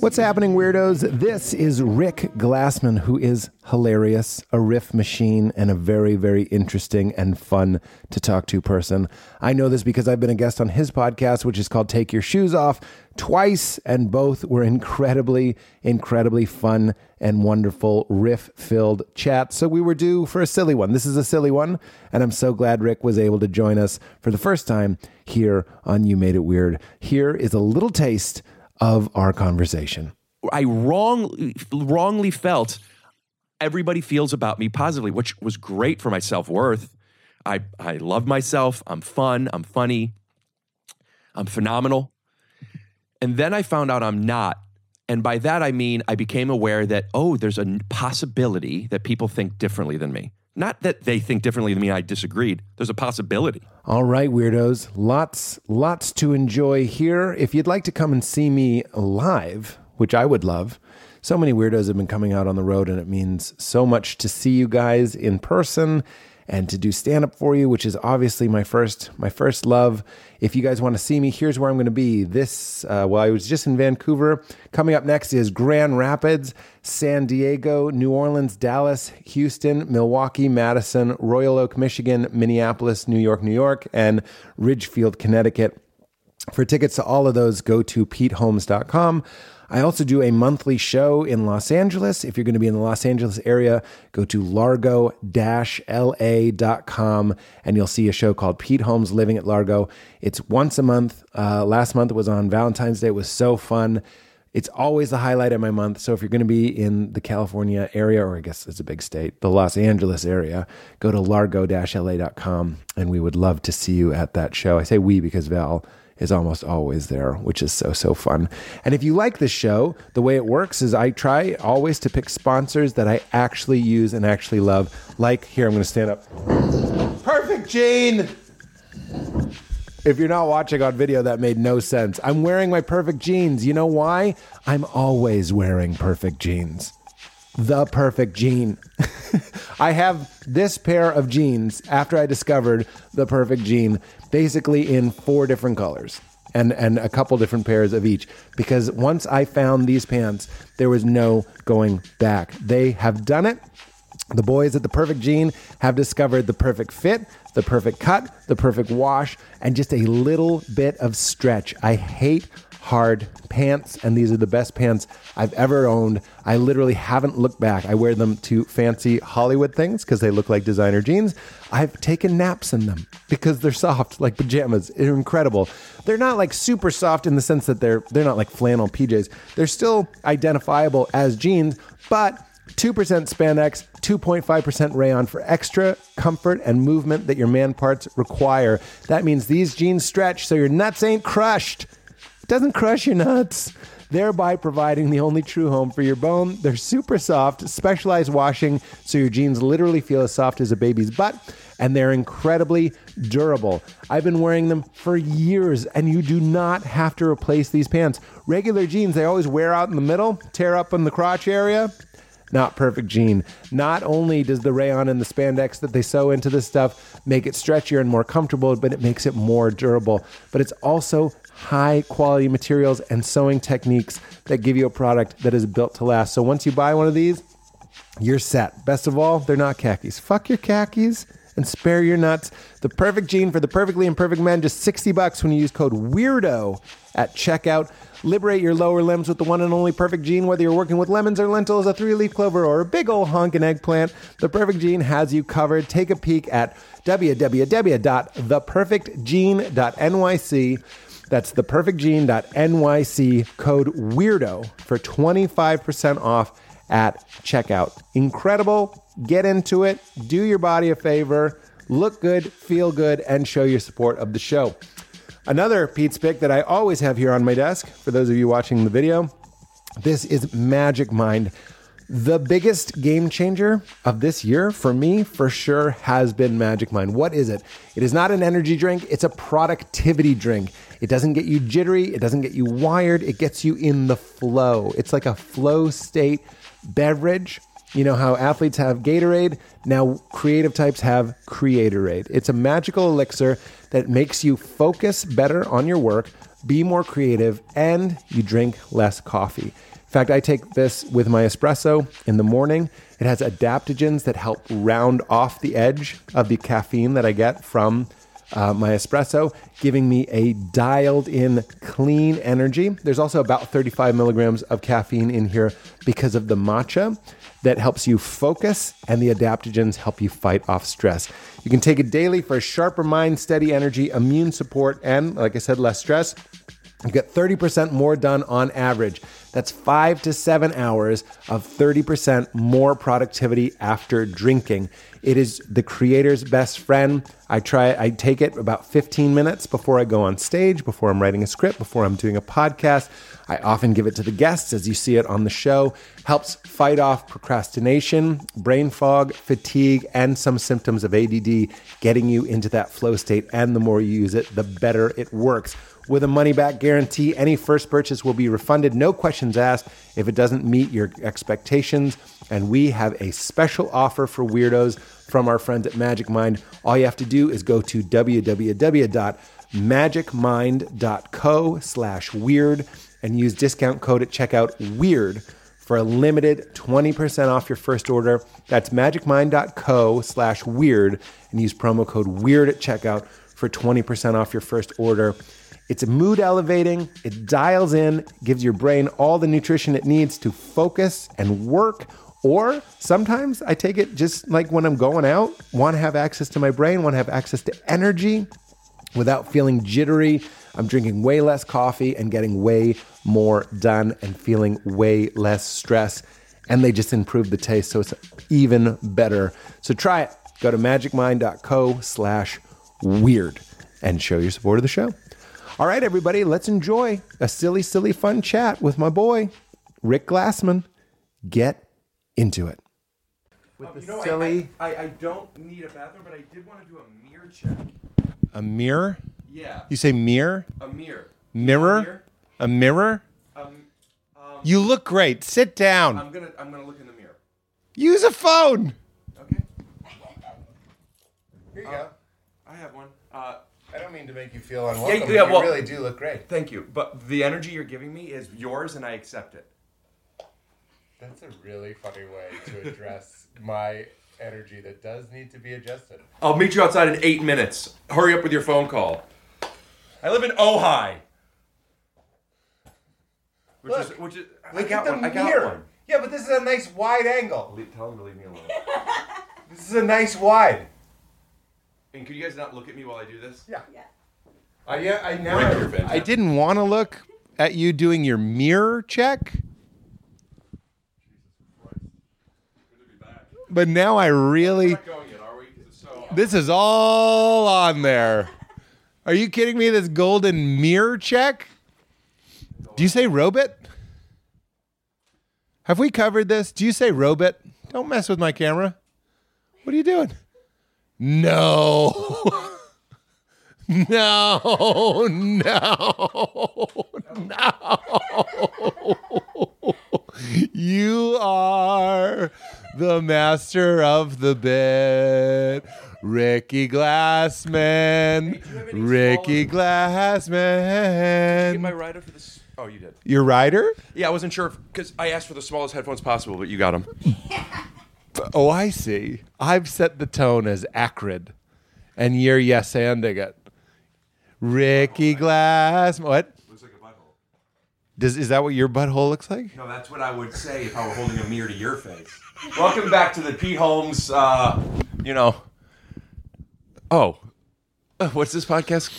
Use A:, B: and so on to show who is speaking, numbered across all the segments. A: What's happening, weirdos? This is Rick Glassman, who is hilarious, a riff machine, and a very, very interesting and fun to talk to person. I know this because I've been a guest on his podcast, which is called Take Your Shoes Off, twice, and both were incredibly, incredibly fun and wonderful riff filled chats. So we were due for a silly one. This is a silly one, and I'm so glad Rick was able to join us for the first time here on You Made It Weird. Here is a little taste of our conversation.
B: I wrong, wrongly felt everybody feels about me positively, which was great for my self worth. I, I love myself. I'm fun. I'm funny. I'm phenomenal. And then I found out I'm not. And by that, I mean, I became aware that, oh, there's a n- possibility that people think differently than me. Not that they think differently than me, I disagreed. There's a possibility.
A: All right, weirdos, lots, lots to enjoy here. If you'd like to come and see me live, which I would love, so many weirdos have been coming out on the road, and it means so much to see you guys in person and to do stand up for you, which is obviously my first, my first love. If you guys want to see me, here's where I'm going to be. This, uh, well, I was just in Vancouver. Coming up next is Grand Rapids, San Diego, New Orleans, Dallas, Houston, Milwaukee, Madison, Royal Oak, Michigan, Minneapolis, New York, New York, and Ridgefield, Connecticut. For tickets to all of those, go to petehomes.com. I also do a monthly show in Los Angeles. If you're going to be in the Los Angeles area, go to largo la.com and you'll see a show called Pete Holmes Living at Largo. It's once a month. Uh, last month was on Valentine's Day, it was so fun. It's always the highlight of my month. So if you're going to be in the California area, or I guess it's a big state, the Los Angeles area, go to largo la.com and we would love to see you at that show. I say we because Val is almost always there, which is so, so fun. And if you like this show, the way it works is I try always to pick sponsors that I actually use and actually love. Like, here, I'm going to stand up. Perfect, Gene! If you're not watching on video, that made no sense. I'm wearing my perfect jeans. You know why? I'm always wearing perfect jeans. The perfect jean. I have this pair of jeans after I discovered the perfect jean, basically in four different colors and, and a couple different pairs of each. Because once I found these pants, there was no going back. They have done it. The boys at the Perfect Gene have discovered the perfect fit, the perfect cut, the perfect wash, and just a little bit of stretch. I hate hard pants, and these are the best pants I've ever owned. I literally haven't looked back. I wear them to fancy Hollywood things because they look like designer jeans. I've taken naps in them because they're soft like pajamas. They're incredible. They're not like super soft in the sense that they're they're not like flannel PJs. They're still identifiable as jeans, but 2% spandex, 2.5% rayon for extra comfort and movement that your man parts require. That means these jeans stretch so your nuts ain't crushed. It doesn't crush your nuts, thereby providing the only true home for your bone. They're super soft, specialized washing, so your jeans literally feel as soft as a baby's butt, and they're incredibly durable. I've been wearing them for years, and you do not have to replace these pants. Regular jeans, they always wear out in the middle, tear up in the crotch area not perfect jean. Not only does the rayon and the spandex that they sew into this stuff make it stretchier and more comfortable, but it makes it more durable. But it's also high quality materials and sewing techniques that give you a product that is built to last. So once you buy one of these, you're set. Best of all, they're not khakis. Fuck your khakis and spare your nuts. The perfect jean for the perfectly imperfect men, just 60 bucks when you use code WEIRDO at checkout. Liberate your lower limbs with the one and only perfect jean, whether you're working with lemons or lentils, a three leaf clover, or a big old honkin' eggplant. The perfect jean has you covered. Take a peek at www.theperfectgene.nyc. That's theperfectgene.nyc code WEIRDO for 25% off at checkout. Incredible. Get into it. Do your body a favor. Look good, feel good, and show your support of the show. Another Pete's pick that I always have here on my desk for those of you watching the video. This is Magic Mind. The biggest game changer of this year for me, for sure, has been Magic Mind. What is it? It is not an energy drink, it's a productivity drink. It doesn't get you jittery, it doesn't get you wired, it gets you in the flow. It's like a flow state beverage. You know how athletes have Gatorade? Now, creative types have Creatorade. It's a magical elixir that makes you focus better on your work be more creative, and you drink less coffee. In fact, I take this with my espresso in the morning. It has adaptogens that help round off the edge of the caffeine that I get from uh, my espresso, giving me a dialed in clean energy. There's also about 35 milligrams of caffeine in here because of the matcha that helps you focus, and the adaptogens help you fight off stress. You can take it daily for a sharper mind, steady energy, immune support, and like I said, less stress. You get 30% more done on average. That's five to seven hours of 30% more productivity after drinking. It is the creator's best friend. I try, I take it about 15 minutes before I go on stage, before I'm writing a script, before I'm doing a podcast. I often give it to the guests as you see it on the show. Helps fight off procrastination, brain fog, fatigue, and some symptoms of ADD, getting you into that flow state. And the more you use it, the better it works with a money back guarantee. Any first purchase will be refunded, no questions asked if it doesn't meet your expectations. And we have a special offer for weirdos from our friends at Magic Mind. All you have to do is go to www.magicmind.co slash weird and use discount code at checkout weird for a limited 20% off your first order. That's magicmind.co slash weird and use promo code weird at checkout for 20% off your first order. It's mood elevating, it dials in, gives your brain all the nutrition it needs to focus and work. Or sometimes I take it just like when I'm going out, want to have access to my brain, want to have access to energy without feeling jittery. I'm drinking way less coffee and getting way more done and feeling way less stress. And they just improve the taste, so it's even better. So try it. Go to magicmind.co slash weird and show your support of the show. All right, everybody, let's enjoy a silly, silly, fun chat with my boy, Rick Glassman. Get into it. With the silly,
B: Um, I, I don't need a bathroom, but I did want to do a mirror check.
A: a mirror.
B: Yeah,
A: You say mirror,
B: a mirror.
A: mirror, a mirror.
B: Um,
A: You look great. Sit down.
B: gonna I'm gonna look in the mirror.
A: Use a phone.
B: Okay. Uh,
A: Here you go.
B: I have one. Uh,
A: I don't mean to make you feel unwelcome.
B: yeah, but you well- really
A: do look great.
B: thank you, but the energy you're giving me is yours, and I accept it.
C: That's a really funny way to address my energy that does need to be adjusted.
B: I'll meet you outside in eight minutes. Hurry up with your phone call. I live in Ojai. Which is
C: Look,
B: which is
C: Look
B: I
C: at
B: got
C: the
B: one. I got
C: mirror.
B: one.
C: Yeah, but this is a nice wide angle.
B: Le- Tell him to leave me alone.
C: This is a nice wide.
B: and could you guys not look at me while I do this?
C: Yeah.
D: Yeah.
C: I yeah, I now
B: Break your fence.
A: I didn't want to look at you doing your mirror check, but now I really.
B: going yet, are we? 'Cause it's so-
A: This is all on there. Are you kidding me? This golden mirror check? Do you say robot? Have we covered this? Do you say robot? Don't mess with my camera. What are you doing? No. No, no, no. You are the master of the bit. Ricky Glassman. Ricky
B: Get my
A: Glassman.
B: rider for this. Oh, you did.
A: Your rider?
B: Yeah, I wasn't sure because I asked for the smallest headphones possible, but you got them.
A: Oh, I see. I've set the tone as acrid, and you're yes anding it. Ricky Glass. What
B: Looks like a butthole.
A: does is that? What your butthole looks like?
B: No, that's what I would say if I were holding a mirror to your face. Welcome back to the Pete Holmes. Uh, you know. Oh, Uh, what's this podcast?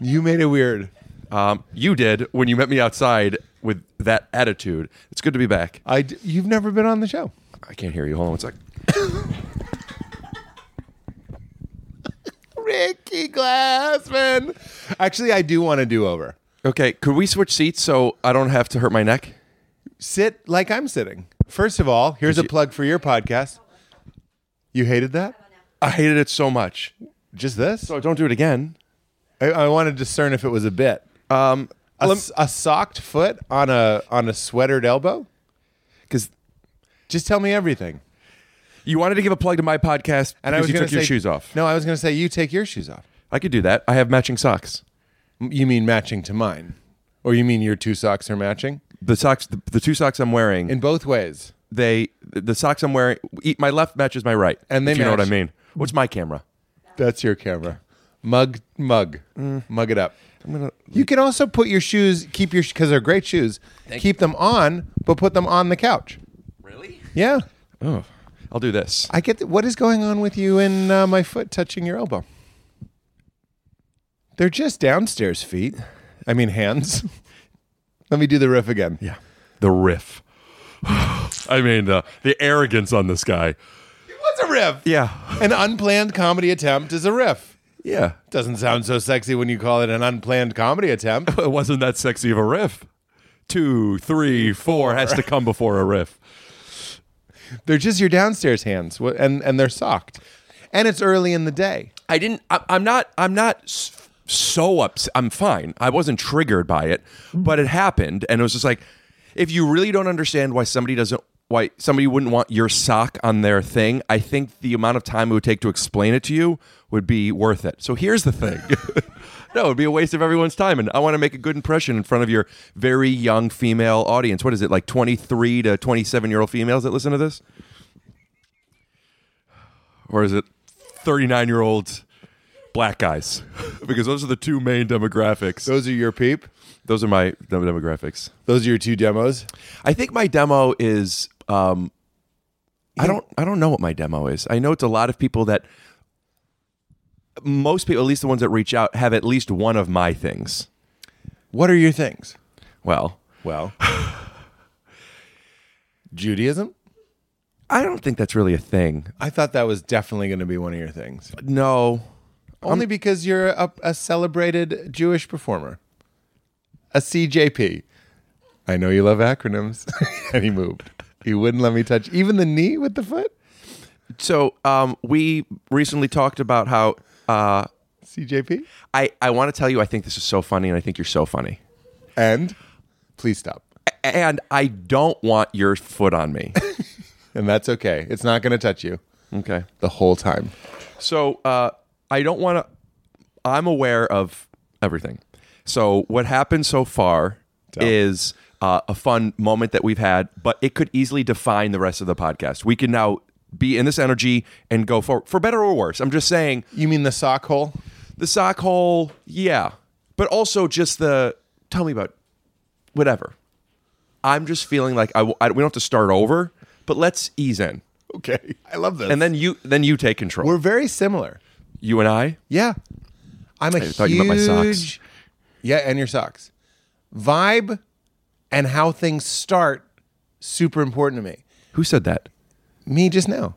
A: You made it weird.
B: Um, you did when you met me outside with that attitude. It's good to be back.
A: I. D- you've never been on the show.
B: I can't hear you. Hold on one second.
A: Ricky Glassman. Actually, I do want a do over.
B: Okay, could we switch seats so I don't have to hurt my neck?
A: Sit like I'm sitting. First of all, here's a plug for your podcast. You hated that?
B: I hated it so much.
A: Just this?
B: So don't do it again.
A: I, I want to discern if it was a bit.
B: Um,
A: A, s- a socked foot on a on a sweatered elbow.
B: because
A: Just tell me everything.
B: you wanted to give a plug to my podcast,
A: And I
B: because
A: was
B: you
A: gonna
B: took your
A: say-
B: shoes off.
A: No, I was going to say you take your shoes off.
B: I could do that. I have matching socks.
A: M- You mean matching to mine? Or you mean your two socks are matching?
D: The socks, the, the two socks I'm wearing,
A: In both ways.
D: they the socks I'm wearing. e- My left matches my right,
A: And they
D: if you know what I
A: match.
D: mean. What's my camera?
A: That's your camera. Mug, mug, mug it up. you can also put your shoes, keep your because they're great shoes. keep them on, but put them on the couch.
D: Really?
A: Yeah,
D: Oh, I'll do this.
A: I get. th- what is going on with you and uh, my foot touching your elbow? They're just downstairs feet. I mean hands. Let me do the riff again.
D: Yeah,
B: the riff. I mean, the, the arrogance on this guy.
A: What's a riff?
D: yeah,
A: An unplanned comedy attempt is a riff.
D: yeah.
A: Doesn't sound so sexy when you call it an unplanned comedy attempt.
B: It wasn't that sexy of a riff. Two, three, four has to come before a riff.
A: They're just your downstairs hands, wh- and and they're socked, and it's early in the day.
D: I didn't. I, I'm not. I'm not s- so upset. I'm fine. I wasn't triggered by it, but it happened, and it was just like, if you really don't understand why somebody doesn't, why somebody wouldn't want your sock on their thing, I think the amount of time it would take to explain it to you would be worth it. So here's the thing. No, it'd be a waste of everyone's time. And I want to make a good impression in front of your very young female audience. What is it, like 23 to 27 year old females that listen to this?
B: Or is it 39 year old black guys? because those are the two main demographics.
A: Those are your peep.
D: Those are my dem- demographics.
A: Those are your two demos.
D: I think my demo is um I don't I don't know what my demo is. I know it's a lot of people that most people, at least the ones that reach out, have at least one of my things.
A: What are your things?
D: Well,
A: Well, Judaism.
D: I don't think that's really a thing.
A: I thought that was definitely going to be one of your things,
D: No.
A: only because you're a, a celebrated Jewish performer, a CJP. I know you love acronyms, and he moved. He wouldn't let me touch even the knee with the foot.
D: So um we recently talked about how uh
A: CJP.
D: I, I want to tell you I think this is so funny and I think you're so funny.
A: And please stop.
D: A- And I don't want your foot on me.
A: And that's okay. It's not going to touch you
D: Okay.
A: the whole time.
D: So uh, I don't want to. I'm aware of everything. So what happened so far is uh, a fun moment that we've had, but it could easily define the rest of the podcast. We can now be in this energy and go forward for better or worse. I'm just saying
A: You mean the sock hole?
D: the sock hole, yeah, but also just the tell me about whatever. I'm just feeling like I, w- I- we don't have to start over, but let's ease in,
A: Okay. I love this.
D: and then you then you take control.
A: we're very similar.
D: you and I.
A: Yeah. I'm a
D: thought
A: huge
D: you meant my socks.
A: Yeah, and your socks. Vibe and how things start super important to me.
D: Who said that?
A: Me just now.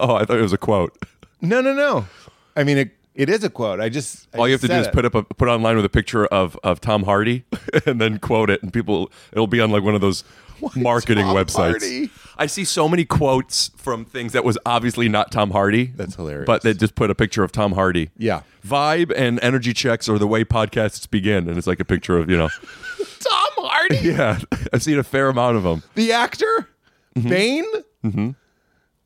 B: Oh, I thought it was a quote.
A: No, no, no. I mean it, it is a quote. I just I
B: All you have
A: just
B: to do
A: said
B: is
A: it.
B: put up a, put online with a picture of, of Tom Hardy and then quote it, and people it'll be on like one of those marketing
A: Tom
B: websites.
A: Hardy?
B: I see so many quotes from things that was obviously not Tom Hardy.
A: That's hilarious.
B: But they just put a picture of Tom Hardy.
A: Yeah.
B: Vibe and energy checks are the way podcasts begin, and it's like a picture of you know.
A: Tom Hardy,
B: yeah, I've seen a fair amount of them.
A: the actor? Bane? Mm-hmm.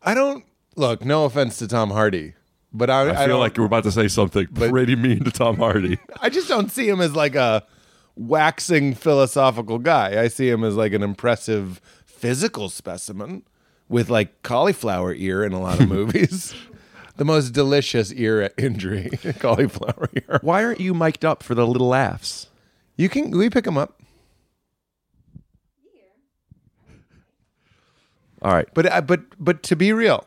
A: I don't look, no offense to Tom Hardy, but I,
B: I feel
A: don't-
B: like we're about to say something pretty mean to Tom Hardy.
A: I just don't see him as like a waxing philosophical guy. I see him as like an impressive physical specimen with like cauliflower ear in a lot of movies. the most delicious ear injury, cauliflower ear.
D: Why aren't you mic'd up for the little laughs?
A: You can we pick him up,
D: All right.
A: but I but but to be real,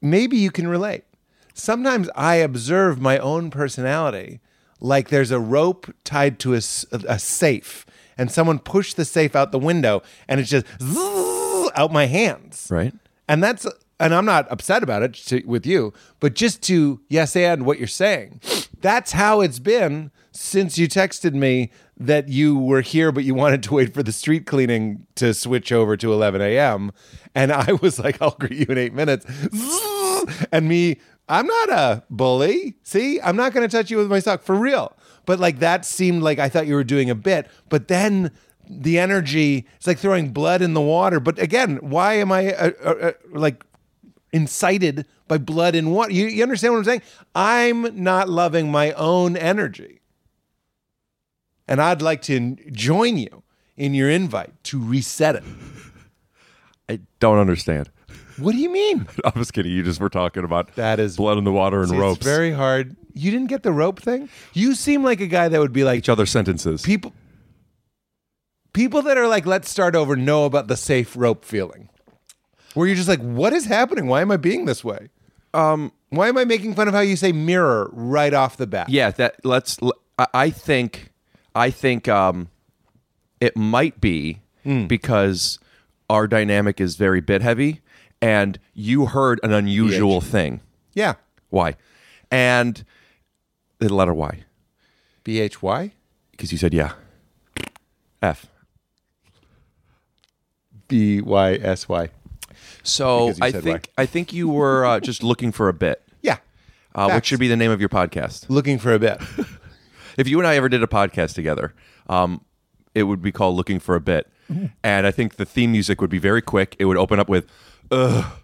A: maybe you can relate. Sometimes I observe my own personality like there's a rope tied to a, s- a safe, and someone pushed the safe out the window, and it's just zzz, out my hands.
D: Right.
A: And that's and I'm not upset about it to, with you, but just to yes and what you're saying. That's how it's been since you texted me that you were here, but you wanted to wait for the street cleaning to switch over to 11 a.m. And I was like, I'll greet you in eight minutes. And me, I'm not a bully. See, I'm not going to touch you with my sock for real. But like that seemed like I thought you were doing a bit. But then the energy it's like throwing blood in the water but again why am i uh, uh, uh, like incited by blood in water you, you understand what i'm saying i'm not loving my own energy
E: and I'd like to join you in your invite to reset it.
F: I don't understand.
E: What do you mean?
F: I'm just kidding. You just were talking about
E: That is-
F: blood in the water and ropes.
E: It's very hard. You didn't get the rope thing? You seem like a guy that would be like
F: each other sentences.
E: people people that are like let's start over know about the safe rope feeling. Where you're just like what is happening? Why am I being this way? Um why am I making fun of how you say mirror right off the bat?
B: Yeah, that let's. l- I- I think, I think um, it might be because our dynamic is very bit heavy, and you heard an unusual thing.
E: Yeah.
B: Why? And the letter Y,
E: B H Y?
B: because you said yeah. F.
E: B Y S Y.
B: So
E: Because you
B: I
E: said
B: think I think you were uh, just looking for a bit.
E: Yeah.
B: Uh, what
E: Facts.
B: should be the name of your podcast?
E: Looking for a bit.
B: If you and I ever did a podcast together, um, it would be called Looking for a Bit. And I think the theme music would be very quick. It would open up with,
E: oh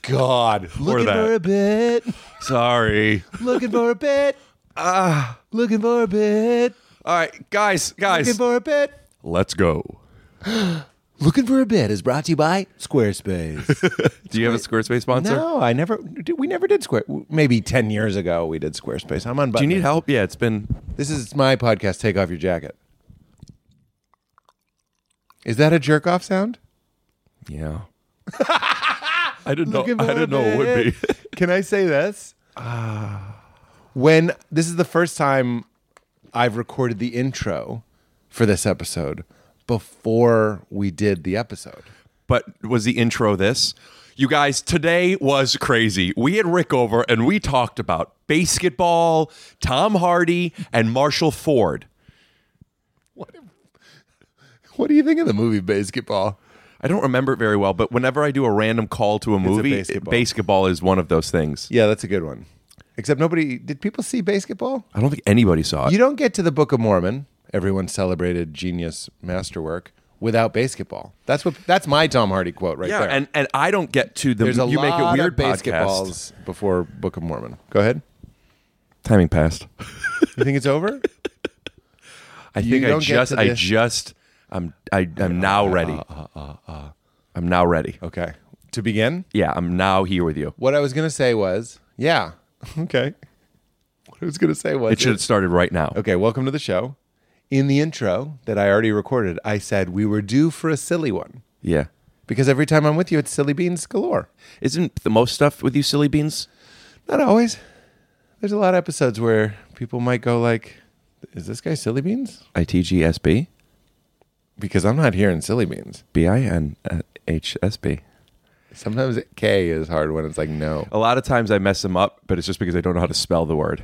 E: God. Looking
F: that.
E: for a bit.
F: Sorry.
E: Looking for a bit. Ah. Looking for a bit.
B: all right, guys,
E: Looking
B: guys,
E: for a bit.
F: Let's go.
E: Looking for a bit is brought to you by Squarespace.
B: do you have a Squarespace sponsor?
E: no, I never. dude, We never did Square. Maybe ten years ago we did Squarespace. I'm on.
B: Do you need help? Yeah, it's been.
E: This is my podcast. Take off your jacket. Is that a jerk off sound?
F: Yeah. I didn't know.
E: Looking
F: I didn't know it would be.
E: Can I say this?
A: Ah.
E: when this is the first time I've recorded the intro for this episode before we did the episode.
F: but was the intro this? You guys, today was crazy. We had Rick over and we talked about basketball, Tom Hardy, and Marshall Ford.
E: What do you think of the movie Basketball?
B: I don't remember it very well, but whenever I do a random call to a movie, it-
E: basketball.
B: basketball is one of those things.
E: Yeah, that's a good one. Except nobody did people see basketball?
B: I don't think anybody saw it.
E: You don't get to the Book of Mormon, everyone's celebrated genius masterwork, without basketball. That's what that's my Tom Hardy quote right
B: yeah,
E: there.
B: and, and I don't get to the
E: there's a
B: you
E: lot
B: make it
E: of
B: weird
E: basketballs
B: podcast.
E: before Book of Mormon. Go ahead.
B: Timing passed.
E: You think it's over?
B: I
E: You
B: think I
E: don't get
B: just
E: to
B: I
E: this-
B: just I'm I, uh, I'm now ready.
E: Uh.
B: I'm now ready.
E: okay. To begin,
B: Yeah, I'm now here with you.
E: what I was gonna say was, yeah. Okay. What I was gonna say was
B: It should have started right now.
E: Okay, welcome to the show. In the intro that I already recorded, I said we were due for a silly one.
B: Yeah.
E: Because every time I'm with you, it's silly beans galore.
B: Isn't the most stuff with you silly beans?
E: Not always. There's a lot of episodes where people might go like, "Is this guy silly beans?"
B: ITGSB,
E: Because I'm not hearing silly beans.
B: BINHSB.
E: Sometimes K is hard when it's like no.
B: A lot of times I mess them up, but it's just because I don't know how to spell the word.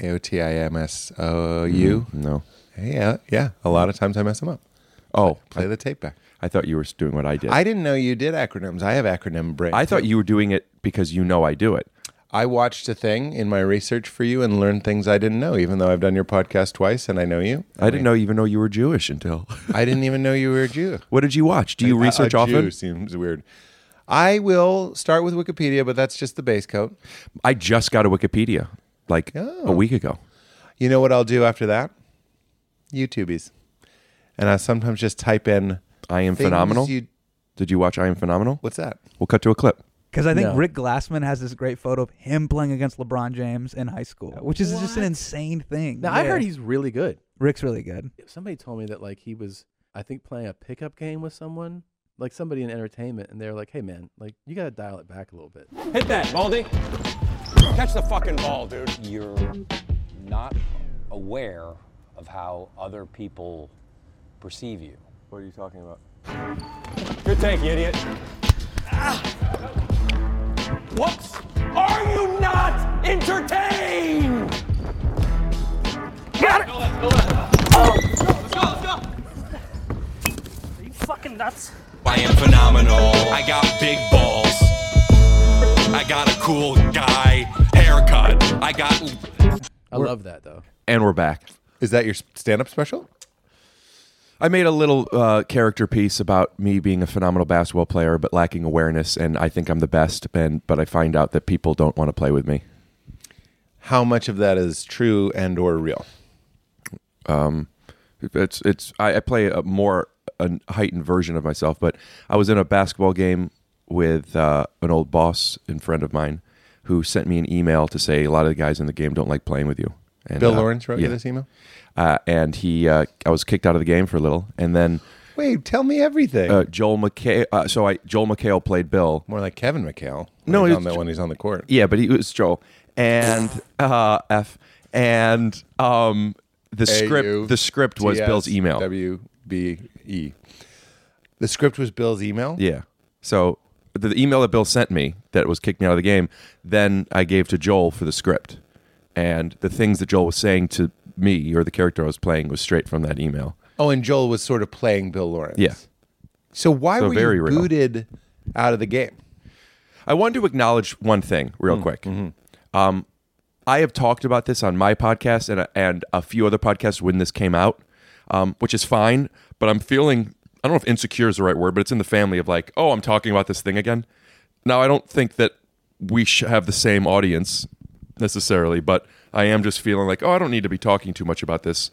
E: A O T I M S O U.
B: No.
E: Yeah, yeah. A lot of times I mess them up.
B: Oh,
E: Play the tape back.
B: I thought you were doing what I did. I,
E: I didn't know you did acronyms. I have acronym brain.
B: thought you were doing it because you know I do it.
E: I watched a thing in my research for you and learned things I didn't know, even though I've done your podcast twice and I know you.
B: I didn't know even know you were Jewish until.
E: I didn't even know you were a Jew.
B: what did you watch? Do you
E: A-
B: research
E: a
B: often?
E: Jew seems weird. I will start with Wikipedia, but that's just the base coat.
B: I just got a Wikipedia like
E: Oh.
B: a week ago.
E: You know what I'll do after that? YouTubies. And I sometimes just type in
B: I am
E: things
B: phenomenal.
E: you-
B: Did you watch I am phenomenal?
E: what's that?
B: We'll cut to a clip.
G: Because I think
E: No.
G: Rick Glassman has this great photo of him playing against LeBron James in high school, which is just an insane thing.
A: Now I
G: Yeah.
A: heard he's really good.
G: Rick's really good.
A: Somebody told me that like he was, I think, playing a pickup game with someone, like somebody in entertainment, and they were like, "Hey man, like you gotta dial it back a little bit."
D: Hit that, Baldy. Catch the fucking ball, dude.
H: you're not aware of how other people perceive you.
D: Good take, you idiot. Ah. Whoops. Are you not entertained? Got it. Let's go, let's go.
I: fucking nuts.
D: I am phenomenal. I got big balls. I got a cool guy haircut. I got
A: I love that though.
B: And we're back.
E: Is that your stand up special?
B: I made a little uh, character piece about me being a phenomenal basketball player, but lacking awareness, and I think I'm the best. And but I find out that people don't want to play with me.
E: How much of that is true and or real?
B: Um, it's it's I, I play a more a heightened version of myself, but I was in a basketball game with uh, an old boss and friend of mine who sent me an email to say a lot of the guys in the game don't like playing with you. And,
E: Bill
B: uh,
E: Lawrence wrote
B: yeah.
E: you this email.
B: uh, and he uh, I was kicked out of the game for a little, and then
E: Wait, tell me everything.
B: uh, Joel McHale. Uh, so I Joel McHale played Bill.
E: More like Kevin McHale. when
B: No,
E: he's
B: it's
E: on the
B: J-
E: when he's on the court.
B: Yeah, but he was Joel and uh, F and um, the
E: AU,
B: script. The script was
E: TS,
B: Bill's email.
E: WBE. E. The script was Bill's email.
B: Yeah. So the the email that Bill sent me that was kicked me out of the game, then I gave to Joel for the script. And the things that Joel was saying to me or the character I was playing was straight from that email.
E: Oh, and Joel was sort of playing Bill Lawrence.
B: Yeah.
E: So why
B: So
E: were
B: very
E: you
B: real.
E: booted out of the game?
B: I wanted to acknowledge one thing real quick. Um, I have talked about this on my podcast and and a few other podcasts when this came out, um, which is fine. But I'm feeling I don't know if insecure is the right word, but it's in the family of like, oh, I'm talking about this thing again. Now I don't think that we should have the same audience necessarily, but I am just feeling like, oh, I don't need to be talking too much about this,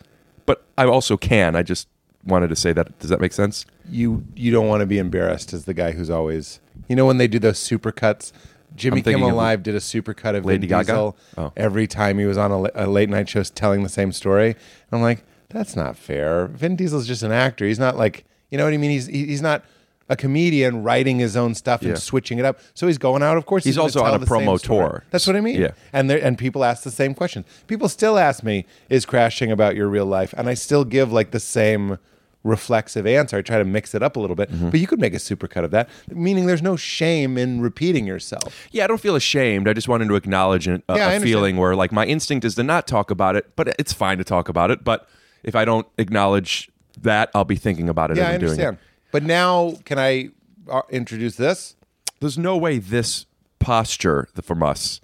B: but I also can. I just wanted to say that. Does that make sense?
E: You you don't want to be embarrassed as the guy who's always you know when they do those supercuts. Jimmy
B: I'm thinking
E: Kimmel
B: of
E: Live did a supercut of
B: Lady
E: Vin
B: Gaga?
E: Diesel
B: Oh.
E: every time he was on a, la- a late night show telling the same story. I'm like, that's not fair. Vin Diesel's just an actor. He's not like you know what I mean. He's he- he's not a comedian writing his own stuff
B: Yeah.
E: and switching it up. So he's going out. Of course,
B: He's
E: gonna
B: also on
E: tell
B: a
E: the same
B: promo
E: story.
B: tour.
E: That's what I mean.
B: Yeah.
E: and there and people ask the same questions. People still ask me, "Is crashing about your real life?" And I still give like the same reflexive answer. I try to mix it up a little bit,
B: Mm-hmm.
E: but you could make a supercut of that, meaning there's no shame in repeating yourself.
B: Yeah, I don't feel ashamed. I just wanted to acknowledge uh, an,
E: Yeah,
B: a,
E: I
B: a
E: understand.
B: feeling where, like, my instinct is to not talk about it, but it's fine to talk about it. But if I don't acknowledge that, I'll be thinking about it.
E: Yeah,
B: as
E: I
B: I'm Doing
E: understand.
B: it.
E: But now, can I uh, introduce this?
B: There's no way this posture th- from us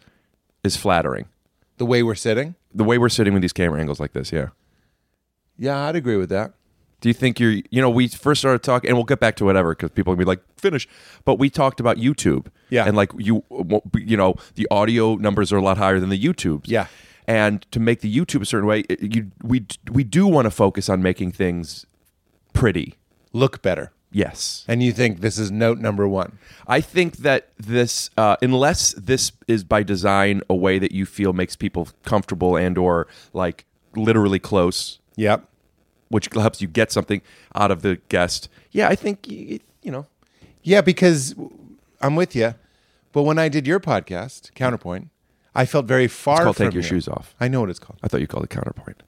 B: is flattering.
E: The way we're sitting.
B: The way we're sitting with these camera angles like this, yeah.
E: Yeah, I'd agree with that.
B: Do you think you're, you know, we first started talking, and we'll get back to whatever because people will be like, finish. But we talked about YouTube.
E: Yeah.
B: And like, you, you know, the audio numbers are a lot higher than the YouTubes.
E: Yeah.
B: And to make the YouTube a certain way, it- you, we, we do want to focus on making things pretty.
E: Look better.
B: Yes.
E: And you think this is note number one?
B: I think that this, uh, unless this is by design a way that you feel makes people comfortable and or like literally close,
E: Yep.
B: which helps you get something out of the guest. Yeah, I think, y- you know,
E: Yeah, because I'm with you. But when I did your podcast, Counterpoint, I felt very far
B: It's called
E: from
B: Take Your
E: you.
B: Shoes Off.
E: I know what it's called.
B: I thought you called it counterpoint.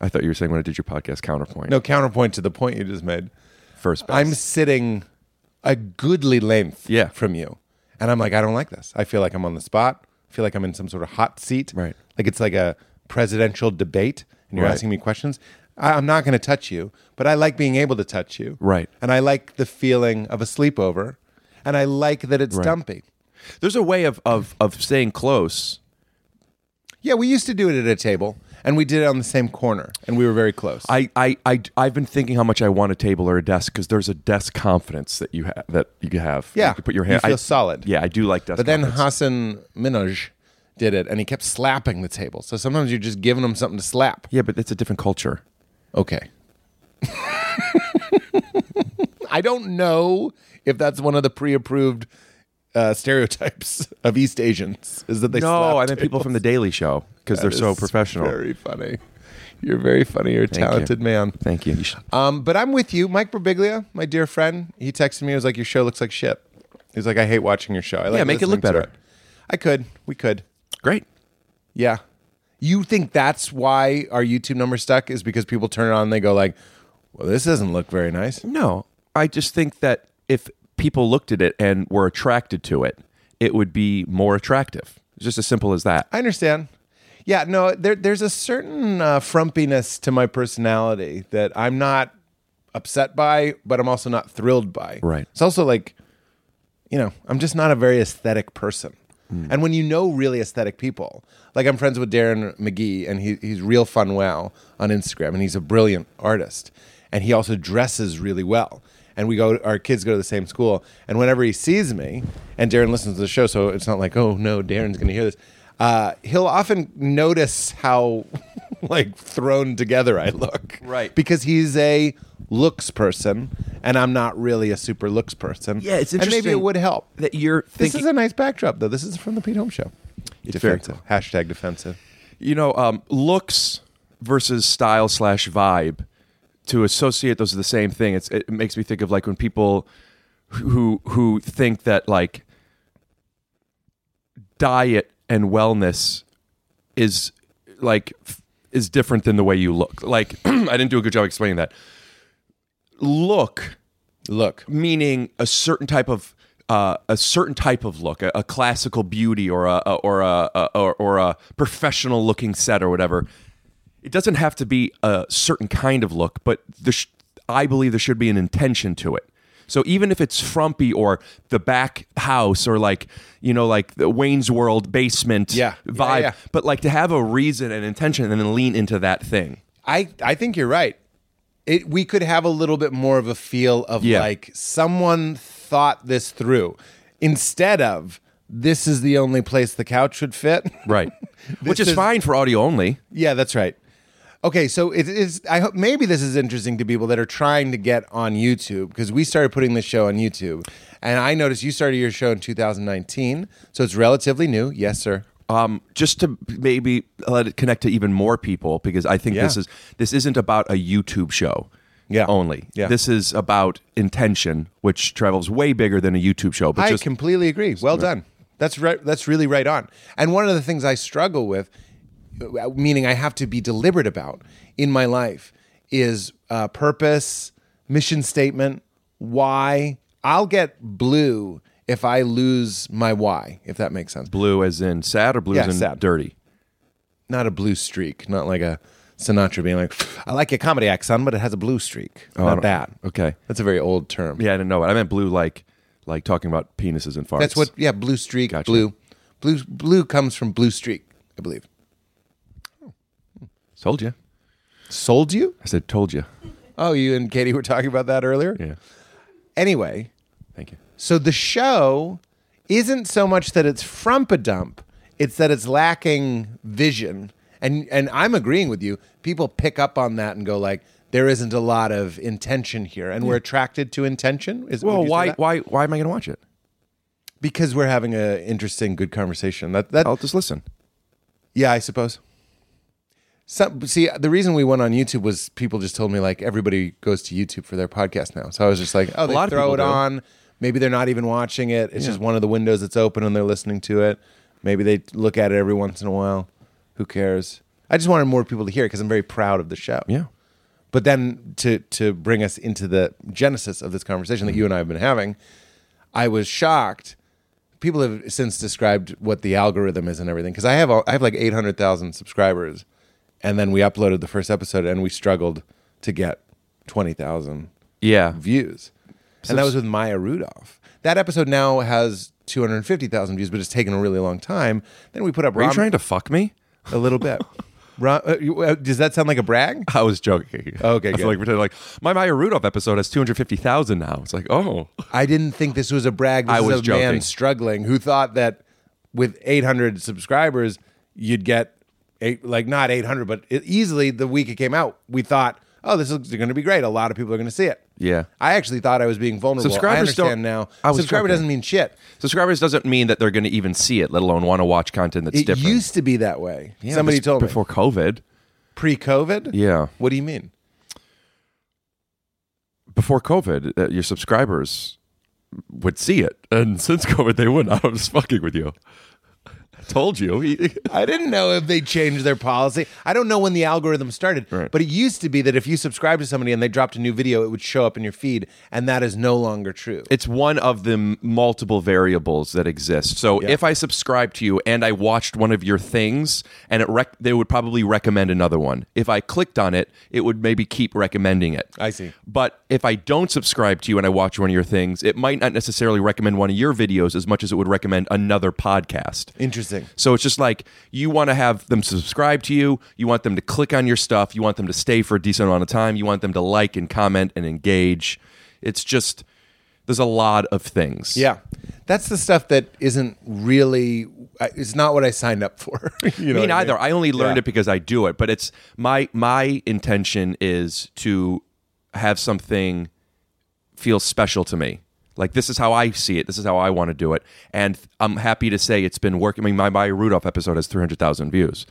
B: I thought you were saying when I did your podcast counterpoint.
E: No counterpoint to the point you just made.
B: first best.
E: I'm sitting a goodly length
B: Yeah.
E: from you. And I'm like, I don't like this. I feel like I'm on the spot. I feel like I'm in some sort of hot seat.
B: Right.
E: Like it's like a presidential debate and you're
B: Right.
E: asking me questions. I, I'm not going to touch you, but I like being able to touch you.
B: Right.
E: And I like the feeling of a sleepover. And I like that it's dumpy.
B: There's a way of of of staying close.
E: Yeah, we used to do it at a table, and we did it on the same corner, and we were very close.
B: I I I I've been thinking how much I want a table or a desk because there's a desk confidence that you have that you have.
E: Yeah.
B: you can put your hand.
E: You feel
B: I-
E: solid.
B: Yeah, I do like desk.
E: but then
B: confidence.
E: Hassan Minaj did it, and he kept slapping the table. So sometimes you're just giving him something to slap.
B: yeah, but it's a different culture.
E: Okay. I don't know if that's one of the pre-approved uh, stereotypes of East Asians is that they slap
B: no, I mean people
E: tables.
B: from the Daily Show because they're
E: That
B: so
E: is
B: professional.
E: Very funny. You're very funny. You're a
B: you.
E: talented man.
B: Thank you. You should-
E: Um, but I'm with you, Mike Birbiglia, my dear friend. He texted me. He was like, "Your show looks like shit." He's like, "I hate watching your show." I like
B: Yeah, make it look
E: listening to
B: better.
E: I could. We could.
B: Great.
E: Yeah. You think that's why our YouTube number stuck is because people turn it on and they go like, "Well, this doesn't look very nice."
B: No, I just think that if people looked at it and were attracted to it, it would be more attractive. It's just as simple as that.
E: I understand. Yeah, no, there, there's a certain uh, frumpiness to my personality that I'm not upset by, but I'm also not thrilled by.
B: Right.
E: It's also like, you know, I'm just not a very aesthetic person.
B: Hmm.
E: And when you know really aesthetic people, like I'm friends with Darren McGee, and he, he's real fun wow on Instagram, and he's a brilliant artist, and he also dresses really well. And we go, our kids go to the same school, and whenever he sees me, and Darren listens to the show, so it's not like, oh no, Darren's going to hear this. Uh, he'll often notice how
A: like thrown together I look.
D: Right.
A: Because he's a looks person and I'm not really a super looks person.
B: Yeah, it's
A: And maybe it
B: interesting
A: would help.
B: that you're
A: This
B: thinking.
A: is a nice backdrop though. This is from the Pete Holmes show.
D: It's very
A: defensive. Hashtag defensive.
D: you know, um, looks versus style slash vibe. To associate those are the same thing. It's, it makes me think of like when people who who think that like diet and wellness is like f- is different than the way you look. Like I didn't do a good job explaining that. Look
A: Look.
D: meaning a certain type of uh, a certain type of look, a, a classical beauty or a, a- or a, a or, or a professional looking set or whatever. It doesn't have to be a certain kind of look, but there sh- I believe there should be an intention to it. So even if it's frumpy or the back house or like you know like the Wayne's World basement
A: Yeah. Yeah,
D: vibe,
A: yeah.
D: but like to have a reason and intention and then lean into that thing.
A: I I think you're right. It we could have a little bit more of a feel of
D: Yeah.
A: like someone thought this through instead of this is the only place the couch would fit.
D: Right. Which
A: This
D: is,
A: is-
D: fine for audio only.
A: yeah, that's right. Okay, so it is I hope maybe this is interesting to people that are trying to get on YouTube because we started putting this show on YouTube. And I noticed you started your show in 2019, so it's relatively new. Yes, sir.
D: um, just to maybe let it connect to even more people because I think
A: Yeah.
D: this is this isn't about a YouTube show
A: Yeah.
D: only.
A: Yeah.
D: This is about intention, which travels way bigger than a YouTube show. But
A: I
D: just
A: completely agree. Well done. That's right. That's really right on. And one of the things I struggle with, uh, meaning I have to be deliberate about in my life, is uh, purpose, mission statement, why. I'll get blue if I lose my why. If that makes sense.
D: blue as in sad or blue
A: Yeah,
D: as in
A: sad.
D: dirty.
A: Not a blue streak. Not like a Sinatra being like, "I like your comedy act, son, but it has a blue streak."
D: Oh, I
A: Not
D: don't-
A: that.
D: Okay.
A: That's a very old term.
D: Yeah, I didn't know. it. I meant blue like like talking about penises and farts.
A: That's what. Yeah, blue streak. Blue. Blue. Blue comes from blue streak, I believe.
D: told you.
A: Sold you.
D: I said told you.
A: Oh, you and Katie were talking about that earlier?
D: Yeah.
A: Anyway,
D: Thank you.
A: so the show isn't so much that it's frumpadump, it's that it's lacking vision. And and I'm agreeing with you. People pick up on that and go like, there isn't a lot of intention here. And we're attracted to intention. Is
D: Well,
A: would you say
D: why
A: that?
D: why why am I going to watch it?
A: Because we're having a interesting, good conversation. That that
D: I'll just listen.
A: Yeah, I suppose. Some, see, the reason we went on YouTube was people just told me like everybody goes to YouTube for their podcast now. So I was just like, oh, they
D: lot of
A: throw
D: people
A: it
D: do.
A: on. Maybe they're not even watching it. It's just one of the windows that's open and they're listening to it. Maybe they look at it every once in a while. Who cares? I just wanted more people to hear it because I'm very proud of the show.
D: Yeah.
A: But then to to bring us into the genesis of this conversation that you and I have been having, I was shocked. People have since described what the algorithm is and everything because I have all, I have like eight hundred thousand subscribers, and then we uploaded the first episode and we struggled to get twenty thousand
D: Yeah.
A: views, and that was with Maya Rudolph. That episode now has two hundred fifty thousand views, but it's taken a really long time. Then we put up
D: Are you
A: Ram-
D: trying to fuck me?
A: a little bit. Ram- uh, you- uh, does that sound like a brag?
D: I was joking.
A: Okay,
D: I
A: good.
D: feel like pretend like my Maya Rudolph episode has 250,000 now. It's like, oh,
A: I didn't think this was a brag. This
D: I was
A: is a man
D: joking.
A: struggling who thought that with 800 subscribers you'd get eight, like not 800, but it, easily the week it came out, we thought, oh, this is going to be great. A lot of people are going to see it.
D: Yeah.
A: I actually thought I was being vulnerable. I
D: Subscribers don't-
A: understand now.
D: I was
A: Subscriber
D: joking.
A: doesn't mean shit.
D: subscribers doesn't mean that they're going to even see it, let alone want to watch content that's
A: It
D: different.
A: used to be that way.
D: Yeah,
A: Somebody
D: this-
A: told me
D: before COVID.
A: pre-COVID.
D: Yeah,
A: What do you mean?
D: before COVID, uh, your subscribers would see it, and since COVID, they wouldn't. I was fucking with you. I told you.
A: I didn't know if they changed their policy. I don't know when the algorithm started,
D: Right.
A: but it used to be that if you subscribed to somebody and they dropped a new video, it would show up in your feed, and that is no longer true.
D: It's one of the m- multiple variables that exist. So if I subscribe to you and I watched one of your things, and it rec- they would probably recommend another one. If I clicked on it, it would maybe keep recommending it.
A: I see.
D: But if I don't subscribe to you and I watch one of your things, it might not necessarily recommend one of your videos as much as it would recommend another podcast.
A: Interesting.
D: So it's just like you want to have them subscribe to you, you want them to click on your stuff, you want them to stay for a decent amount of time, you want them to like and comment and engage. It's just there's a lot of things.
A: Yeah. That's the stuff that isn't really. I- It's not what I signed up for. you know
D: me
A: what I mean?
D: neither. I only learned it because I do it. But it's my my intention is to have something feel special to me. Like this is how I see it. This is how I want to do it. And I'm happy to say it's been working. I mean, my Maya Rudolph episode has 300,000 views.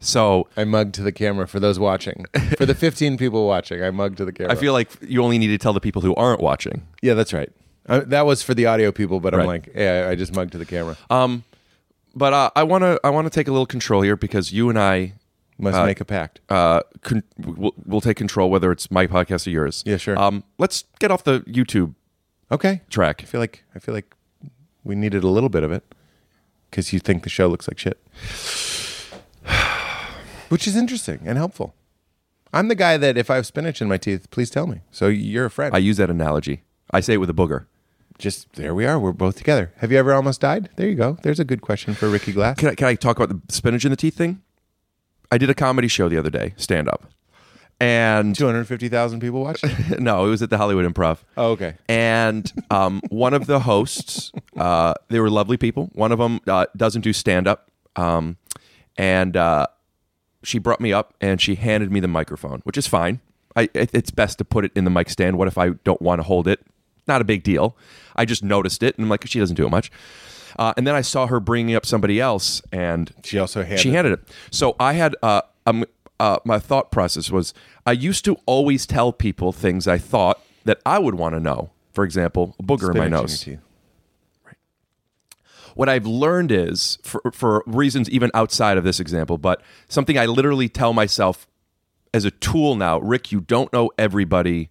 D: So
A: I mugged to the camera for those watching. For the 15 people watching, I mugged to the camera.
D: I feel like you only need to tell the people who aren't watching.
A: yeah, that's right. Uh, that was for the audio people, but I'm
D: Right.
A: like, yeah, I just mugged to the camera.
D: But uh, I want to I want to take a little control here because you and I
A: Must
D: uh,
A: make a pact.
D: uh, con- we'll, we'll take control whether it's my podcast or yours.
A: Yeah, sure.
D: Um, let's get off the YouTube
A: Okay.
D: track.
A: I feel like I feel like we needed a little bit of it because you think the show looks like shit, which is interesting and helpful. I'm the guy that if I have spinach in my teeth, please tell me. So you're a friend.
D: I use that analogy. I say it with a booger.
A: Just there we are. We're both together. Have you ever almost died? There you go. There's a good question for Ricky Glass.
D: Can I, can I talk about the spinach in the teeth thing? I did a comedy show the other day, stand up, and
A: Two hundred fifty thousand people watched. it?
D: no, it was at the Hollywood Improv.
A: Oh, okay.
D: And um, one of the hosts, uh, they were lovely people. One of them uh, doesn't do stand up. Um, and uh, she brought me up and she handed me the microphone, which is fine. I, it, it's best to put it in the mic stand. What if I don't want to hold it? Not a big deal. I just noticed it and I'm like, she doesn't do it much. Uh, and then I saw her bringing up somebody else and
A: She also handed.
D: she handed it. So I had uh, um, uh, my thought process was I used to always tell people things I thought that I would want to know. For example, a booger in my
A: spinach your
D: nose.
A: teeth.
D: What I've learned is, for, for reasons even outside of this example, but something I literally tell myself as a tool now Rick, you don't know everybody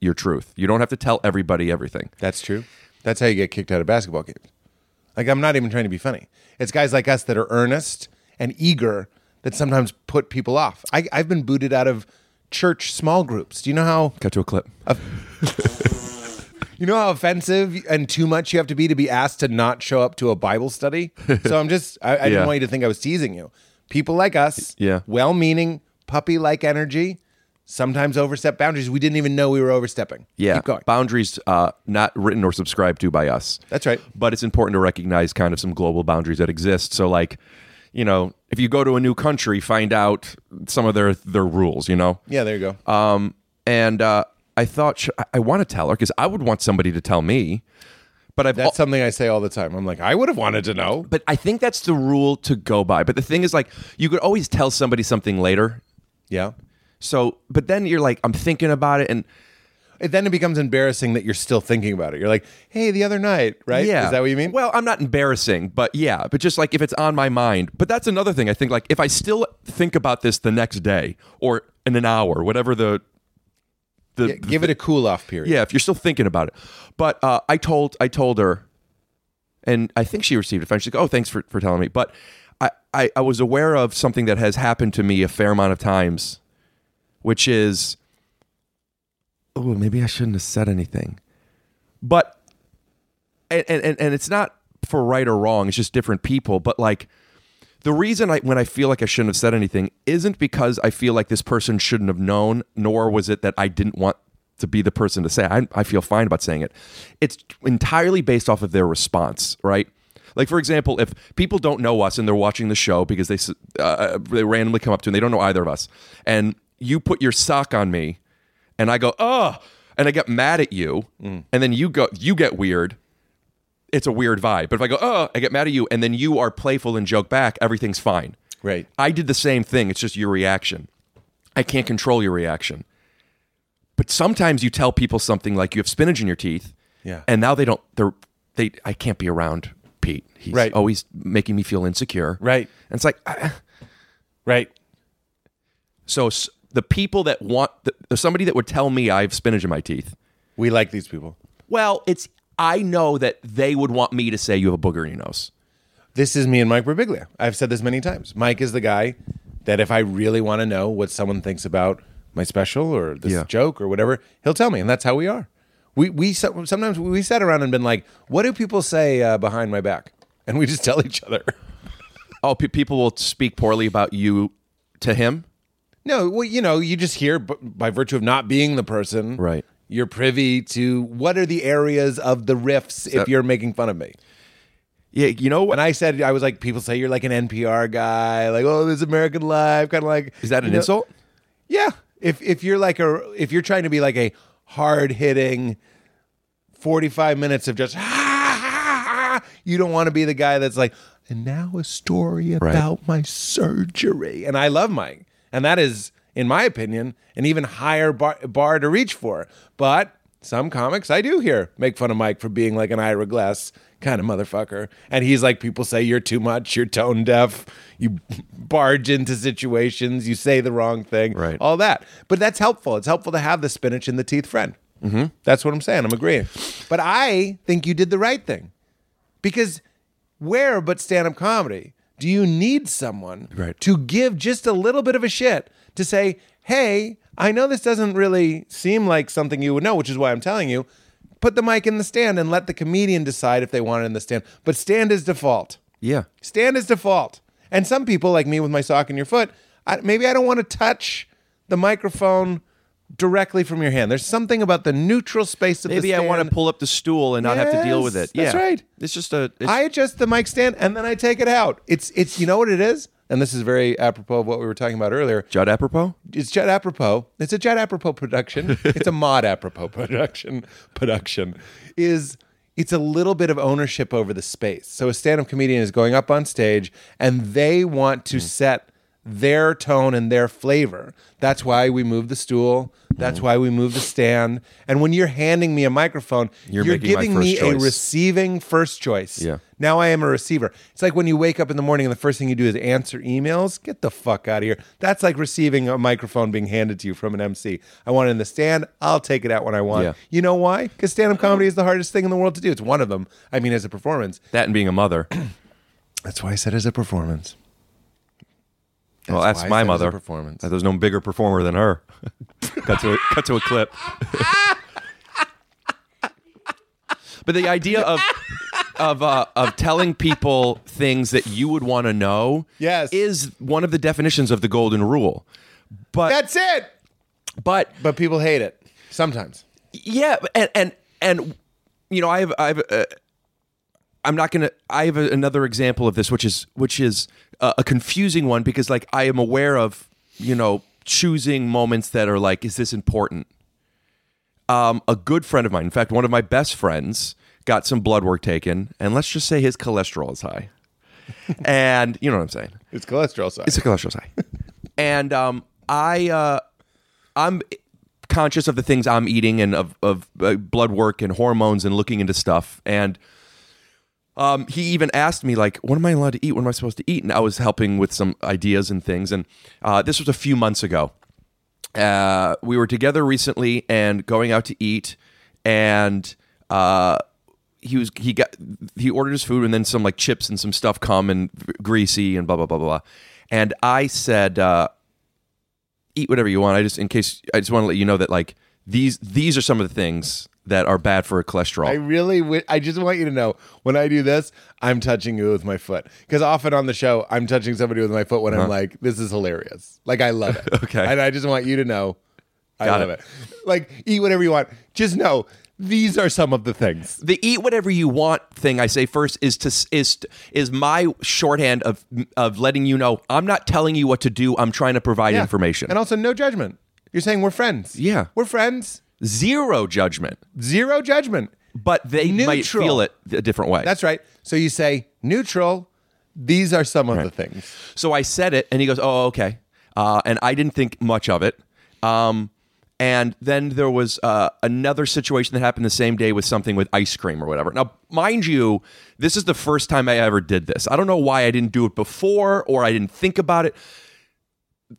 D: your truth. You don't have to tell everybody everything.
A: That's true. That's how you get kicked out of basketball games. Like I'm not even trying to be funny. It's guys like us that are earnest and eager that sometimes put people off. I, I've been booted out of church small groups. Do you know how
D: Cut to a clip.
A: you know how offensive and too much you have to be to be asked to not show up to a Bible study? So I'm just I, I
D: Yeah.
A: didn't want you to think I was teasing you. People like us,
D: yeah.
A: well-meaning, puppy-like energy, sometimes overstep boundaries. We didn't even know we were overstepping.
D: Yeah,
A: keep going.
D: boundaries uh, not written or subscribed to by us.
A: That's right.
D: But it's important to recognize kind of some global boundaries that exist. So, like, you know, if you go to a new country, find out some of their their rules. You know.
A: Yeah, there you go.
D: Um, and uh, I thought sh- I, I want to tell her because I would want somebody to tell me. But I've
A: That's something I say all the time. I'm like, I would have wanted to know.
D: but I think that's the rule to go by. But the thing is, like, you could always tell somebody something later.
A: Yeah.
D: So, but then you're like, I'm thinking about it, and
A: It, then it becomes embarrassing that you're still thinking about it. You're like, hey, the other night, right?
D: Yeah.
A: Is that what you mean?
D: Well, I'm not embarrassing, but yeah, but just like if it's on my mind. But that's another thing. I think like if I still think about this the next day or in an hour, whatever the the
A: Yeah, give it a cool off period.
D: yeah, if you're still thinking about it. But uh, I told I told her, and I think she received it. Fine. She's like, "Oh, thanks for, for telling me." But I, I I was aware of something that has happened to me a fair amount of times, which is, oh, maybe I shouldn't have said anything. But and and and- and it's not for right or wrong. It's just different people. But like. The reason I, when I feel like I shouldn't have said anything isn't because I feel like this person shouldn't have known, nor was it that I didn't want to be the person to say. it. I, I feel fine about saying it. It's entirely based off of their response, right? Like for example, if people don't know us and they're watching the show because they s- uh, they randomly come up to and they don't know either of us, and you put your sock on me, and I go oh, and I get mad at you,
A: Mm.
D: and then you go you get weird, it's a weird vibe. But if I go, oh, I get mad at you, and then you are playful and joke back, everything's fine.
A: Right.
D: I did the same thing. It's just your reaction. I can't control your reaction. But sometimes you tell people something like you have spinach in your teeth,
A: Yeah.
D: and now they don't. They're they. I can't be around Pete. He's
A: Right.
D: always making me feel insecure.
A: Right.
D: And it's like, ah.
A: Right.
D: so s- the people that want the, somebody that would tell me I have spinach in my teeth.
A: We like these people.
D: Well, it's I know that they would want me to say you have a booger in your nose.
A: This is me and Mike Birbiglia. I've said this many times. Mike is the guy that if I really want to know what someone thinks about my special or this
D: Yeah.
A: joke or whatever, he'll tell me, and that's how we are. We we so- sometimes we sat around and been like, what do people say uh, behind my back? And we just tell each other.
D: Oh, pe- people will speak poorly about you to him.
A: No, well, you know, you just hear b- by virtue of not being the person,
D: Right.
A: you're privy to what are the areas of the riffs if you're making fun of me.
B: Yeah, you know what?
A: When I said I was like, people say you're like an NPR guy, like oh, this American Life, kind of like
B: Is that
A: you
B: an
A: know-
B: insult?
A: Yeah, if if you're like a if you're trying to be like a hard hitting, forty five minutes of just you don't want to be the guy that's like and now a story about my surgery and I love Mike and that is in my opinion an even higher bar, bar to reach for but some comics I do hear make fun of Mike for being like an Ira Glass kind of motherfucker and he's like people say you're too much you're tone deaf you barge into situations you say the wrong thing
B: Right.
A: all that. But that's helpful. It's helpful to have the spinach in the teeth friend. Mm-hmm. That's what I'm saying. I'm agreeing. But I think you did the right thing because where but stand up comedy do you need someone
B: Right.
A: to give just a little bit of a shit to say, hey, I know this doesn't really seem like something you would know, which is why I'm telling you. Put the mic in the stand and let the comedian decide if they want it in the stand. But stand is default.
B: Yeah.
A: Stand is default. And some people, like me with my sock in your foot, I, maybe I don't want to touch the microphone directly from your hand. There's something about the neutral space of the
D: Maybe I want to
A: stand.
D: pull up the stool and not have to deal with
A: Yes,
D: it.
A: that's
D: yeah.
A: right.
D: It's just a. It's,
A: I adjust the mic stand and then I take it out. It's it's you know what it is? And this is very apropos of what we were talking about earlier.
B: Judd apropos?
A: It's Jet Apropos. It's a Jet Apropos production. It's a Mod Apropos production. Production is it's a little bit of ownership over the space. So a stand-up comedian is going up on stage and they want
B: Mm.
A: to set their tone and their flavor. That's why we move the stool. That's
B: Mm-hmm.
A: why we move the stand. And when you're handing me a microphone, you're,
B: You're making my
A: giving
B: first
A: me a
B: choice.
A: receiving first choice.
B: Yeah.
A: Now I am a receiver. It's like when you wake up in the morning and the first thing you do is answer emails. Get the fuck out of here. That's like receiving a microphone being handed to you from an MC. I want it in the stand. I'll take it out when I want.
B: Yeah.
A: You know why? Because stand up comedy is the hardest thing in the world to do. It's one of them. I mean, as a performance.
B: That and being a mother.
A: That's why I said as a performance.
B: well,
A: That's
B: that's
A: why I said it was a
B: my mother.
A: performance.
B: Uh, There's no bigger performer than her. cut to a, cut to a clip.
D: But the idea of of uh, of telling people things that you would want to know,
A: Yes.
D: is one of the definitions of the golden rule. But
A: That's it.
D: but
A: But people hate it sometimes.
D: yeah, and and and you know, I have I have. Uh, I'm not gonna. I have a, another example of this, which is which is uh, a confusing one because like I am aware of you know choosing moments that are like, is this important? Um, a good friend of mine, in fact, one of my best friends, got some blood work taken, and let's just say his cholesterol is high, and you know what I'm saying.
A: It's cholesterol side.
D: It's a cholesterol's high. and um, I, uh, I'm conscious of the things I'm eating and of of uh, blood work and hormones and looking into stuff. And um, he even asked me like, "What am I allowed to eat? What am I supposed to eat?" And I was helping with some ideas and things. And uh, this was a few months ago. Uh, we were together recently and going out to eat, and uh, he was he got he ordered his food and then some like chips and some stuff come and greasy and blah blah blah blah. blah. And I said, uh, "Eat whatever you want. I just in case I just want to let you know that like these these are some of the things that are bad for cholesterol."
A: I really, wi- I just want you to know when I do this, I'm touching you with my foot because often on the show, I'm touching somebody with my foot when
D: Uh-huh.
A: I'm like, "This is hilarious." Like I love it.
B: Okay.
A: and I just want you to know, I
B: Got
A: love
B: it.
A: it. Like eat whatever you want. Just know these are some of the things.
D: the eat whatever you want thing I say first is to is is my shorthand of of letting you know I'm not telling you what to do. I'm trying to provide
A: Yeah.
D: information.
A: and also no judgment. You're saying we're friends.
D: Yeah.
A: we're friends.
D: Zero judgment,
A: Zero judgment.
D: but they might
A: Neutral.
D: feel it a different way.
A: That's right. So you say neutral. These are some of the things.
D: So I said it, and he goes, "Oh, okay." Uh, and I didn't think much of it. Um, and then there was uh, another situation that happened the same day with something with ice cream or whatever. Now, mind you, this is the first time I ever did this. I don't know why I didn't do it before or I didn't think about it.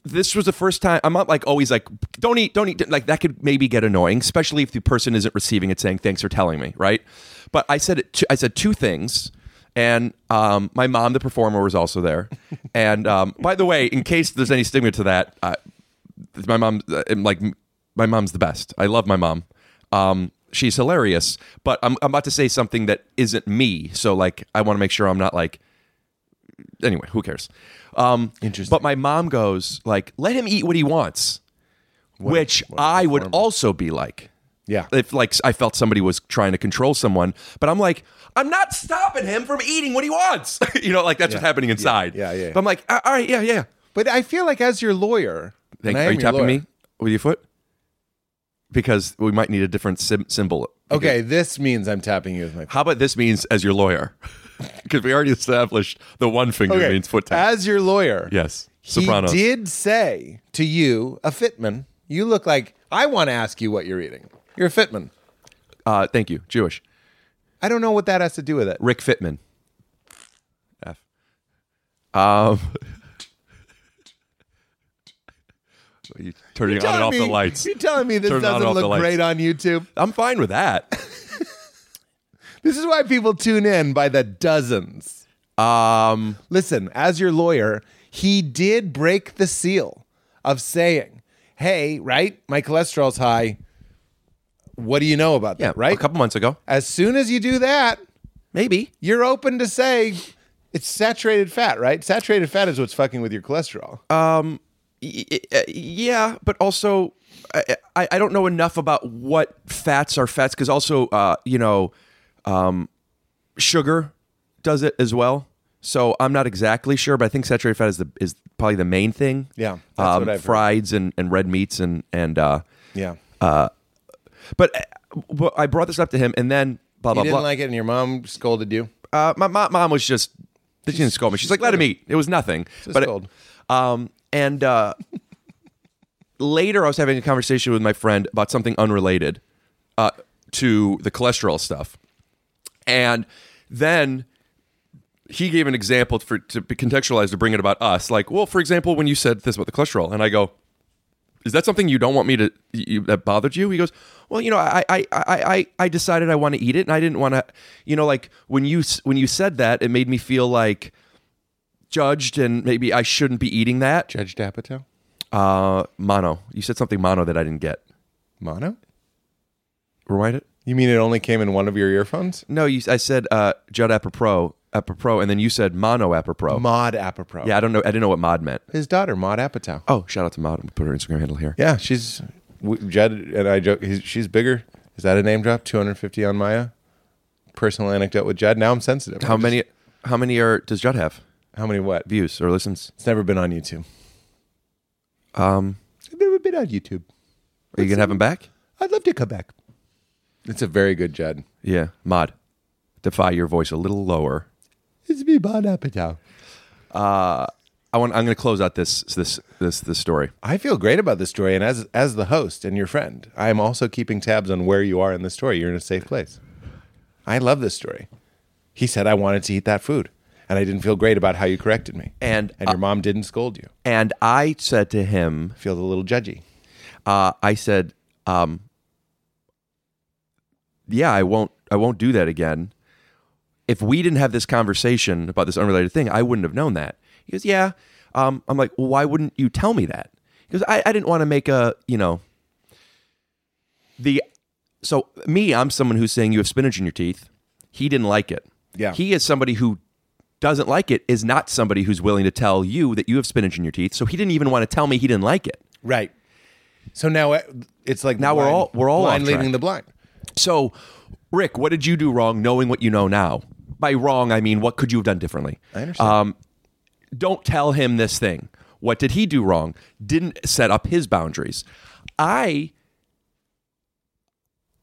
D: This was the first time I'm not like always like don't eat, don't eat. Like that could maybe get annoying, especially if the person isn't receiving it, saying thanks for telling me, right? But I said it. Two, I said two things, and um, my mom, the performer, was also there. And um, by the way, in case there's any stigma to that, I, my mom, I'm like my mom's the best. I love my mom. Um, she's hilarious. But I'm, I'm about to say something that isn't me, so like I want to make sure I'm not like. Anyway, who cares? Um, Interesting. But my mom goes like, "Let him eat what he wants," which I would also be like.
A: Yeah.
D: If like I felt somebody was trying to control someone, but I'm like, I'm not stopping him from eating what he wants. you know, like that's what's happening inside.
A: Yeah, yeah, yeah.
D: But I'm like, all right, yeah, yeah.
A: But I feel like as your lawyer,
D: Thank,
A: and I
D: are
A: am
D: you
A: your
D: tapping
A: lawyer-
D: me with your foot? Because we might need a different sim- symbol.
A: Okay, this means I'm tapping you with my.
D: How about this means as your lawyer? Because we already established the one finger
A: Okay,
D: means foot tap.
A: as your lawyer.
D: yes.
A: He
D: Sopranos.
A: did say to you, a fitman, you look like I want to ask you what you're eating. You're a fitman.
D: Uh, thank you. Jewish.
A: I don't know what that has to do with it.
D: Rick Fitman. F. Um. you turning on and off the
A: Telling me-
D: lights.
A: You're telling me this
D: Turn it on and
A: doesn't
D: off the
A: look
D: lights.
A: great on YouTube.
D: I'm fine with that.
A: This is why people tune in by the dozens.
D: Um.
A: Listen, as your lawyer, he did break the seal of saying, "Hey, right, my cholesterol's high. What do you know about that?"
D: Right.
A: right.
D: A couple months ago.
A: as soon as you do that,
D: Maybe.
A: you're open to say it's saturated fat, right? Saturated fat is what's fucking with your cholesterol.
D: Y- y- uh, yeah, but also I, I I don't know enough about what fats are fats because also uh, you know um, sugar does it as well. So I'm not exactly sure, but I think saturated fat is the is probably the main thing.
A: Yeah, that's
D: um,
A: what I've heard.
D: frieds and and red meats and and uh,
A: yeah.
D: but, uh, but I brought this up to him and then blah
A: you
D: blah
A: didn't
D: blah.
A: like it and your mom scolded you.
D: uh, my, my mom was just she didn't scold me. She's like, let him eat. It was nothing. but it-
A: scold.
D: um, and uh, later I was having a conversation with my friend about something unrelated uh, to the cholesterol stuff, and then he gave an example for to contextualize to bring it about us. Like, well, for example, when you said this about the cholesterol, and I go, is that something you don't want me to you, that bothered you he goes well you know I, I i i i decided i want to eat it and i didn't want to you know like when you s- when you said that it made me feel like judged and maybe i shouldn't be eating that
A: Judge D'Apatow?
D: uh mono you said something mono that i didn't get
A: Mono?
D: rewind it
A: You mean it only came in one of your earphones?
D: no you i said uh judd apropos apropos and then you said mono apropos
A: Maud Apropos.
D: yeah i don't know i didn't know what mod meant
A: His daughter, Maud Apatow.
D: oh shout out to mod we put her instagram handle here
A: Yeah, she's w- Jed and I joke. He's, she's bigger. Is that a name drop? Two hundred fifty on Maya. Personal anecdote with Jed. Now I'm sensitive.
D: how
A: I'm just-
D: many how many are does judd have
A: how many? What?
D: views or listens
A: It's never been on YouTube.
D: um
A: I've never been on YouTube.
D: are you gonna have him back
A: I'd love to come back. It's a very good Jed.
D: Yeah, mod. Defy your voice a little lower.
A: It's me, Bon Apatow.
D: I want. I'm going to close out this this this this story.
A: I feel great about this story, and as as the host and your friend, I am also keeping tabs on where you are in the story. You're in a safe place. I love this story. He said I wanted to eat that food, and I didn't feel great about how you corrected me,
D: And, uh,
A: and your mom didn't scold you.
D: And I said to him,
A: I feel a little judgy.
D: uh, I said, um, yeah, I won't. I won't do that again. If we didn't have this conversation about this unrelated thing, I wouldn't have known that. He goes, yeah. Um, I'm like, well, why wouldn't you tell me that? He goes, I, I didn't want to make a, you know, the. So me, I'm someone who's saying you have spinach in your teeth. He didn't like it.
A: Yeah.
D: He is somebody who doesn't like it is not somebody who's willing to tell you that you have spinach in your teeth. So he didn't even want to tell me he didn't like it.
A: Right. So now it- it's like the
D: Now we're
A: blind-
D: all- we're all
A: blind
D: off track.
A: leading the blind.
D: So, Rick, what did you do wrong knowing what you know now? By wrong, I mean, what could you have done differently? I
A: understand.
D: Um, don't tell him this thing. What did he do wrong? Didn't set up his boundaries. I.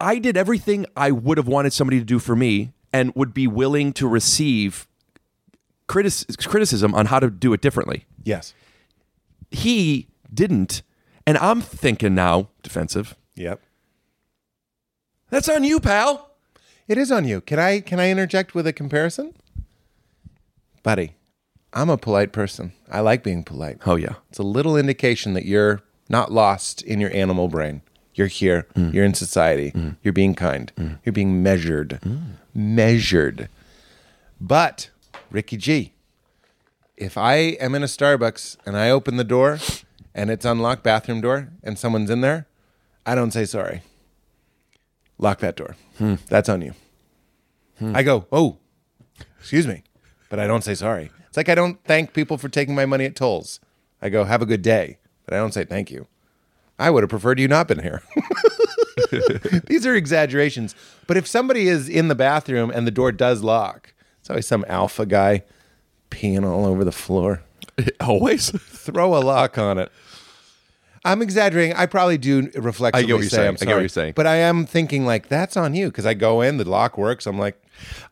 D: I did everything I would have wanted somebody to do for me and would be willing to receive critis- criticism on how to do it differently
A: Yes.
D: he didn't. And I'm thinking now, defensive.
A: Yep.
D: That's on you, pal.
A: It is on you. Can I can I interject with a comparison? Buddy, I'm a polite person. I like being polite.
D: Oh yeah.
A: It's a little indication that you're not lost in your animal brain. You're here. You're in society. You're being kind. You're being measured. Measured. But, Ricky G, if I am in a Starbucks and I open the door and it's unlocked bathroom door and someone's in there, I don't say sorry. Lock that door. That's on you. I go, oh, excuse me, but I don't say sorry. It's like I don't thank people for taking my money at tolls. I go, have a good day, but I don't say thank you. I would have preferred you not been here. These are exaggerations. But if somebody is in the bathroom and the door does lock, it's always some alpha guy peeing all over the floor.
D: Always.
A: Throw a lock on it. I'm exaggerating. I probably do reflexively
D: I get what you're
A: say,
D: saying.
A: I'm
D: I get what
A: sorry.
D: you're saying.
A: But I am thinking like that's on you because I go in, the lock works. I'm like,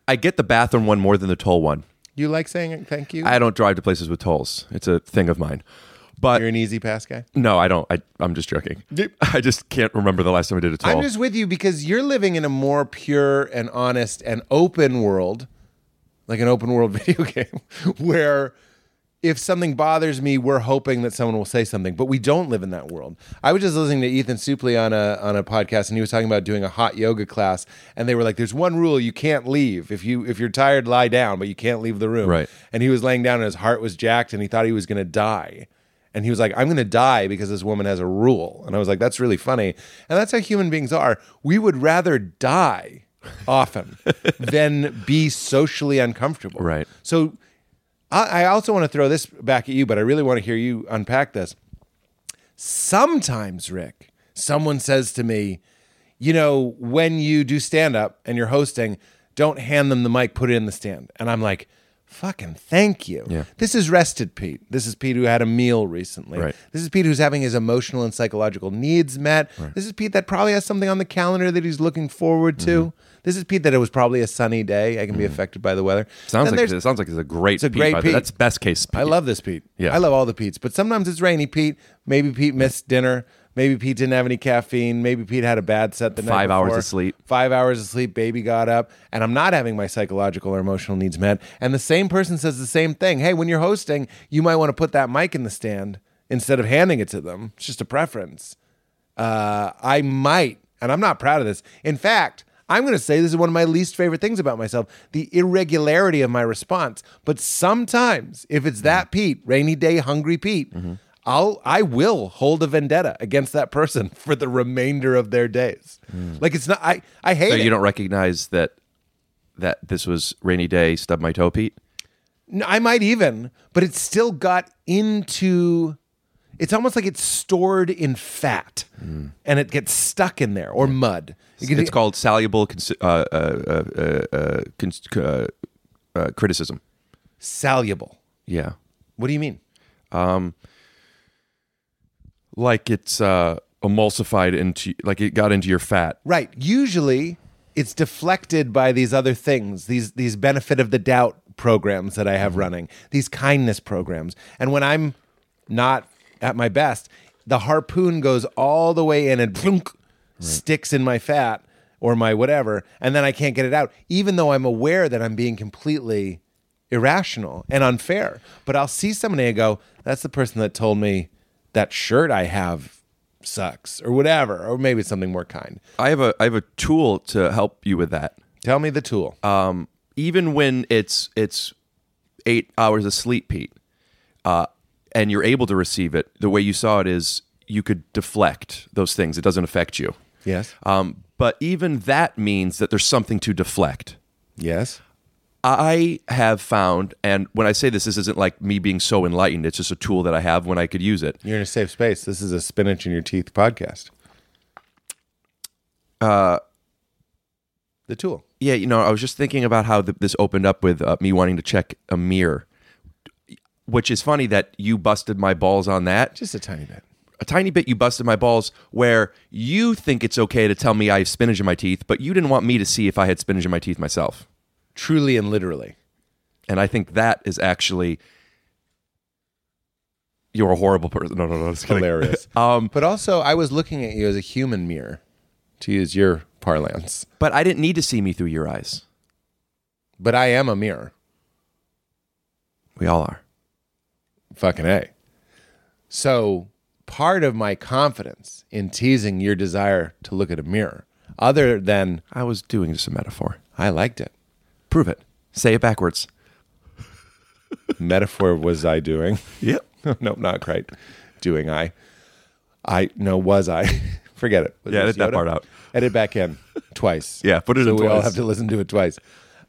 D: I get the bathroom one more than the toll one.
A: you like saying thank you?
D: I don't drive to places with tolls. It's a thing of mine. But
A: You're an easy pass guy.
D: no, I don't. I, I'm just joking. I just can't remember the last time I did a toll.
A: I'm just with you because you're living in a more pure and honest and open world, like an open world video game, where if something bothers me, we're hoping that someone will say something, but we don't live in that world. I was just listening to Ethan Suplee on a on a podcast, and he was talking about doing a hot yoga class, and they were like, "There's one rule: you can't leave. If you if you're tired, lie down, but you can't leave the room."
D: Right.
A: And he was laying down, and his heart was jacked, and he thought he was going to die. And he was like, I'm going to die because this woman has a rule. And I was like, that's really funny. And that's how human beings are. We would rather die often than be socially uncomfortable.
D: Right.
A: So I, I also want to throw this back at you, but I really want to hear you unpack this. Sometimes, Rick, someone says to me, you know, when you do stand up and you're hosting, don't hand them the mic, put it in the stand. And I'm like, fucking thank you.
D: Yeah.
A: This is rested Pete. This is Pete who had a meal recently.
D: Right.
A: This is Pete who's having his emotional and psychological needs met. This is Pete that probably has something on the calendar that he's looking forward to.
D: Mm-hmm.
A: This is Pete that it was probably a sunny day. I can be affected by the weather.
D: sounds
A: And
D: like
A: there's-
D: it sounds like it's a great.
A: a
D: Pete,
A: great
D: by the way.
A: Pete.
D: That's best case. Pete.
A: I love this Pete.
D: Yeah.
A: I love all the Pete's, but sometimes it's rainy Pete. Maybe Pete missed dinner. Maybe Pete didn't have any caffeine. Maybe Pete had a bad set the night
D: Five hours
A: before.
D: of sleep.
A: Five hours of sleep. Baby got up, and I'm not having my psychological or emotional needs met. And the same person says the same thing. Hey, when you're hosting, you might want to put that mic in the stand instead of handing it to them. It's just a preference. Uh, I might, and I'm not proud of this. In fact, I'm going to say this is one of my least favorite things about myself the irregularity of my response. But sometimes, if it's that Pete, rainy day, hungry Pete,
D: Mm-hmm.
A: I'll, I will hold a vendetta against that person for the remainder of their days. Like it's not, I, I hate
D: Mm. So
A: it.
D: you don't recognize that that this was rainy day stub my toe Pete.
A: No, I might even, but it still got into. It's almost like it's stored in fat, and it gets stuck in there or mud. It gets-
D: It's called soluble cons- uh, uh, uh, uh, uh, cons- uh, uh, criticism.
A: soluble.
D: Yeah,
A: What do you mean?
D: like it's uh, emulsified into like it got into your fat.
A: Right. Usually it's deflected by these other things, these these benefit of the doubt programs that I have running, these kindness programs. And when I'm not at my best, the harpoon goes all the way in and plunk, sticks in my fat or my whatever, and then I can't get it out, even though I'm aware that I'm being completely irrational and unfair. But I'll see somebody and go, that's the person that told me that shirt I have sucks or whatever, or maybe it's something more kind.
D: I have a I have a tool to help you with that.
A: Tell me the tool.
D: even when it's it's eight hours of sleep, Pete, uh, and you're able to receive it, the way you saw it is you could deflect those things. It doesn't affect you.
A: yes.
D: Um, but even that means that there's something to deflect.
A: yes.
D: I have found, and when I say this, this isn't like me being so enlightened. It's just a tool that I have when I could use it.
A: You're in a safe space. This is a spinach in your teeth podcast.
D: Uh,
A: The tool.
D: Yeah, you know, I was just thinking about how th- this opened up with uh, me wanting to check a mirror, which is funny that you busted my balls on that.
A: Just a tiny bit.
D: a tiny bit you busted my balls where you think it's okay to tell me I have spinach in my teeth, but you didn't want me to see if I had spinach in my teeth myself.
A: Truly and literally.
D: And I think that is actually you're a horrible person. No, no, no, just kidding.
A: Hilarious.
D: Um,
A: but also, I was looking at you as a human mirror, to use your parlance.
D: but I didn't need to see me through your eyes.
A: But I am a mirror.
D: We all are.
A: Fucking A. So, part of my confidence in teasing your desire to look at a mirror, other than
D: I was doing just a metaphor.
A: I liked it.
D: Prove it. Say it backwards.
A: metaphor was I doing? Yep. nope, not quite. Doing I. I no was I. Forget it. Was
D: Yeah,
A: this
D: edit that
A: Yoda?
D: part out.
A: Edit back in twice.
D: Yeah, put it
A: so
D: in
A: we all
D: twice.
A: have to listen to it twice.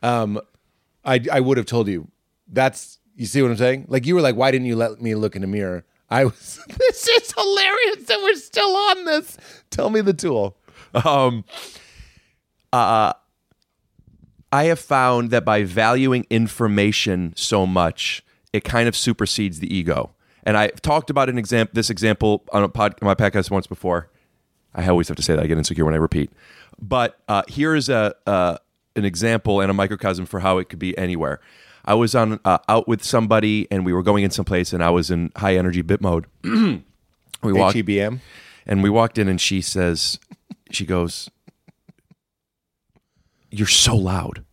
A: Um, I I would have told you. That's you see what I'm saying? Like you were like, why didn't you let me look in a mirror? I was. this is hilarious that we're still on this. Tell me the tool.
D: Um, uh, I have found that by valuing information so much, it kind of supersedes the ego. And I've talked about an example, this example on a pod, my podcast once before. I always have to say that I get insecure when I repeat. But uh, here is a uh, an example and a microcosm for how it could be anywhere. I was on uh, out with somebody and we were going in someplace and I was in high energy bit mode. we walked
E: E
A: HEBM.
D: and we walked in and she says, she goes, "You're so loud."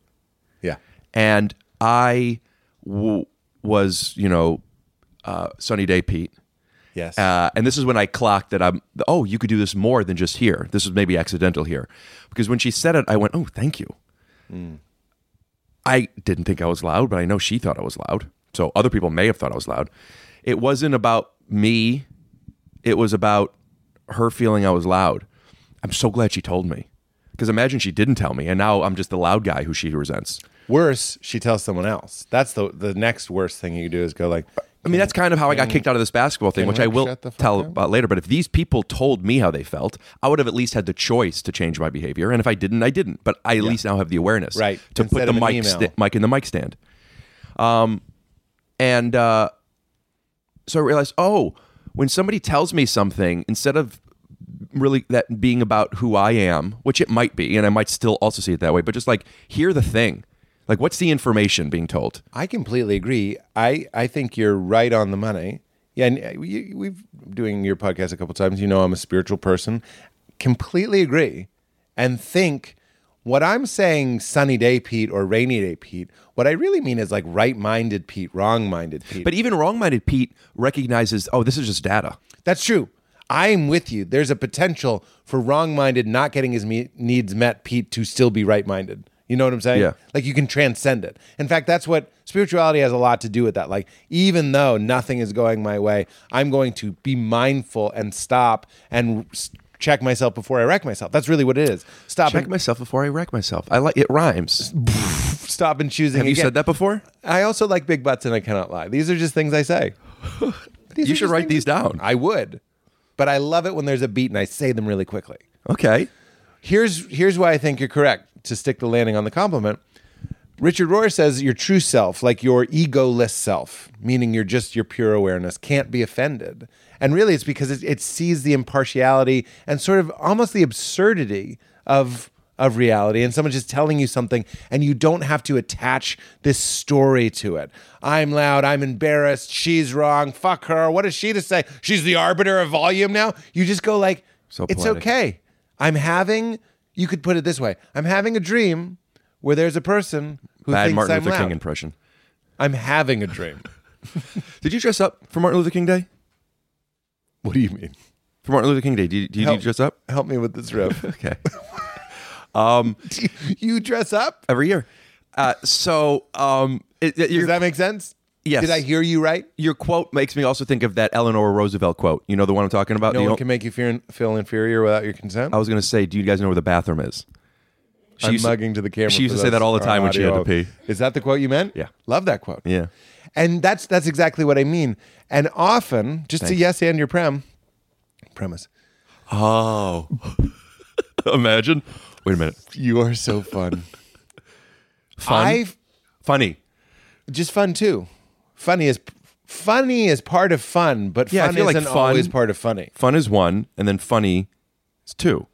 A: Yeah.
D: and I w- was, you know, uh, sunny day Pete.
A: Yes.
D: Uh, and this is when I clocked that I'm. Oh, you could do this more than just here. This was maybe accidental here, because when she said it, I went, "Oh, thank you." I didn't think I was loud, but I know she thought I was loud. So other people may have thought I was loud. It wasn't about me. It was about her feeling I was loud. I'm so glad she told me, because imagine she didn't tell me, and now I'm just the loud guy who she resents.
A: worse, she tells someone else. That's the the next worst thing you could do is go like,
D: I mean, that's kind of how I got kicked out of this basketball thing, which I
A: Rick
D: will
A: shut the fuck
D: tell
A: up?
D: about later. But if these people told me how they felt, I would have at least had the choice to change my behavior. And if I didn't, I didn't. But I at least now have the awareness
A: Right.
D: to
A: Instead
D: put
A: of
D: the
A: an
D: mic,
A: email.
D: sta- mic in the mic stand. Um, and uh, so I realized, oh, when somebody tells me something, instead of really that being about who I am, which it might be, and I might still also see it that way, but just like hear the thing. Like, what's the information being told?
A: I completely agree. I, I think you're right on the money. Yeah, and uh, we, we've doing your podcast a couple times. You know, I'm a spiritual person. Completely agree, and think what I'm saying, sunny day Pete or rainy day Pete. What I really mean is like right-minded Pete, wrong-minded Pete.
D: But even wrong-minded Pete recognizes, oh, this is just data.
A: That's true. I'm with you. There's a potential for wrong minded not getting his me- needs met, Pete, to still be right minded. You know what I'm saying?
D: Yeah.
A: Like you can transcend it. In fact, that's what spirituality has a lot to do with that. Like, even though nothing is going my way, I'm going to be mindful and stop and s- check myself before I wreck myself. That's really what it is. Stop,
D: Check
A: and,
D: myself before I wreck myself. I like it rhymes.
A: stop and choosing.
D: Have you
A: again.
D: said that before?
A: I also like big butts and I cannot lie. These are just things I say. These
D: You
A: are
D: should
A: just
D: write
A: things-
D: these down.
A: I would. But I love it when there's a beat and I say them really quickly.
D: Okay.
A: Here's here's why I think you're correct to stick the landing on the compliment. Richard Rohr says your true self, like your egoless self, meaning you're just your pure awareness, can't be offended. And really, it's because it, it sees the impartiality and sort of almost the absurdity of of reality and someone just telling you something and you don't have to attach this story to it. I'm loud, I'm embarrassed, she's wrong, fuck her. What is she to say? She's the arbiter of volume now. You just go like
D: So
A: it's
D: poetic.
A: okay. I'm having you could put it this way. I'm having a dream where there's a person who
D: Bad
A: thinks
D: Martin
A: I'm
D: Luther
A: loud.
D: King impression.
A: I'm having a dream.
D: Did you dress up for Martin Luther King Day?
A: what do you mean?
D: For Martin Luther King Day, do you, do you, do you
A: Help.
D: dress up?
A: Help me with this riff.
D: Okay.
A: you dress up?
D: Every year. Uh, so um, it, it-
A: Does
D: your,
A: that make sense?
D: Yes.
A: Did I hear you right?
D: your quote makes me also think of that Eleanor Roosevelt quote. You know the one I'm talking about?
A: No
D: You
A: one
D: don't-
A: can make you fear, feel inferior without your consent.
D: I was going to say, do you guys know where the bathroom is? She
A: I'm
D: used to-
A: mugging to the camera.
D: She used
A: for
D: to say that
A: those
D: all the
A: on
D: time when she had to
A: audio.
D: pee.
A: Is that the quote you meant?
D: Yeah.
A: Love that quote.
D: Yeah.
A: And that's that's exactly what I mean. And often, just to yes and your prem premise.
D: Oh. Imagine. Wait a minute.
A: You are so fun.
D: Fun.
A: I've
D: Funny.
A: just fun too. Funny is funny is part of fun, but
D: Yeah, I
A: fun
D: feel like
A: isn't
D: fun-
A: always part of funny.
D: Fun is one, and then funny is two.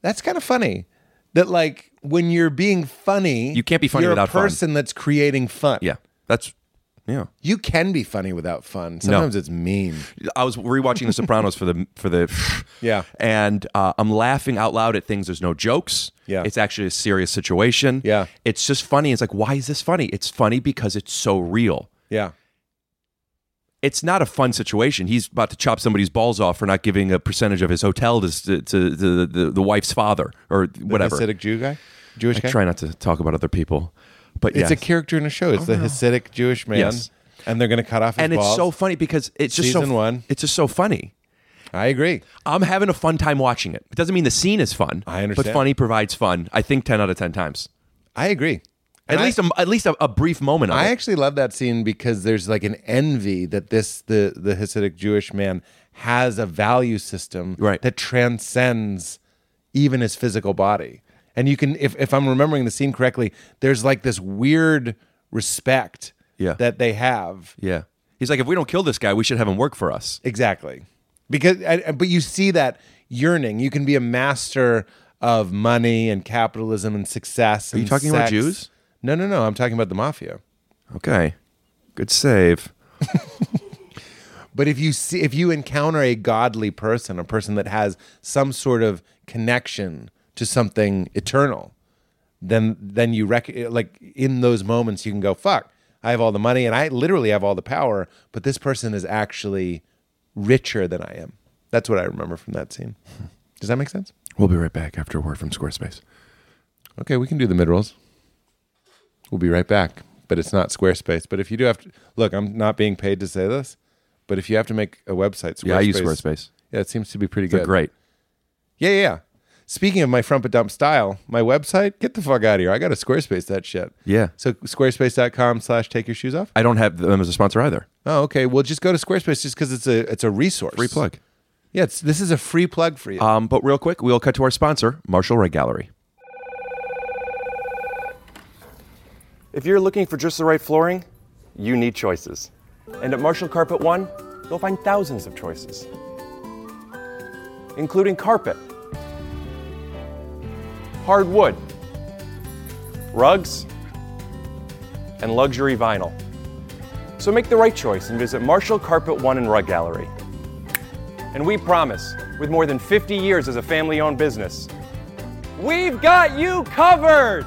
A: That's kind of funny. That like when you're being funny,
D: You can't be funny
A: you're
D: without
A: a
D: fun.
A: person that's creating fun.
D: Yeah, that's yeah.
A: you can be funny without fun. Sometimes it's mean.
D: I was rewatching The Sopranos for the for the
A: Yeah.
D: and uh, I'm laughing out loud at things. There's no jokes.
A: Yeah.
D: it's actually a serious situation.
A: Yeah.
D: it's just funny. It's like, why is this funny? It's funny because it's so real.
A: Yeah,
D: It's not a fun situation. He's about to chop somebody's balls off for not giving a percentage of his hotel to to, to, the, the the wife's father or whatever.
A: The Hasidic Jew guy, Jewish
D: I
A: guy.
D: try not to talk about other people, but
A: It's
D: yes. Oh,
A: a character in a show. It's the Hasidic Jewish man,
D: Yes.
A: and they're going to cut off his
D: and it's
A: balls.
D: so funny because it's just so
A: Season one.
D: It's just so funny.
A: I agree.
D: I'm having a fun time watching it. It doesn't mean the scene is fun.
A: I understand.
D: But funny provides fun. I think 10 out of 10 times.
A: I agree.
D: At
A: And I-
D: least, a, at least a, a brief moment of
A: I
D: it.
A: actually love that scene because there's like an envy that this the the Hasidic Jewish man has a value system
D: Right.
A: that transcends even his physical body. And you can, if, if I'm remembering the scene correctly, there's like this weird respect
D: Yeah.
A: that they have.
D: Yeah. He's like, if we don't kill this guy, we should have him work for us.
A: Exactly. Because, I- I- but you see that yearning. You can be a master of money and capitalism and success. Are
D: you talking about Jews?
A: No, no, no. I'm talking about the mafia.
D: Okay. Good save.
A: But if you see, if you encounter a godly person, a person that has some sort of connection to something eternal, then then you rec- like in those moments you can go fuck. I have all the money and I literally have all the power, but this person is actually richer than I am. That's what I remember from that scene. Does that make sense?
D: We'll be right back after a word from Squarespace.
A: Okay, we can do the mid rolls. We'll be right back, but it's not Squarespace. But if you do have to look, I'm not being paid to say this, but if you have to make a website, Squarespace,
D: Yeah, I use Squarespace.
A: Yeah, it seems to be pretty
D: They're
A: good.
D: great.
A: Yeah, yeah, yeah. Speaking of my frump a dump style, my website, get the fuck out of here. I got to Squarespace that shit.
D: Yeah.
A: So squarespace.com slash take your shoes off.
D: I don't have them as a sponsor either.
A: Oh, okay. Well, just go to Squarespace just because it's a it's a resource.
D: Free plug.
A: Yeah, it's, this is a free plug for you.
D: Um, but real quick, we'll cut to our sponsor, Marshall Ray Gallery.
J: If you're looking for just the right flooring, you need choices. And at Marshall Carpet One, you'll find thousands of choices, including carpet, hardwood, rugs, and luxury vinyl. So make the right choice and visit Marshall Carpet One and Rug Gallery. And we promise, with more than 50 years as a family owned business, we've got you covered!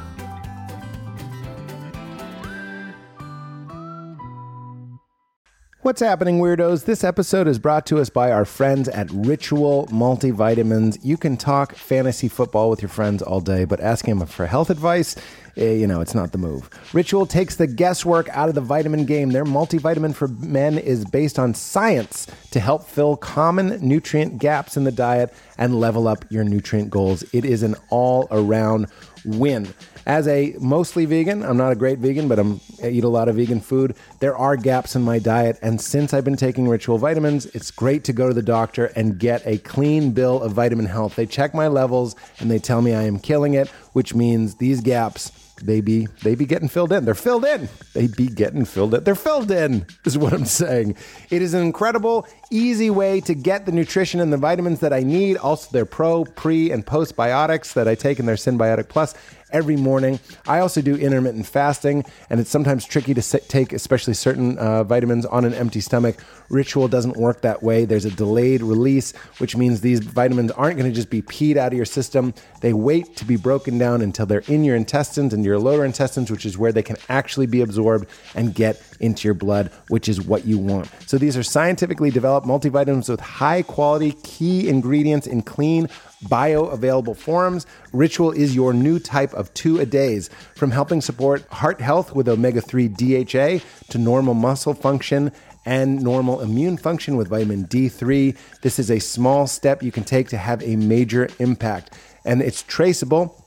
A: What's happening, weirdos? This episode is brought to us by our friends at Ritual Multivitamins. You can talk fantasy football with your friends all day, but asking them for health advice, eh, you know, it's not the move. Ritual takes the guesswork out of the vitamin game. Their multivitamin for men is based on science to help fill common nutrient gaps in the diet and level up your nutrient goals. It is an all around win. As a mostly vegan, I'm not a great vegan, but I'm, I eat a lot of vegan food. There are gaps in my diet, and since I've been taking Ritual vitamins, it's great to go to the doctor and get a clean bill of vitamin health. They check my levels and they tell me I am killing it, which means these gaps they be they be getting filled in. They're filled in. They be getting filled in. They're filled in is what I'm saying. It is an incredible, easy way to get the nutrition and the vitamins that I need. Also, their pro, pre, and postbiotics that I take in their Symbiotic Plus every morning. I also do intermittent fasting, and it's sometimes tricky to sit, take, especially certain uh, vitamins, on an empty stomach. Ritual doesn't work that way. There's a delayed release, which means these vitamins aren't going to just be peed out of your system. They wait to be broken down until they're in your intestines and your lower intestines, which is where they can actually be absorbed and get into your blood, which is what you want. So these are scientifically developed multivitamins with high quality key ingredients in clean, bioavailable forms. Ritual is your new type of two a days, from helping support heart health with omega 3 DHA to normal muscle function and normal immune function with vitamin D3. This is a small step you can take to have a major impact, and it's traceable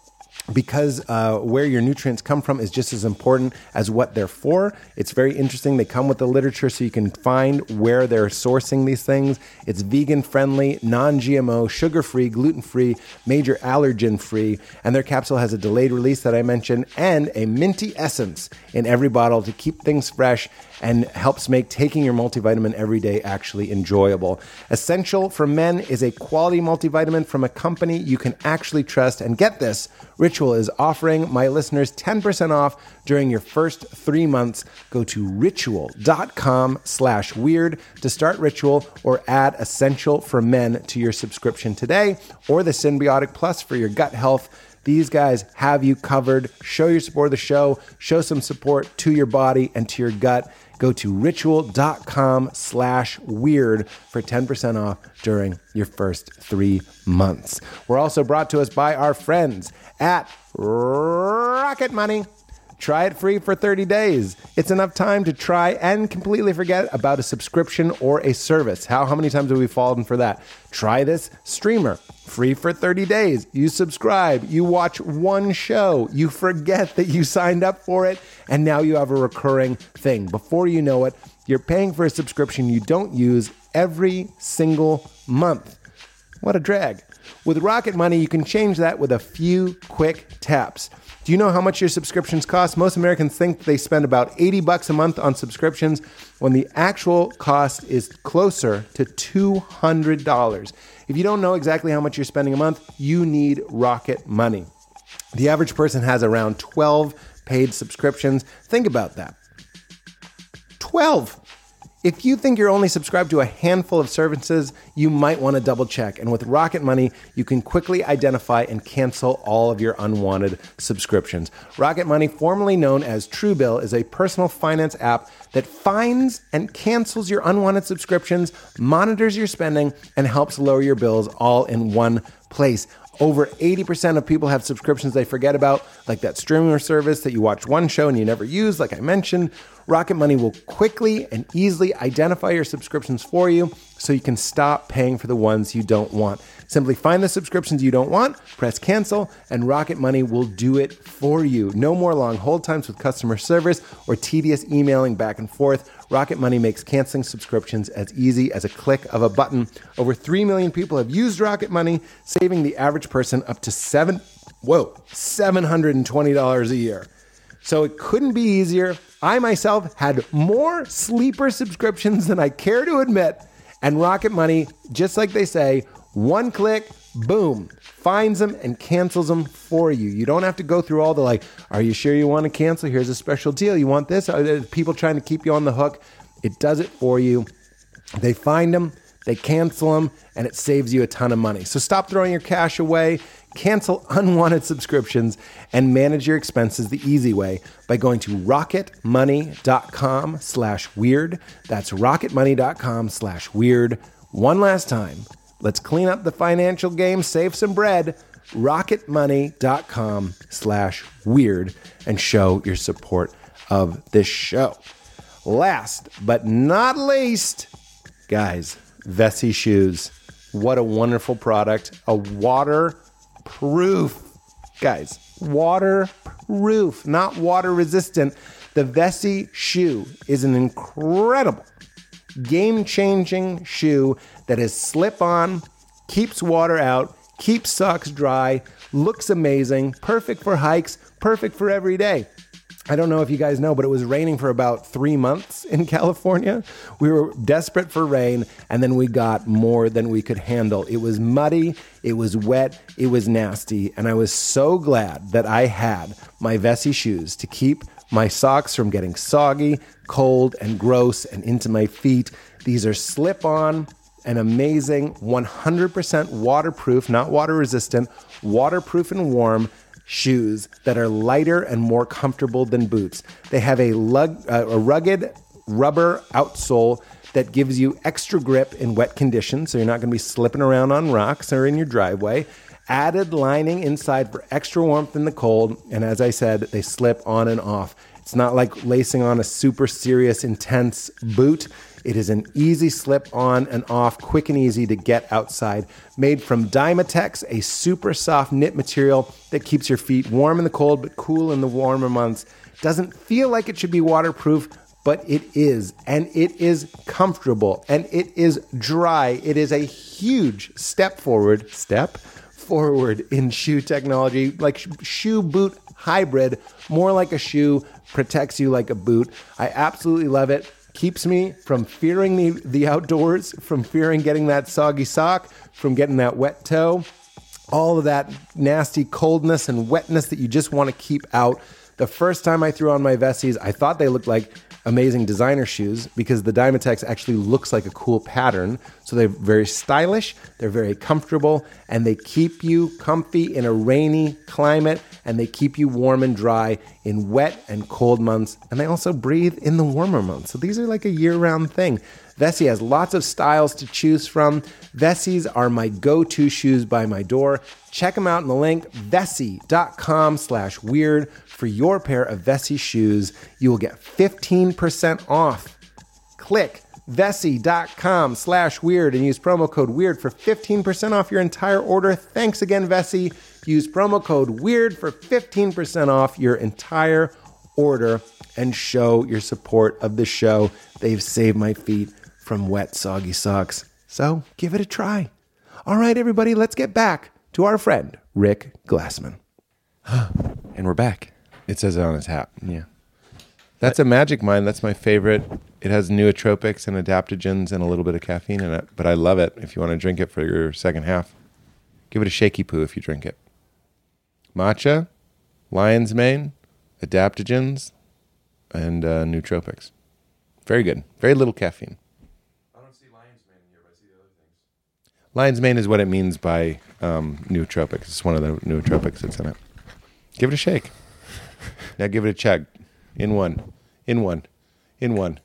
A: because uh, where your nutrients come from is just as important as what they're for. It's very interesting. They come with the literature so you can find where they're sourcing these things. It's vegan friendly, non GMO, sugar free, gluten free, major allergen free. And their capsule has a delayed release that I mentioned and a minty essence in every bottle to keep things fresh and helps make taking your multivitamin every day actually enjoyable. Essential for Men is a quality multivitamin from a company you can actually trust. And get this Ritual is offering my listeners 10% off during your first three months. Go to ritual.com slash weird to start Ritual or add Essential for Men to your subscription today or the Symbiotic Plus for your gut health. These guys have you covered. Show your support of the show. Show some support to your body and to your gut. Go to ritual.com slash weird for 10% off during your first three months. We're also brought to us by our friends at Rocket Money. Try it free for 30 days. It's enough time to try and completely forget about a subscription or a service. How, how many times have we fallen for that? Try this streamer free for 30 days. You subscribe, you watch one show, you forget that you signed up for it, and now you have a recurring thing. Before you know it, you're paying for a subscription you don't use every single month. What a drag. With Rocket Money, you can change that with a few quick taps. Do you know how much your subscriptions cost? Most Americans think they spend about 80 bucks a month on subscriptions when the actual cost is closer to $200. If you don't know exactly how much you're spending a month, you need Rocket Money. The average person has around 12 paid subscriptions. Think about that. 12. If you think you're only subscribed to a handful of services, you might want to double check. And with Rocket Money, you can quickly identify and cancel all of your unwanted subscriptions. Rocket Money, formerly known as Truebill, is a personal finance app that finds and cancels your unwanted subscriptions, monitors your spending, and helps lower your bills all in one place. Over 80% of people have subscriptions they forget about, like that streamer service that you watch one show and you never use, like I mentioned. Rocket Money will quickly and easily identify your subscriptions for you so you can stop paying for the ones you don't want. Simply find the subscriptions you don't want, press cancel, and Rocket Money will do it for you. No more long hold times with customer service or tedious emailing back and forth. Rocket Money makes canceling subscriptions as easy as a click of a button. Over 3 million people have used Rocket Money, saving the average person up to 7 whoa, $720 a year. So it couldn't be easier. I myself had more sleeper subscriptions than I care to admit. And Rocket Money, just like they say, one click, boom, finds them and cancels them for you. You don't have to go through all the like, are you sure you want to cancel? Here's a special deal. You want this? Are there people trying to keep you on the hook? It does it for you. They find them, they cancel them, and it saves you a ton of money. So stop throwing your cash away, cancel unwanted subscriptions, and manage your expenses the easy way by going to rocketmoney.com slash weird. That's rocketmoney.com slash weird. One last time, let's clean up the financial game, save some bread, rocketmoney.com slash weird, and show your support of this show. Last but not least, guys, Vessi shoes. What a wonderful product. A waterproof, guys, waterproof, not water resistant. The Vessi shoe is an incredible, game changing shoe that is slip on, keeps water out, keeps socks dry, looks amazing, perfect for hikes, perfect for every day. I don't know if you guys know, but it was raining for about three months in California. We were desperate for rain, and then we got more than we could handle. It was muddy, it was wet, it was nasty, and I was so glad that I had my Vessi shoes to keep my socks from getting soggy, cold, and gross and into my feet. These are slip on an amazing 100% waterproof, not water resistant, waterproof and warm shoes that are lighter and more comfortable than boots. They have a, lug, uh, a rugged rubber outsole that gives you extra grip in wet conditions, so you're not going to be slipping around on rocks or in your driveway. Added lining inside for extra warmth in the cold, and as I said, they slip on and off. It's not like lacing on a super serious, intense boot. It is an easy slip on and off, quick and easy to get outside. Made from Dymatex, a super soft knit material that keeps your feet warm in the cold but cool in the warmer months. Doesn't feel like it should be waterproof, but it is. And it is comfortable and it is dry. It is a huge step forward, step forward in shoe technology, like sh- shoe boot hybrid, more like a shoe, protects you like a boot. I absolutely love it. Keeps me from fearing the, the outdoors, from fearing getting that soggy sock, from getting that wet toe all of that nasty coldness and wetness that you just want to keep out. The first time I threw on my Vessis, I thought they looked like amazing designer shoes because the Dymatex actually looks like a cool pattern. So they're very stylish, they're very comfortable, and they keep you comfy in a rainy climate and they keep you warm and dry in wet and cold months. And they also breathe in the warmer months. So these are like a year round thing. Vessi has lots of styles to choose from. Vessis are my go-to shoes by my door. Check them out in the link vessi.com slash weird for your pair of Vessi shoes. You will get 15% off. Click vessi.com slash weird and use promo code weird for 15% off your entire order. Thanks again, Vessi. Use promo code weird for 15% off your entire order and show your support of the show. They've saved my feet from wet, soggy socks. So give it a try.
E: All right, everybody, let's get back to our friend, Rick Glassman.
D: And we're back.
E: It says it on his hat.
D: Yeah.
E: That's a magic mind. That's my favorite. It has nootropics and adaptogens and a little bit of caffeine in it, but I love it if you want to drink it for your second half. Give it a shaky poo if you drink it. Matcha, lion's mane, adaptogens, and uh, nootropics. Very good. Very little caffeine. Lion's mane is what it means by um, nootropics. It's one of the nootropics that's in it. Give it a shake. Now give it a chug. In one. In one. In one.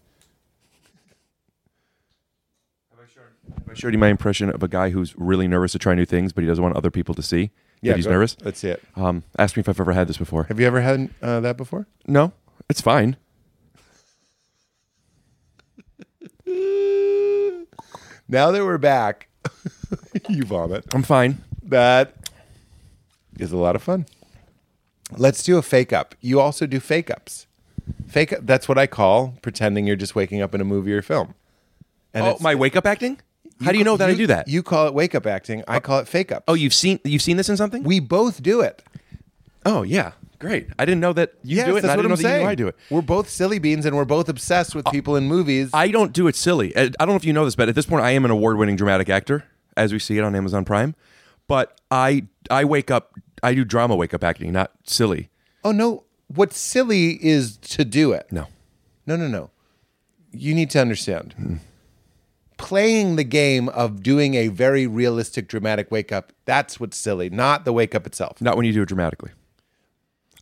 D: I showed you my impression of a guy who's really nervous to try new things, but he doesn't want other people to see that he's
E: go-
D: nervous.
E: Let's see it.
D: Um, ask me if I've ever had this before.
E: Have you ever had uh, that before?
D: No, it's fine.
E: Now that we're back, you vomit.
D: I'm fine.
E: That is a lot of fun. Let's do a fake up. You also do fake ups. Fake up, that's what I call pretending you're just waking up in a movie or film. And
D: oh,
E: it's-
D: my wake up acting? How do you know that I do that?
E: You call it wake up acting. I call it fake up.
D: oh, you've seen you've seen this in something?
E: we both do it.
D: oh yeah, great. I didn't know that you
E: yes,
D: do it. and
E: that's
D: I
E: what
D: didn't
E: I'm
D: know that you
E: saying.
D: knew I do it.
E: We're both silly beans, and we're both obsessed with people in movies.
D: I don't do it silly. Uh, I I don't know if you know this, but at this point, I am an award-winning dramatic actor, as we see it on Amazon Prime. But I I wake up. I do drama wake up acting, not silly.
E: Oh no, what's silly is to do it.
D: No.
E: No, no, no. You need to understand. Playing the game of doing a very realistic dramatic wake up, that's what's silly, not the wake up itself.
D: Not when you do it dramatically.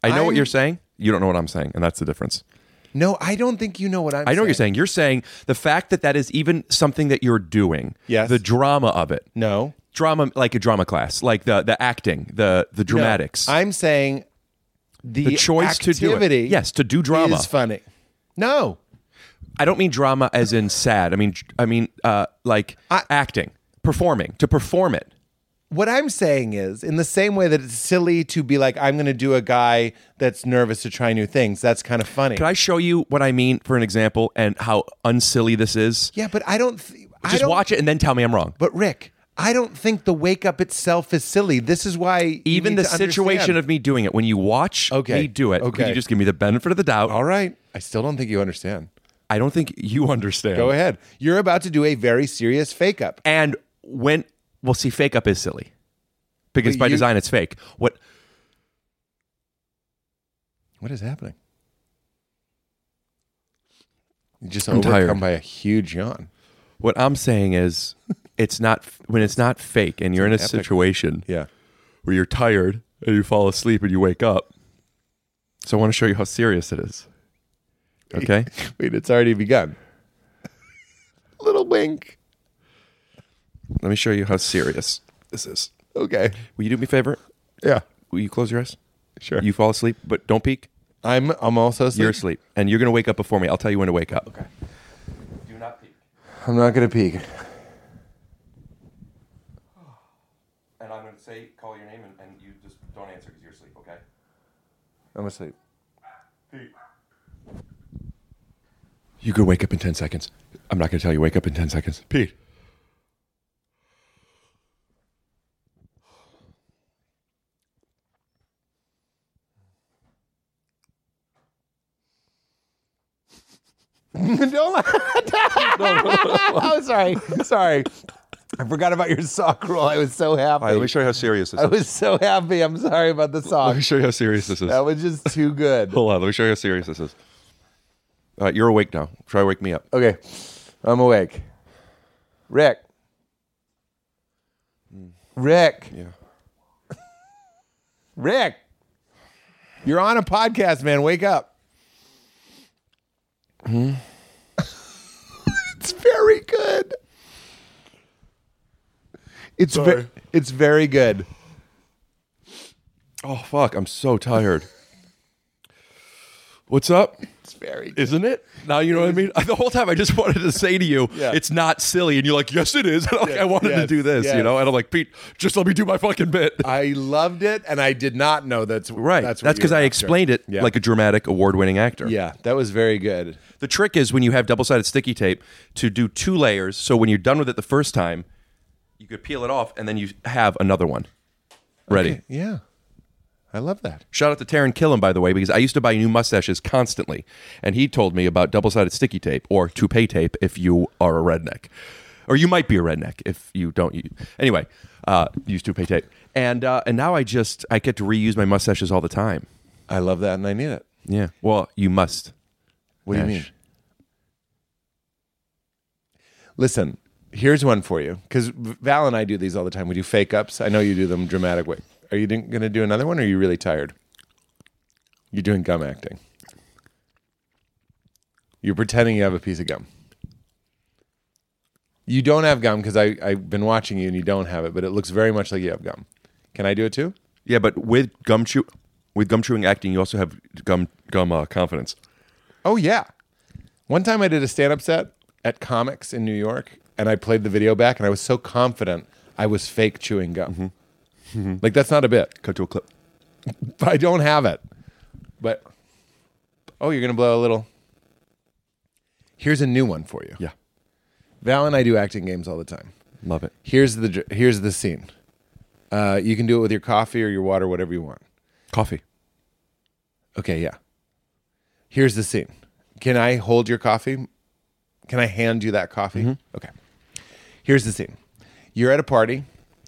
D: I know what
E: I'm-
D: you're saying. You don't know what I'm saying, and that's the difference.
E: No, I don't think you know what I'm
D: I know what you're saying. You're saying the fact that that is even something that you're doing.
E: Yes.
D: The drama of it.
E: No.
D: Drama, like a drama class, like the the acting, the the
E: No.
D: dramatics,
E: I'm saying the,
D: the choice to do it.
E: activity
D: Yes, to do drama.
E: is funny. No.
D: I don't mean drama as in sad. I mean, I mean, uh, like
E: I-
D: acting, performing, to perform it.
E: What I'm saying is, in the same way that it's silly to be like, I'm going to do a guy that's nervous to try new things, that's kind of funny.
D: Can I show you what I mean for an example and how unsilly this is?
E: Yeah, but I don't. Th- I
D: Just
E: don't,
D: watch it and then tell me I'm wrong.
E: But Rick, I don't think the wake up itself is silly. This is why you
D: Even
E: need
D: the
E: to
D: situation
E: understand.
D: of me doing it, when you watch
E: Okay.
D: me do it,
E: Okay.
D: can you just give me the benefit of the doubt?
E: All right, I still don't think you understand.
D: I don't think you understand.
E: Go ahead. You're about to do a very serious fake up.
D: And when well, see, fake up is silly because
E: But
D: by
E: you-
D: design it's fake. What?
E: What is happening? You just
D: I'm
E: overcome
D: tired.
E: by a huge yawn.
D: What I'm saying is, it's not when it's not fake, and you're in a
E: epic-
D: situation
E: Yeah.
D: where you're tired and you fall asleep and you wake up. So I want to show you how serious it is. Okay.
E: Wait, it's already begun. Little wink.
D: Let me show you how serious this is.
E: Okay.
D: Will you do me a favor?
E: Yeah.
D: Will you close your eyes?
E: Sure.
D: You fall asleep, but don't peek.
E: I'm. I'm also.
D: You're asleep, and you're gonna wake up before me. I'll tell you when to wake up. Okay. Do not peek,
E: I'm not gonna peek.
D: and I'm gonna say call your name, and, and you just don't answer because you're asleep. Okay.
E: I'm asleep.
D: You could wake up in 10 seconds. I'm not going to tell you wake up in 10 seconds. Pete.
E: Don't laugh. I'm sorry. Sorry. I forgot about your sock roll. I was so happy.
D: All right, let me show you how serious this
E: I
D: is.
E: was so happy. I'm sorry about the
D: Let
E: sock.
D: me show you how serious this is.
E: That was just too good.
D: Hold on. Let me show you how serious this is. All right, you're awake now. Try to wake me up.
E: Okay. I'm awake. Rick. Rick.
D: Yeah.
E: Rick. You're on a podcast, man. Wake up. it's very good. It's very it's very good.
D: Oh, fuck. I'm so tired. What's up?
E: It's very good.
D: Isn't it? Now you know what I mean? The whole time I just wanted to say to you,
E: Yeah.
D: it's not silly. And you're like, yes, it is. And I'm like, I wanted to
E: Yes.
D: do this, you
E: Yes.
D: know? And I'm like, Pete, just let me do my fucking bit.
E: I loved it, and I did not know that's
D: Right.
E: That's what you
D: That's because
E: were
D: I
E: after.
D: explained it
E: Yeah.
D: like a dramatic award winning actor.
E: yeah, that was very good.
D: The trick is when you have double sided sticky tape to do two layers. So when you're done with it the first time, You could peel it off, and then you have another one ready.
E: Yeah. I love that.
D: Shout out to Taryn Killam, by the way, because I used to buy new mustaches constantly, and he told me about double-sided sticky tape or toupee tape if you are a redneck, or you might be a redneck if you don't. Use. Anyway, uh, use toupee tape, and uh, and now I just I get to reuse my mustaches all the time.
E: I love that and I need it.
D: Yeah, well, you must.
E: What do you mean?
D: Ash.
E: Listen, here's one for you because Val and I do these all the time. We do fake ups. I know you do them dramatic way. Are you going to do another one? or Are you really tired? You're doing gum acting. You're pretending you have a piece of gum. You don't have gum because I've been watching you and you don't have it, but it looks very much like you have gum. Can I do it too?
D: Yeah, but with gum chew, with gum chewing acting, you also have gum gum uh, confidence.
E: Oh yeah. One time I did a stand-up set at Comics in New York, and I played the video back, and I was so confident I was fake chewing gum. Like that's not a bit.
D: Mm-hmm. Cut to a clip.
E: I don't have it. But oh, you're gonna blow a little. Here's a new one for you.
D: Yeah.
E: Val and I do acting games all the time.
D: Love it.
E: Here's the dr- here's the scene. Uh, you can do it with your coffee or your water, whatever you want.
D: Coffee.
E: Okay, yeah. Here's the scene. Can I hold your coffee? Can I hand you that coffee?
D: Mm-hmm.
E: Okay. Here's the scene. You're at a party.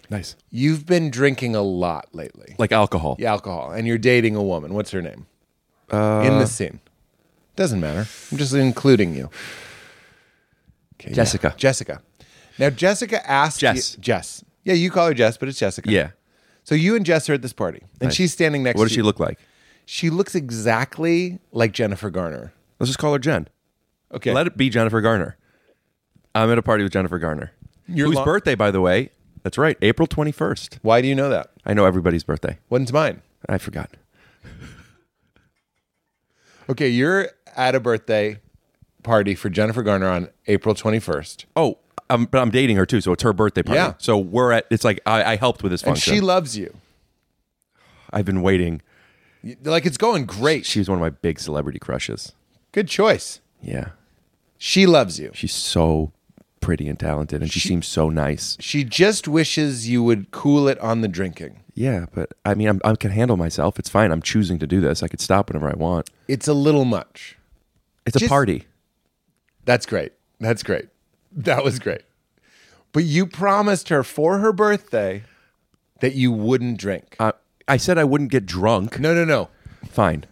D: Nice.
E: You've been drinking a lot lately.
D: Like alcohol.
E: Yeah, alcohol. And you're dating a woman. What's her name? In
D: Uh,
E: this scene. Doesn't matter. I'm just including you. Okay, yeah.
D: Jessica.
E: Jessica. Now, Jessica asked
D: Jess.
E: you- Jess. Yeah, you call her Jess, but it's Jessica.
D: Yeah.
E: So you and Jess are at this party, and she's standing next
D: What
E: to
D: does
E: you.
D: she look like?
E: She looks exactly like Jennifer Garner.
D: Let's just call her Jen.
E: Okay.
D: Let it be Jennifer Garner. I'm at a party with Jennifer Garner. whose
E: lo-
D: birthday, by the way. That's right, April 21st.
E: Why do you know that?
D: I know everybody's birthday.
E: When's mine?
D: I forgot.
E: Okay, you're at a birthday party for Jennifer Garner on April 21st.
D: Oh, um, but I'm dating her too, so it's her birthday party.
E: Yeah.
D: So we're at. It's like I, I helped with this
E: And
D: function.
E: she loves you.
D: I've been waiting.
E: You- Like it's going great.
D: She was one of my big celebrity crushes.
E: Good choice.
D: Yeah.
E: She loves you.
D: She's so pretty and talented, and she, seems so nice.
E: She just wishes you would cool it on the drinking.
D: Yeah, but I mean, I'm, I can handle myself. It's fine. I'm choosing to do this. I could stop whenever I want.
E: It's a little much.
D: It's a
E: Just-
D: party.
E: That's great. That's great. That was great. But you promised her for her birthday that you wouldn't drink.
D: Uh, I said I wouldn't get drunk.
E: No, no, no.
D: Fine,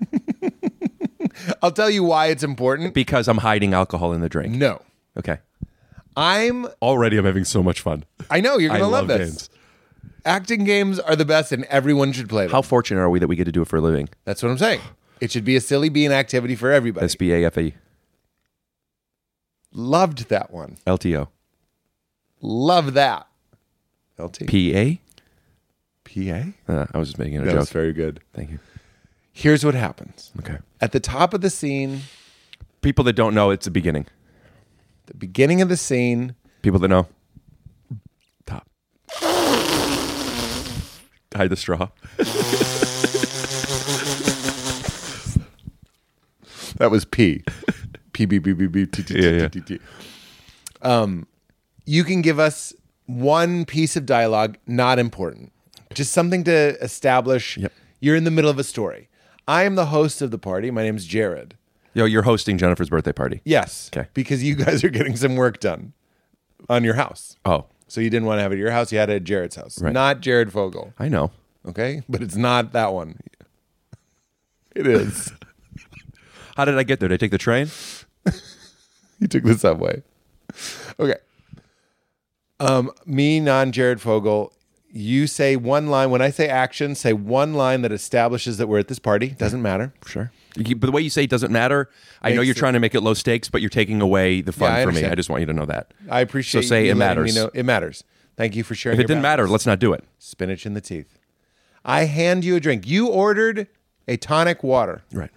E: I'll tell you why it's important.
D: because I'm hiding alcohol in the drink.
E: No.
D: Okay.
E: I'm
D: Already, I'm having so much fun.
E: I know you're
D: I
E: gonna love,
D: love
E: this.
D: games.
E: Acting games are the best, and everyone should play them.
D: How fortunate are we that we get to do it for a living?
E: That's what I'm saying. It should be a silly bean activity for everybody.
D: S B A F E
E: Loved that one.
D: L T O
E: Love that. LT.
D: P A.
E: PA?
D: Uh, I was just making a
E: That
D: joke.
E: was very good.
D: Thank you.
E: Here's what happens.
D: Okay.
E: At the top of the scene,
D: People that don't know, it's the beginning.
E: the beginning of the scene,
D: People that know, top. Hide the straw.
E: that was P. P B B B B T T
D: Yeah,
E: T
D: yeah.
E: T T T. Um you can give us one piece of dialogue, not important. Just something to establish
D: Yep.
E: you're in the middle of a story. I am the host of the party. My name's Jared.
D: Yo, you're hosting Jennifer's birthday party.
E: Yes.
D: Okay.
E: Because you guys are getting some work done on your house.
D: Oh,
E: So you didn't want to have it at your house. You had it at Jared's house.
D: Right.
E: Not Jared Fogle.
D: I know.
E: Okay. But it's not that one. It is.
D: How did I get there? Did I take the train?
E: you took the subway. Okay. Um, me, non Jared Fogle, you say one line. When I say action, say one line that establishes that we're at this party. Doesn't matter.
D: Sure. But the way you say it doesn't matter. I know
E: Makes
D: you're
E: it-
D: trying to make it low stakes, but you're taking away the fun
E: Yeah, I
D: for me.
E: understand.
D: I just want you to know that.
E: I appreciate
D: So say
E: you
D: it
E: letting me
D: matters.
E: know- It matters. Thank you for sharing.
D: If it
E: your
D: didn't matter,
E: values.
D: let's not do it.
E: spinach in the teeth. I hand you a drink. You ordered a tonic water.
D: Right.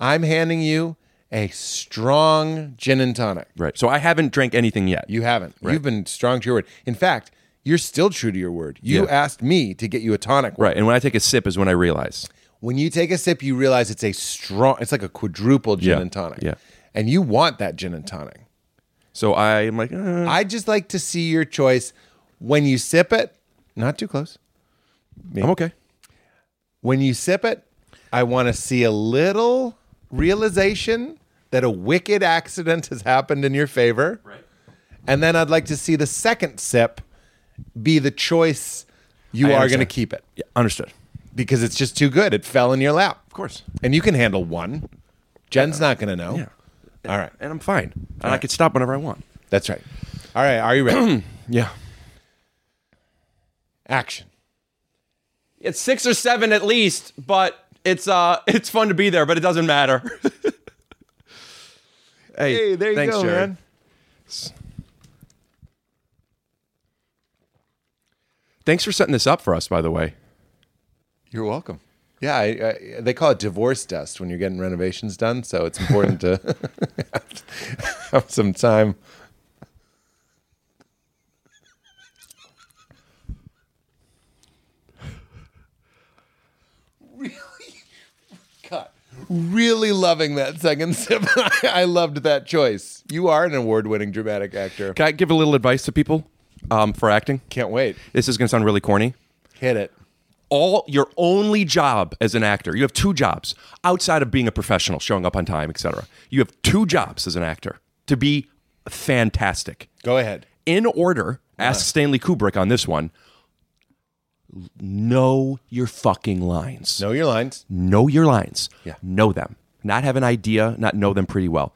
E: I'm handing you a strong gin and tonic.
D: Right. So I haven't drank anything yet.
E: You haven't. You've been strong to your word. In fact, you're still true to your word. You
D: Yeah.
E: asked me to get you a tonic water.
D: right. And when I take a sip is when I realize.
E: When you take a sip, you realize it's a strong, it's like a quadruple gin
D: Yeah.
E: and tonic.
D: Yeah.
E: And you want that gin and tonic.
D: So I'm like, uh,
E: I'd just like to see your choice. When you sip it, not too close.
D: I'm okay.
E: When you sip it, I want to see a little realization that a wicked accident has happened in your favor. Right. And then I'd like to see the second sip be the choice you are going to
D: understand.
E: keep it
D: Yeah, understood.
E: because it's just too good. It fell in your lap.
D: Of course.
E: And you can handle one. Jen's not going to know. All right.
D: And I'm fine. And I could stop whenever I want.
E: That's right. All right. Are you ready?
D: Yeah.
E: Action.
K: It's six or seven at least, but it's uh it's fun to be there, but it doesn't matter.
D: Hey, thanks, Jared. Thanks for setting this up for us, by the way.
E: You're welcome. Yeah, I, I, they call it divorce dust when you're getting renovations done, so it's important to have some time. Really, God, really loving that second sip. I loved that choice. You are an award-winning dramatic actor.
D: Can I give a little advice to people um, for acting?
E: Can't wait.
D: This is going to sound really corny.
E: Hit it.
D: all your only job as an actor. You have two jobs outside of being a professional, showing up on time, etc. You have two jobs as an actor to be fantastic.
E: Go ahead.
D: In order, ask Stanley Kubrick on this one. Know your fucking lines.
E: Know your lines.
D: Know your lines.
E: Yeah.
D: Know them. Not have an idea, not know them pretty well.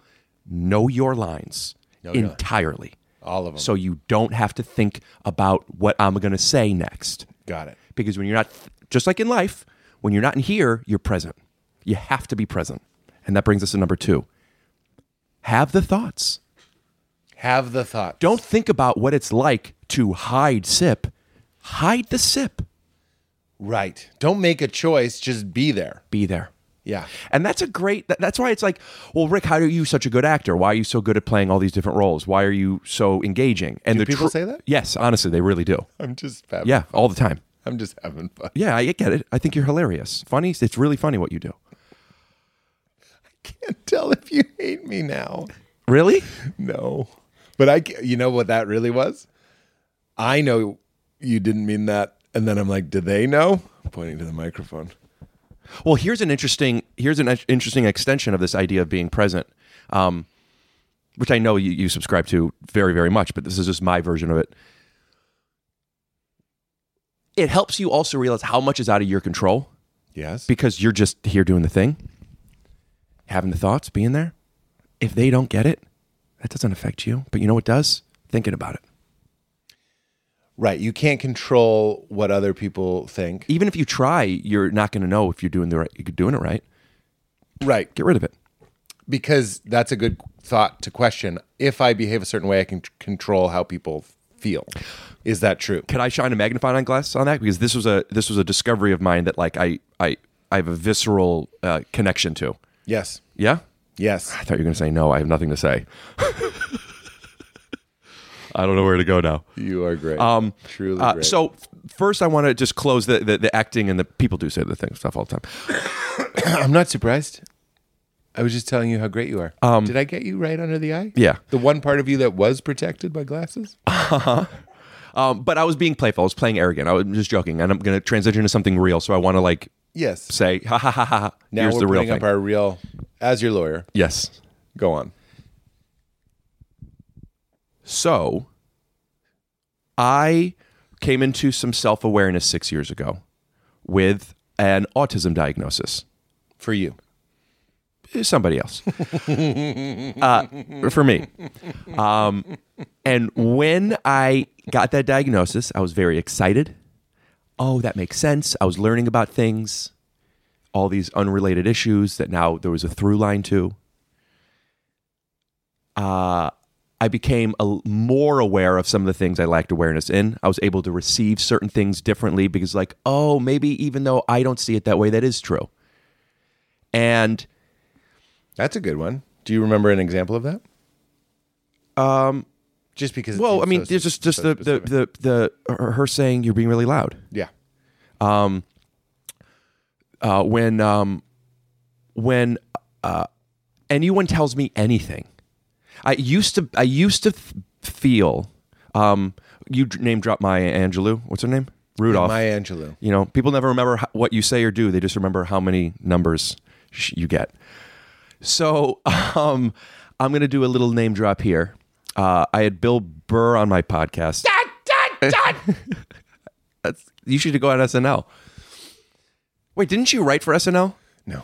D: Know your lines
E: your-
D: entirely.
E: Oh, All of them.
D: So you don't have to think about what I'm going to say next
E: Got it.
D: because when you're not just like in life when you're not in here you're present you have to be present and that brings us to number two have the thoughts
E: Have the thought.
D: don't think about what it's like to hide sip hide the sip
E: Right. Don't make a choice. Just be there.
D: be there
E: Yeah.
D: and that's a great that- that's why it's like well rick how are you such a good actor why are you so good at playing all these different roles why are you so engaging and
E: Do
D: the
E: people say that?
D: yes honestly they really do
E: I'm just having,
D: yeah all the time
E: I'm just having fun.
D: yeah i get it i think you're hilarious funny it's really funny what you do
E: Can't tell if you hate me now.
D: really
E: No, but I. ca- You know what that really was? I know you didn't mean that, and then I'm like, do they know? Pointing to the microphone.
D: Well, here's an interesting here's an interesting extension of this idea of being present, um, which I know you, you subscribe to very very much, but this is just my version of it. It helps you also realize how much is out of your control
E: Yes.
D: because you're just here doing the thing, having the thoughts, being there. If they don't get it, that doesn't affect you. But you know what does? Thinking about it.
E: right. You can't control what other people think.
D: Even if you try, you're not going to know if you're doing the right, you're doing it right.
E: Right.
D: Get rid of it.
E: Because that's a good thought to question. If I behave a certain way, I can c- control how people feel. Is that true?
D: could I shine a magnifying glass on that? Because this was a this was a discovery of mine that like I I I have a visceral uh, connection to.
E: Yes.
D: Yeah,
E: Yes.
D: I thought you were gonna say no. I have nothing to say. I don't know where to go now.
E: You are great.
D: Um,
E: Truly
D: uh,
E: great.
D: so f- first, I want to just close the, the the acting and the people do say the thing stuff all the time.
E: I'm not surprised. I was just telling you how great you are.
D: Um,
E: Did I get you right under the eye?
D: Yeah.
E: The one part of you that was protected by glasses?
D: Um, but I was being playful. I was playing arrogant. I was just joking, and I'm gonna transition to something real. So I want to like
E: Yes.
D: say ha ha ha ha. ha.
E: Now
D: Here's
E: we're
D: the real
E: putting up
D: thing.
E: our real, as your lawyer,
D: yes.
E: go on.
D: So I came into some self awareness six years ago with an autism diagnosis.
E: For you.
D: Eh, Somebody else. uh, for me. Um, and when I got that diagnosis, I was very excited. Oh, that makes sense. I was learning about things, all these unrelated issues that now there was a through line to. uh, I became a, more aware of some of the things I lacked awareness in. I was able to receive certain things differently because, like, oh, maybe even though I don't see it that way, that is true. And
E: That's a good one. Do you remember an example of that?
D: um,
E: Just because. it
D: well,
E: seems
D: I mean,
E: so
D: there's just just
E: so
D: the, the
E: specific.
D: the the her her saying you're being really loud.
E: Yeah.
D: Um, uh, when um, when uh, anyone tells me anything, I used to I used to f- feel Um, you d- name drop Maya Angelou. What's her name? Rudolph.
E: Maya Angelou.
D: You know, people never remember how, what you say or do. They just remember how many numbers sh- you get. So um, I'm going to do a little name drop here. Uh, I had Bill Burr on my podcast. That's, you should go on SNL. Wait, didn't you write for SNL?
E: No.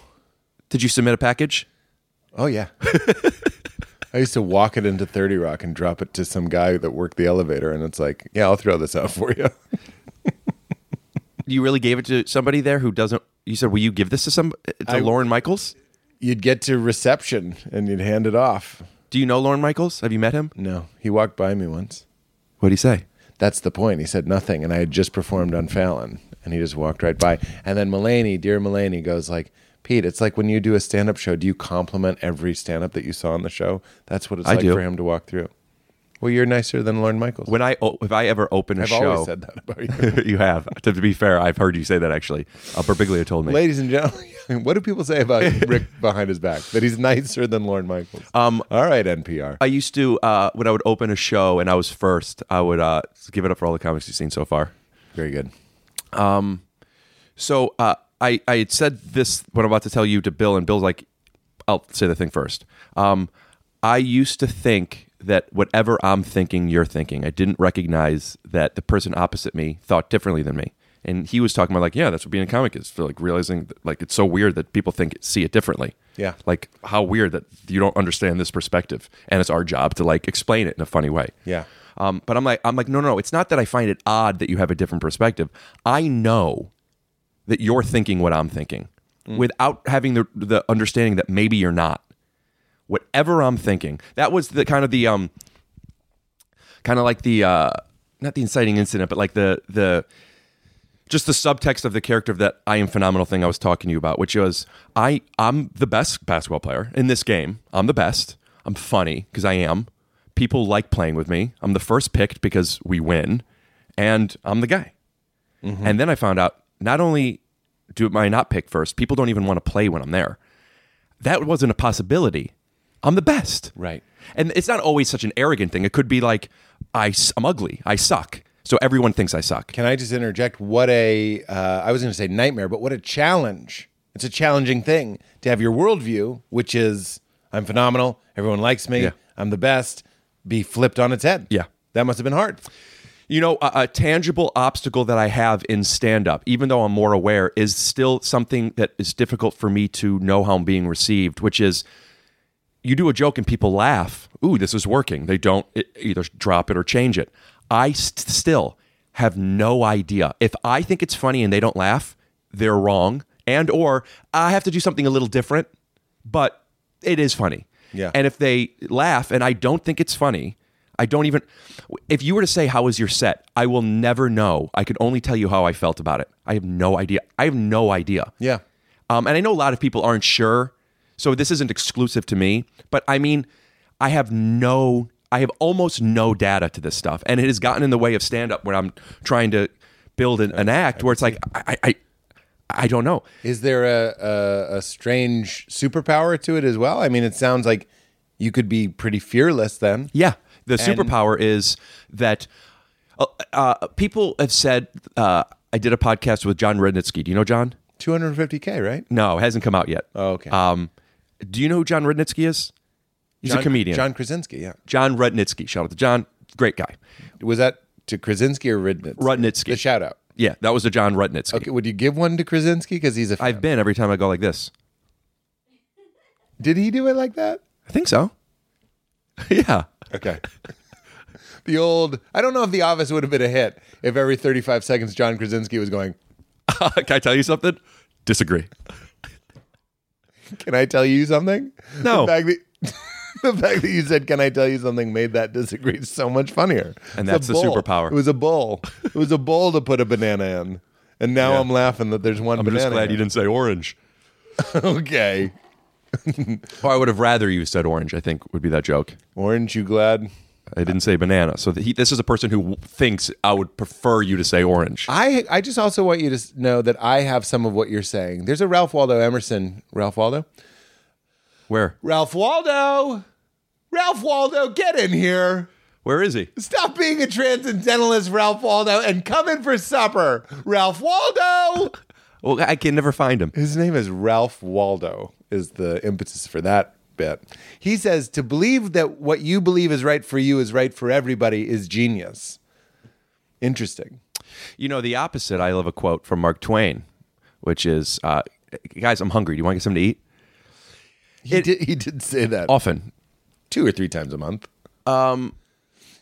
D: Did you submit a package?
E: Oh yeah. I used to walk it into 30 Rock and drop it to some guy that worked the elevator and it's like, yeah, I'll throw this out for you.
D: You really gave it to somebody there who doesn't. You said, "Will you give this to some to
E: I-
D: Lauren Michaels?"
E: You'd get to reception and you'd hand it off.
D: Do you know Lauren Michaels? Have you met him?
E: No, he walked by me once.
D: What did he say?
E: That's the point. He said nothing, and I had just performed on Fallon, and he just walked right by. And then Mulaney, dear Mulaney, goes like, "Pete, it's like when you do a stand-up show. Do you compliment every stand-up that you saw on the show? That's what it's
D: I
E: like
D: do.
E: for him to walk through. Well, you're nicer than Lauren Michaels.
D: When I oh, if I ever open a
E: I've
D: show,
E: always said that about you,
D: you have. To, to be fair, I've heard you say that actually. Uh, Birbiglia told me.
E: ladies and gentlemen. What do people say about Rick behind his back? That he's nicer than Lauren Michaels.
D: Um,
E: All right, NPR.
D: I used to uh, when I would open a show and I was first. I would uh, give it up for all the comics you've seen so far.
E: Very good.
D: So uh, I I had said this what I'm about to tell you to Bill, and Bill's like, I'll say the thing first. Um, I used to think that whatever I'm thinking, you're thinking. I didn't recognize that the person opposite me thought differently than me, and he was talking about like, yeah, that's what being a comic is. For like realizing that, like it's so weird that people think see it differently.
E: Yeah.
D: like how weird that you don't understand this perspective, and it's our job to like explain it in a funny way.
E: Yeah.
D: Um, but I'm like, I'm like, no, no, no. It's not that I find it odd that you have a different perspective. I know that you're thinking what I'm thinking without having the, the understanding that maybe you're not. Whatever I'm thinking, that was the kind of the um, kind of like the uh, not the inciting incident, but like the the just the subtext of the character of that I am phenomenal thing I was talking to you about, which was I I'm the best basketball player in this game. I'm the best. I'm funny because I am. People like playing with me. I'm the first picked because we win, and I'm the guy. And then I found out not only do I not pick first, people don't even want to play when I'm there. That wasn't a possibility. I'm the best.
E: Right.
D: And it's not always such an arrogant thing. It could be like, I, s- I'm ugly. I suck. So everyone thinks I suck.
E: Can I just interject? What a uh, I was going to say nightmare, but what a challenge! It's a challenging thing to have your worldview, which is I'm phenomenal, everyone likes me,
D: Yeah.
E: I'm the best, be flipped on its head.
D: Yeah.
E: that must have been hard.
D: You know, a, a tangible obstacle that I have in stand up, even though I'm more aware, is still something that is difficult for me to know how I'm being received, which is you do a joke and people laugh. Ooh, this is working. They don't e- either drop it or change it. I st- still have no idea. If I think it's funny and they don't laugh, they're wrong. And or I have to do something a little different, but it is funny.
E: Yeah.
D: And if they laugh and I don't think it's funny, I don't even if you were to say how was your set, I will never know. I could only tell you how I felt about it. I have no idea. I have no idea.
E: Yeah,
D: Um, and I know a lot of people aren't sure, so this isn't exclusive to me. But I mean, I have no, I have almost no data to this stuff, and it has gotten in the way of stand up when I'm trying to build an, an act where it's like I, I, I, I don't know.
E: is there a, a a strange superpower to it as well? I mean, it sounds like you could be pretty fearless then.
D: Yeah. The
E: And-
D: superpower is that uh, uh, people have said. Uh, I did a podcast with John Rednitsky. Do you know John?
E: 250k, right?
D: No, it hasn't come out yet.
E: Oh, okay.
D: Um, do you know who John Rednitsky is? He's
E: John,
D: a comedian.
E: John Krasinski. Yeah,
D: John Rudnitsky. Shout out to John. Great guy.
E: was that to Krasinski or Ridnitz?
D: Rudnitsky.
E: The shout out.
D: Yeah, that was the John Rudnitsky.
E: Okay, would you give one to Krasinski because he's a? fan.
D: I've been every time I go like this.
E: Did he do it like that?
D: I think so. yeah.
E: Okay. the old, I don't know if The Office would have been a hit if every 35 seconds John Krasinski was going,
D: Can I tell you something? Disagree.
E: Can I tell you something? The
D: No.
E: fact that, the fact that you said, Can I tell you something made that disagree so much funnier. It's
D: And
E: a
D: that's the
E: bowl.
D: superpower.
E: It was a bowl. It was a bowl to put a banana in. And now
D: Yeah.
E: I'm laughing that there's one
D: I'm
E: banana.
D: just glad you
E: in.
D: didn't say orange.
E: Okay.
D: Or I would have rather you said orange, I think would be that joke.
E: Orange, you glad?
D: I didn't say banana. So he, this is a person who w- thinks I would prefer you to say orange.
E: I I just also want you to s- know that I have some of what you're saying. There's a Ralph Waldo Emerson. Ralph Waldo?
D: Where?
E: Ralph Waldo. Ralph Waldo, get in here.
D: Where is he?
E: Stop being a transcendentalist, Ralph Waldo, and come in for supper, Ralph Waldo.
D: Well, I can never find him.
E: His name is Ralph Waldo, is the impetus for that bit. He says to believe that what you believe is right for you is right for everybody is genius. Interesting.
D: You know, the opposite, I love a quote from Mark Twain, which is, uh, guys, I'm hungry. Do you want to get something to eat?
E: He, did, he did say that
D: Often.
E: two or three times a month.
D: Um,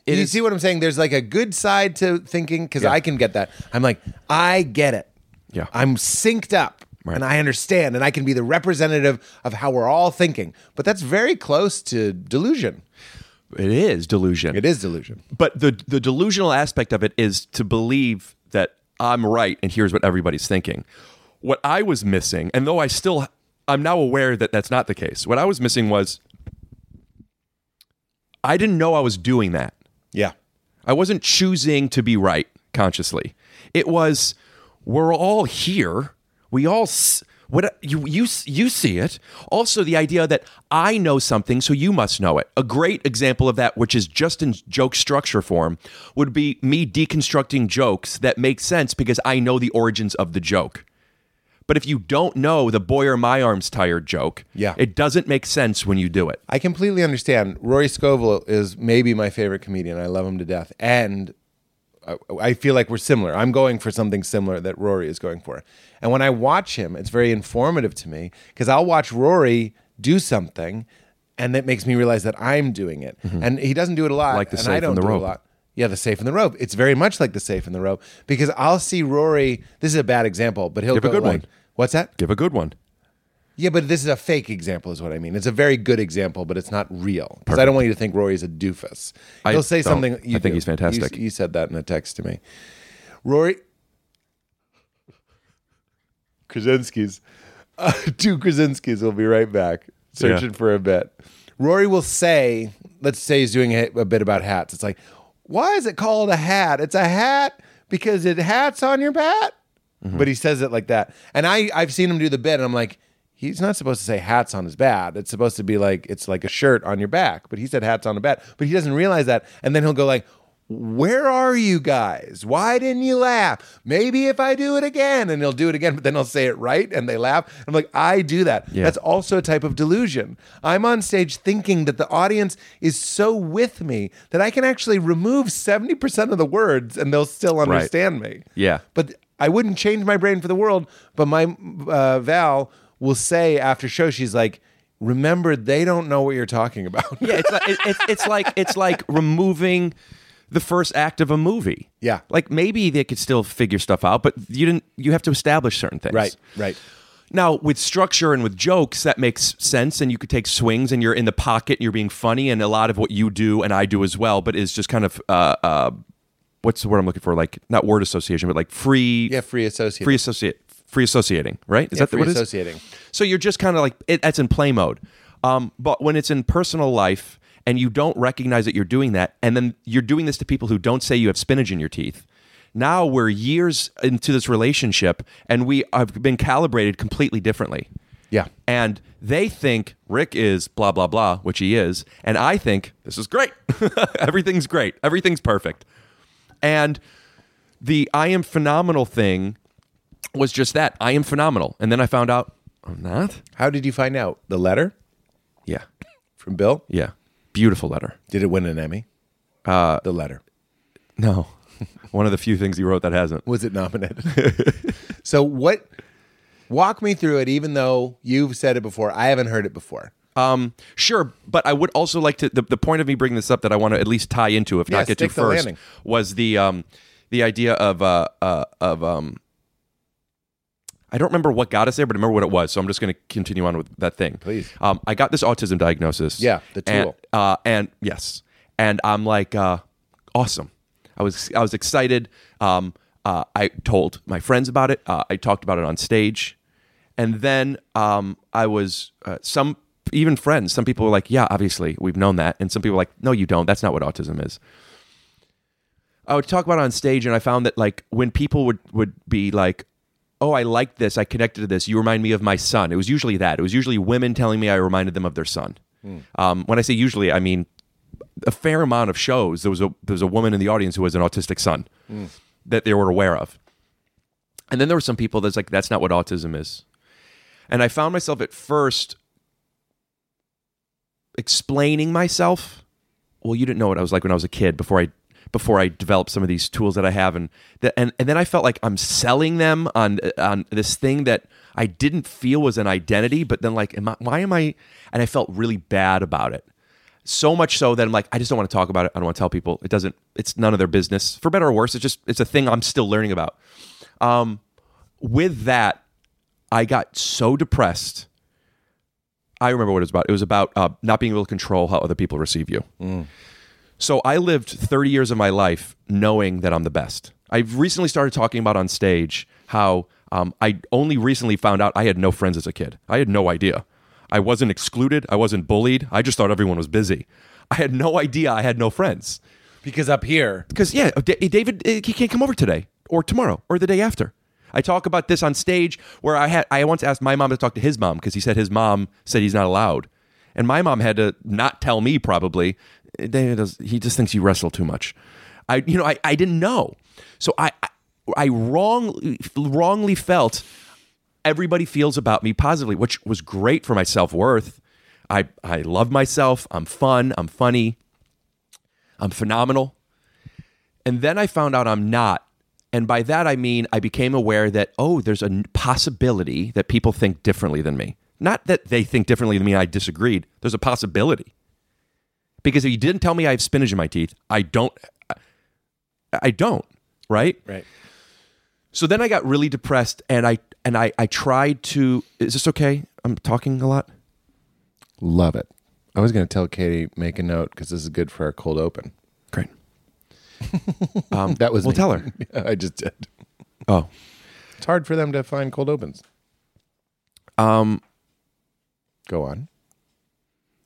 D: It
E: you
D: is-
E: see what I'm saying? There's like a good side to thinking because I can get that. I'm like, I get it.
D: Yeah.
E: I'm synced up
D: Right.
E: and I understand and I can be the representative of how we're all thinking. But that's very close to delusion.
D: it is delusion.
E: It is delusion.
D: But the, the delusional aspect of it is to believe that I'm right and here's what everybody's thinking. What I was missing, and though I still, I'm now aware that that's not the case, what I was missing was I didn't know I was doing that.
E: Yeah.
D: I wasn't choosing to be right consciously. It was we're all here. We all s- what you you s- you see it. Also the idea that I know something so you must know it. A great example of that which is just in joke structure form would be me deconstructing jokes that make sense because I know the origins of the joke. But if you don't know the boy or my arms tired joke,
E: Yeah.
D: it doesn't make sense when you do it.
E: I completely understand. Rory Scovel is maybe my favorite comedian. I love him to death. And I- I feel like we're similar. I'm going for something similar that Rory is going for. And when I watch him, it's very informative to me because I'll watch Rory do something and that makes me realize that I'm doing it. And he doesn't do it a lot.
D: Mm-hmm. Like the
E: and
D: safe
E: I don't
D: and the
E: do it a
D: rope.
E: lot. Yeah, the safe and the rope. It's very much like the safe and the rope because I'll see Rory. This is a bad example, but he'll
D: Give a
E: go
D: good
E: like,
D: one.
E: "What's that?"
D: Give a good one.
E: Yeah, but this is a fake example, is what I mean. It's a very good example, but it's not real. Because I don't want you to think Rory's a doofus.
D: I
E: He'll say
D: don't.
E: something.
D: I think he's
E: You-
D: fantastic.
E: You, said that in a text to me. Rory Krasinski's. Uh, two Krasinski's will be right back, searching for a bit. Rory will say, let's say he's doing a, a bit about hats. It's like, why is it called a hat? It's a hat because it hats on your bat but he says it like that. And I I've seen him do the bit, and I'm like, he's not supposed to say hats on his bat. It's supposed to be like it's like a shirt on your back. But he said hats on a bat, but he doesn't realize that. And then he'll go like. Where are you guys? Why didn't you laugh? Maybe if I do it again, and he'll do it again, but then he'll say it right and they laugh. I'm like, I do that. That's also a type of delusion. I'm on stage thinking that the audience is so with me that I can actually remove 70% of the words and they'll still understand me.
D: Yeah.
E: But I wouldn't change my brain for the world. But my uh, Val will say after show, she's like, "Remember, they don't know what you're talking about."
D: Yeah, it's like it, it's it's like it's like removing the first act of a movie.
E: Yeah.
D: like maybe they could still figure stuff out, but you didn't. You have to establish certain things.
E: right, right.
D: Now with structure and with jokes, that makes sense, and you could take swings, and you're in the pocket, and you're being funny, and a lot of what you do and I do as well, but is just kind of uh, uh, what's the word I'm looking for? Like not word association, but like free.
E: Yeah, free associating.
D: Free associate. Free associating. Right? Is
E: Yeah,
D: that the,
E: free
D: what it is?
E: associating.
D: So you're just kind of like it, that's in play mode. Um, but when it's in personal life and you don't recognize that you're doing that, and then you're doing this to people who don't say you have spinach in your teeth. Now we're years into this relationship, and we have been calibrated completely differently.
E: Yeah.
D: And they think Rick is blah blah blah, which he is, and I think this is great. Everything's great. Everything's perfect. And the I am phenomenal thing was just that. I am phenomenal. And then I found out "Oh, I'm not.
E: How did you find out the letter
D: Yeah.
E: from Bill?
D: Yeah. Beautiful letter.
E: Did it win an Emmy? Uh, the letter
D: No. One of the few things you wrote that hasn't.
E: was it nominated? so what? Walk me through it, even though you've said it before. I haven't heard it before.
D: Um, sure, but I would also like to. The, the point of me bringing this up that I want to at least tie into, if
E: Yeah,
D: not get to
E: stick the
D: first,
E: landing.
D: was the um, the idea of uh, uh, of um, I don't remember what got us there, but I remember what it was. So I'm just going to continue on with that thing.
E: Please.
D: um, I got this autism diagnosis.
E: Yeah, the
D: and,
E: tool.
D: uh, and yes, and I'm like, uh, awesome. I was I was excited. Um, uh, I told my friends about it. Uh, I talked about it on stage, and then um, I was uh, some even friends. Some people were like, "Yeah, obviously, we've known that," and some people were like, "No, you don't. That's not what autism is." I would talk about it on stage, and I found that like when people would would be like, "Oh, I like this. I connected to this. You remind me of my son." It was usually that. It was usually women telling me I reminded them of their son. Um, when I say usually, I mean a fair amount of shows, there was a there was a woman in the audience who has an autistic son that they were aware of. And then there were some people that's like, that's not what autism is. And I found myself at first explaining myself. Well, you didn't know what I was like when I was a kid before I before I developed some of these tools that I have, and that and, and then I felt like I'm selling them on on this thing that I didn't feel was an identity, but then like, am I, why am I? And I felt really bad about it. So much so that I'm like, I just don't want to talk about it. I don't want to tell people. It doesn't. It's none of their business, for better or worse. It's just it's a thing I'm still learning about. Um, with that, I got so depressed. I remember what it was about. It was about uh, not being able to control how other people receive you. So I lived 30 years of my life knowing that I'm the best. I've recently started talking about on stage how um, I only recently found out I had no friends as a kid. I had no idea. I wasn't excluded. I wasn't bullied. I just thought everyone was busy. I had no idea I had no friends
E: Because up here,
D: because yeah, D- David eh, he can't come over today or tomorrow or the day after. I talk about this on stage where I had I once asked my mom to talk to his mom because he said his mom said he's not allowed, and my mom had to not tell me probably. eh, David does, he just thinks you wrestle too much. I you know I, I didn't know, so I I, I wrong, wrongly felt everybody feels about me positively, which was great for my self worth. I I love myself. I'm fun. I'm funny. I'm phenomenal. And then I found out I'm not. And by that, I mean, I became aware that, oh, there's a n- possibility that people think differently than me. Not that they think differently than me, I disagreed. There's a possibility. Because if you didn't tell me I have spinach in my teeth, I don't, I- I don't, right?
E: Right.
D: So then I got really depressed and I, and I, I tried to, is this okay? I'm talking a lot.
E: love it. I was going to tell Katie make a note because this is good for our cold open. Um,
D: Great.
E: That was
D: Well,
E: me.
D: tell her.
E: I just did.
D: Oh,
E: It's hard for them to find cold opens.
D: um,
E: Go on.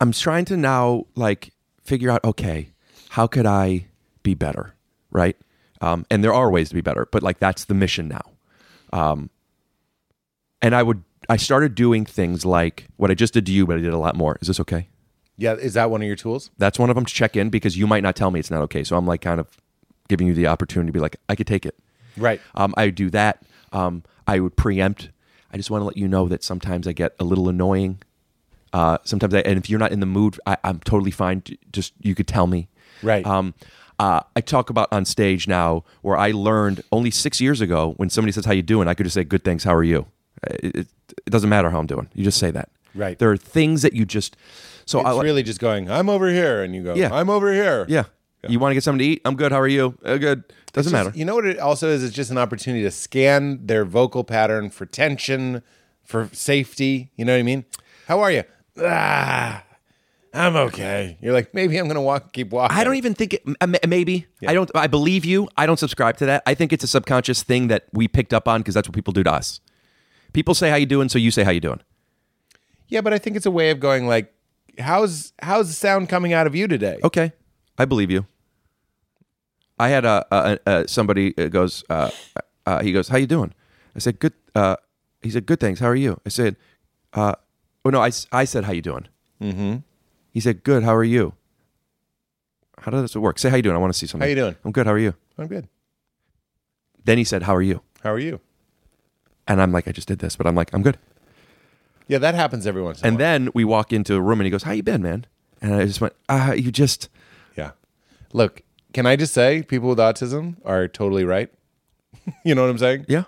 D: I'm trying to now like figure out okay, how could I be better, right? Um, and there are ways to be better, but like that's the mission now. Um, and I would I started doing things like what I just did to you, but I did a lot more. Is this okay?
E: Yeah, is that one of your tools?
D: That's one of them to check in because you might not tell me it's not okay. So I'm like kind of giving you the opportunity to be like, I could take it.
E: Right.
D: Um, I would do that. Um, I would preempt. I just want to let you know that sometimes I get a little annoying. Uh, sometimes, I, and if you're not in the mood, I, I'm totally fine. J- Just you could tell me.
E: Right.
D: Um, uh, I talk about on stage now where I learned only six years ago when somebody says how you doing, I could just say good thanks. How are you? Uh, It, it, it doesn't matter how I'm doing. You just say that.
E: Right.
D: There are things that you just. So
E: It's
D: I
E: really just going, I'm over here. And you go,
D: Yeah.
E: I'm over here.
D: yeah. You want to get something to eat? I'm good. How are you? Uh, good. Doesn't
E: Just-
D: matter.
E: You know what it also is? It's just an opportunity to scan their vocal pattern for tension, for safety. You know what I mean? How are you? Ah, I'm okay. You're like, maybe I'm going to walk, keep walking.
D: I don't even think it, m- m- maybe I don't. I believe you. I don't subscribe to that. I think it's a subconscious thing that we picked up on because that's what people do to us. People say how you doing, so you say how you doing. e-,
E: Yeah, but I think it's a way of going like, how's how's the sound coming out of you today?
D: Okay, I believe you. I had a, a, a somebody uh, goes. Uh, uh, he goes, "How you doing?" I said, "Good." Uh, he said, "Good, thanks. How are you?" I said, uh, "Oh no, I, s- I said how you doing." Mm-hmm. He said, "Good. How are you?" How does this work? Say how you doing. I want to see something.
E: How you doing?
D: I'm good. How are you?
E: I'm good.
D: Then he said, "How are you?"
E: How are you?
D: And I'm like, I just did this, but I'm like, I'm good.
E: Yeah, that happens every once in a
D: And
E: while.
D: then we walk into a room and he goes, How you been, man? And I just went, Ah, you just,
E: yeah. Look, can I just say people with autism are totally right? you know what I'm saying?
D: yeah.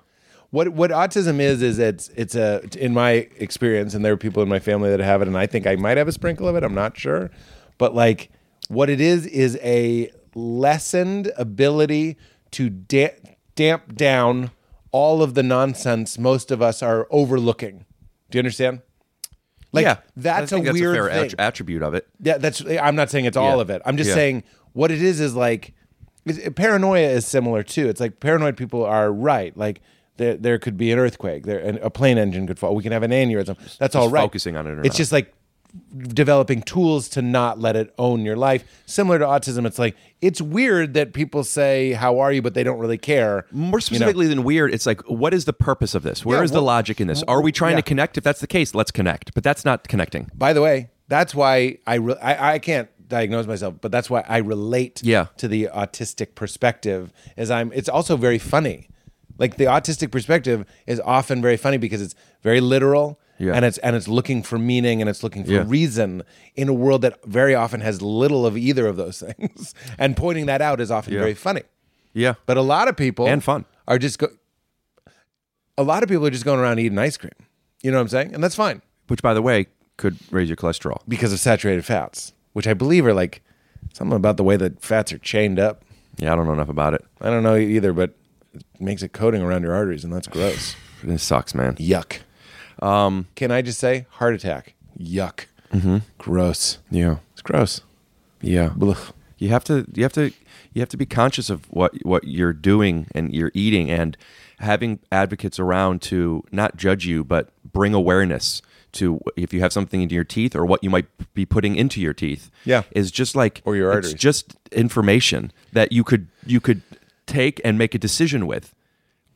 E: what what autism is is it's it's a in my experience and there are people in my family that have it and I think I might have a sprinkle of it I'm not sure but like what it is is a lessened ability to da- damp down all of the nonsense most of us are overlooking do you understand like
D: yeah.
E: that's
D: I
E: a
D: think that's
E: weird
D: a fair
E: thing
D: att- attribute of it.
E: yeah, that's. I'm not saying it's all
D: Yeah.
E: of it. I'm just
D: Yeah.
E: saying what it is is like is- paranoia is similar too. It's like paranoid people are right. Like there, there could be an earthquake. There, an, a plane engine could fall. We can have an aneurysm. That's all right.
D: focusing on it or
E: it's
D: not.
E: just like developing tools to not let it own your life. Similar to autism, it's like it's weird that people say "How are you," but they don't really care.
D: More specifically than weird, it's like, what is the purpose of this? Where is
E: Yeah,
D: the
E: well-
D: logic in this? Are we trying
E: yeah.
D: to connect? If that's the case, let's connect. But that's not connecting.
E: By the way, that's why I re- I, I can't
A: diagnose myself, but that's why I relate
D: Yeah.
A: to the autistic perspective as I'm it's also very funny. Like the autistic perspective is often very funny because it's very literal
D: Yeah.
A: and it's and it's looking for meaning and it's looking for
D: Yeah.
A: reason in a world that very often has little of either of those things. and pointing that out is often very funny.
D: Yeah.
A: But a lot of people
D: And fun.
A: are just go- a lot of people are just going around eating ice cream. You know what I'm saying? And that's fine
D: Which, by the way, could raise your cholesterol.
A: because of saturated fats, which I believe are like something about the way that fats are chained up.
D: Yeah, I don't know enough about it.
A: I don't know either, but it makes a coating around your arteries, and that's gross.
D: This sucks, man.
A: Yuck. Um, Can I just say heart attack? Yuck. Gross.
D: Yeah.
A: It's gross.
D: Yeah.
A: Blech.
D: You have to you have to you have to be conscious of what what you're doing and you're eating and having advocates around to not judge you but bring awareness to if you have something into your teeth or what you might be putting into your teeth.
A: Yeah.
D: Is just like
A: Or your
D: it's
A: arteries.
D: just information that you could you could take and make a decision with.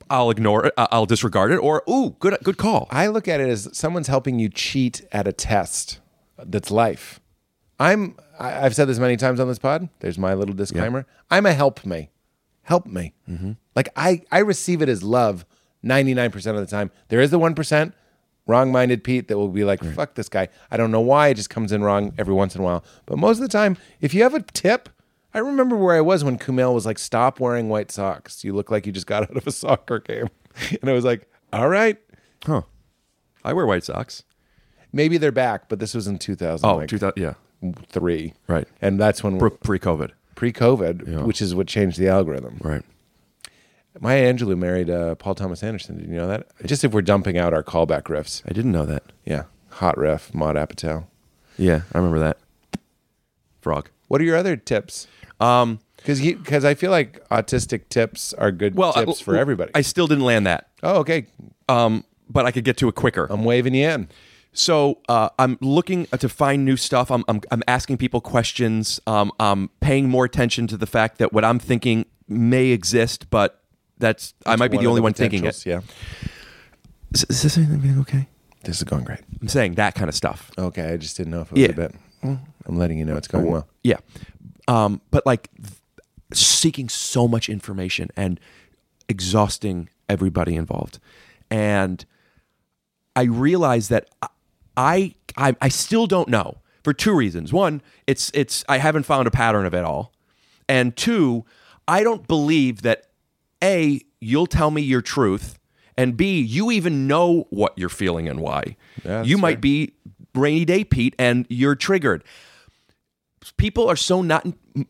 D: I'll ignore it. I- I'll disregard it. Or ooh, good good call.
A: I look at it as someone's helping you cheat at a test. That's life. I'm. I, I've said this many times on this pod. There's my little disclaimer. I'm a help me, help me. Like I, I receive it as love. Ninety nine percent of the time, there is the one percent wrong minded Pete that will be like, "Fuck this guy." I don't know why it just comes in wrong every once in a while. But most of the time, if you have a tip. I remember where I was when Kumail was like, "Stop wearing white socks. You look like you just got out of a soccer game," and I was like, "All right,
D: Huh. I wear white socks.
A: Maybe they're back, but this was in 2000,
D: Oh,
A: like
D: 2000 yeah.
A: three,
D: Right.
A: And that's when
D: Pre- Pre-COVID.
A: pre-COVID, which is what changed the algorithm.
D: Right.
A: Maya Angelou married uh, Paul Thomas Anderson. Did you know that? Just if we're dumping out our callback riffs,
D: I didn't know that.
A: yeah, hot riff, Maud Apatow.
D: Yeah, I remember that. Frog.
A: What are your other tips?
D: Um,
A: Because because I feel like autistic tips are good
D: well, I-
A: tips for everybody.
D: I still didn't land that,
A: oh, okay,
D: um, but I could get to it quicker.
A: I'm waving you in.
D: so uh, I'm looking to find new stuff. I'm I'm, I'm asking people questions. Um, I'm paying more attention to the fact that what I'm thinking may exist, but that's, I might be the
A: of
D: only one thinking
A: potentials,
D: it.
A: Yeah,
D: Is, is this anything being okay?
A: this is going great.
D: I'm saying that kind of stuff.
A: Okay, I just didn't know if it was
D: Yeah.
A: a bit.
E: Mm,
A: I'm letting you know it's going well.
D: Yeah. Um, but like th- seeking so much information and exhausting everybody involved. And I realized that I, I I still don't know for two reasons. One, it's it's I haven't found a pattern of it all. And two, I don't believe that A, you'll tell me your truth, and B, you even know what you're feeling and why. you might be rainy day Pete and you're triggered people are so not m-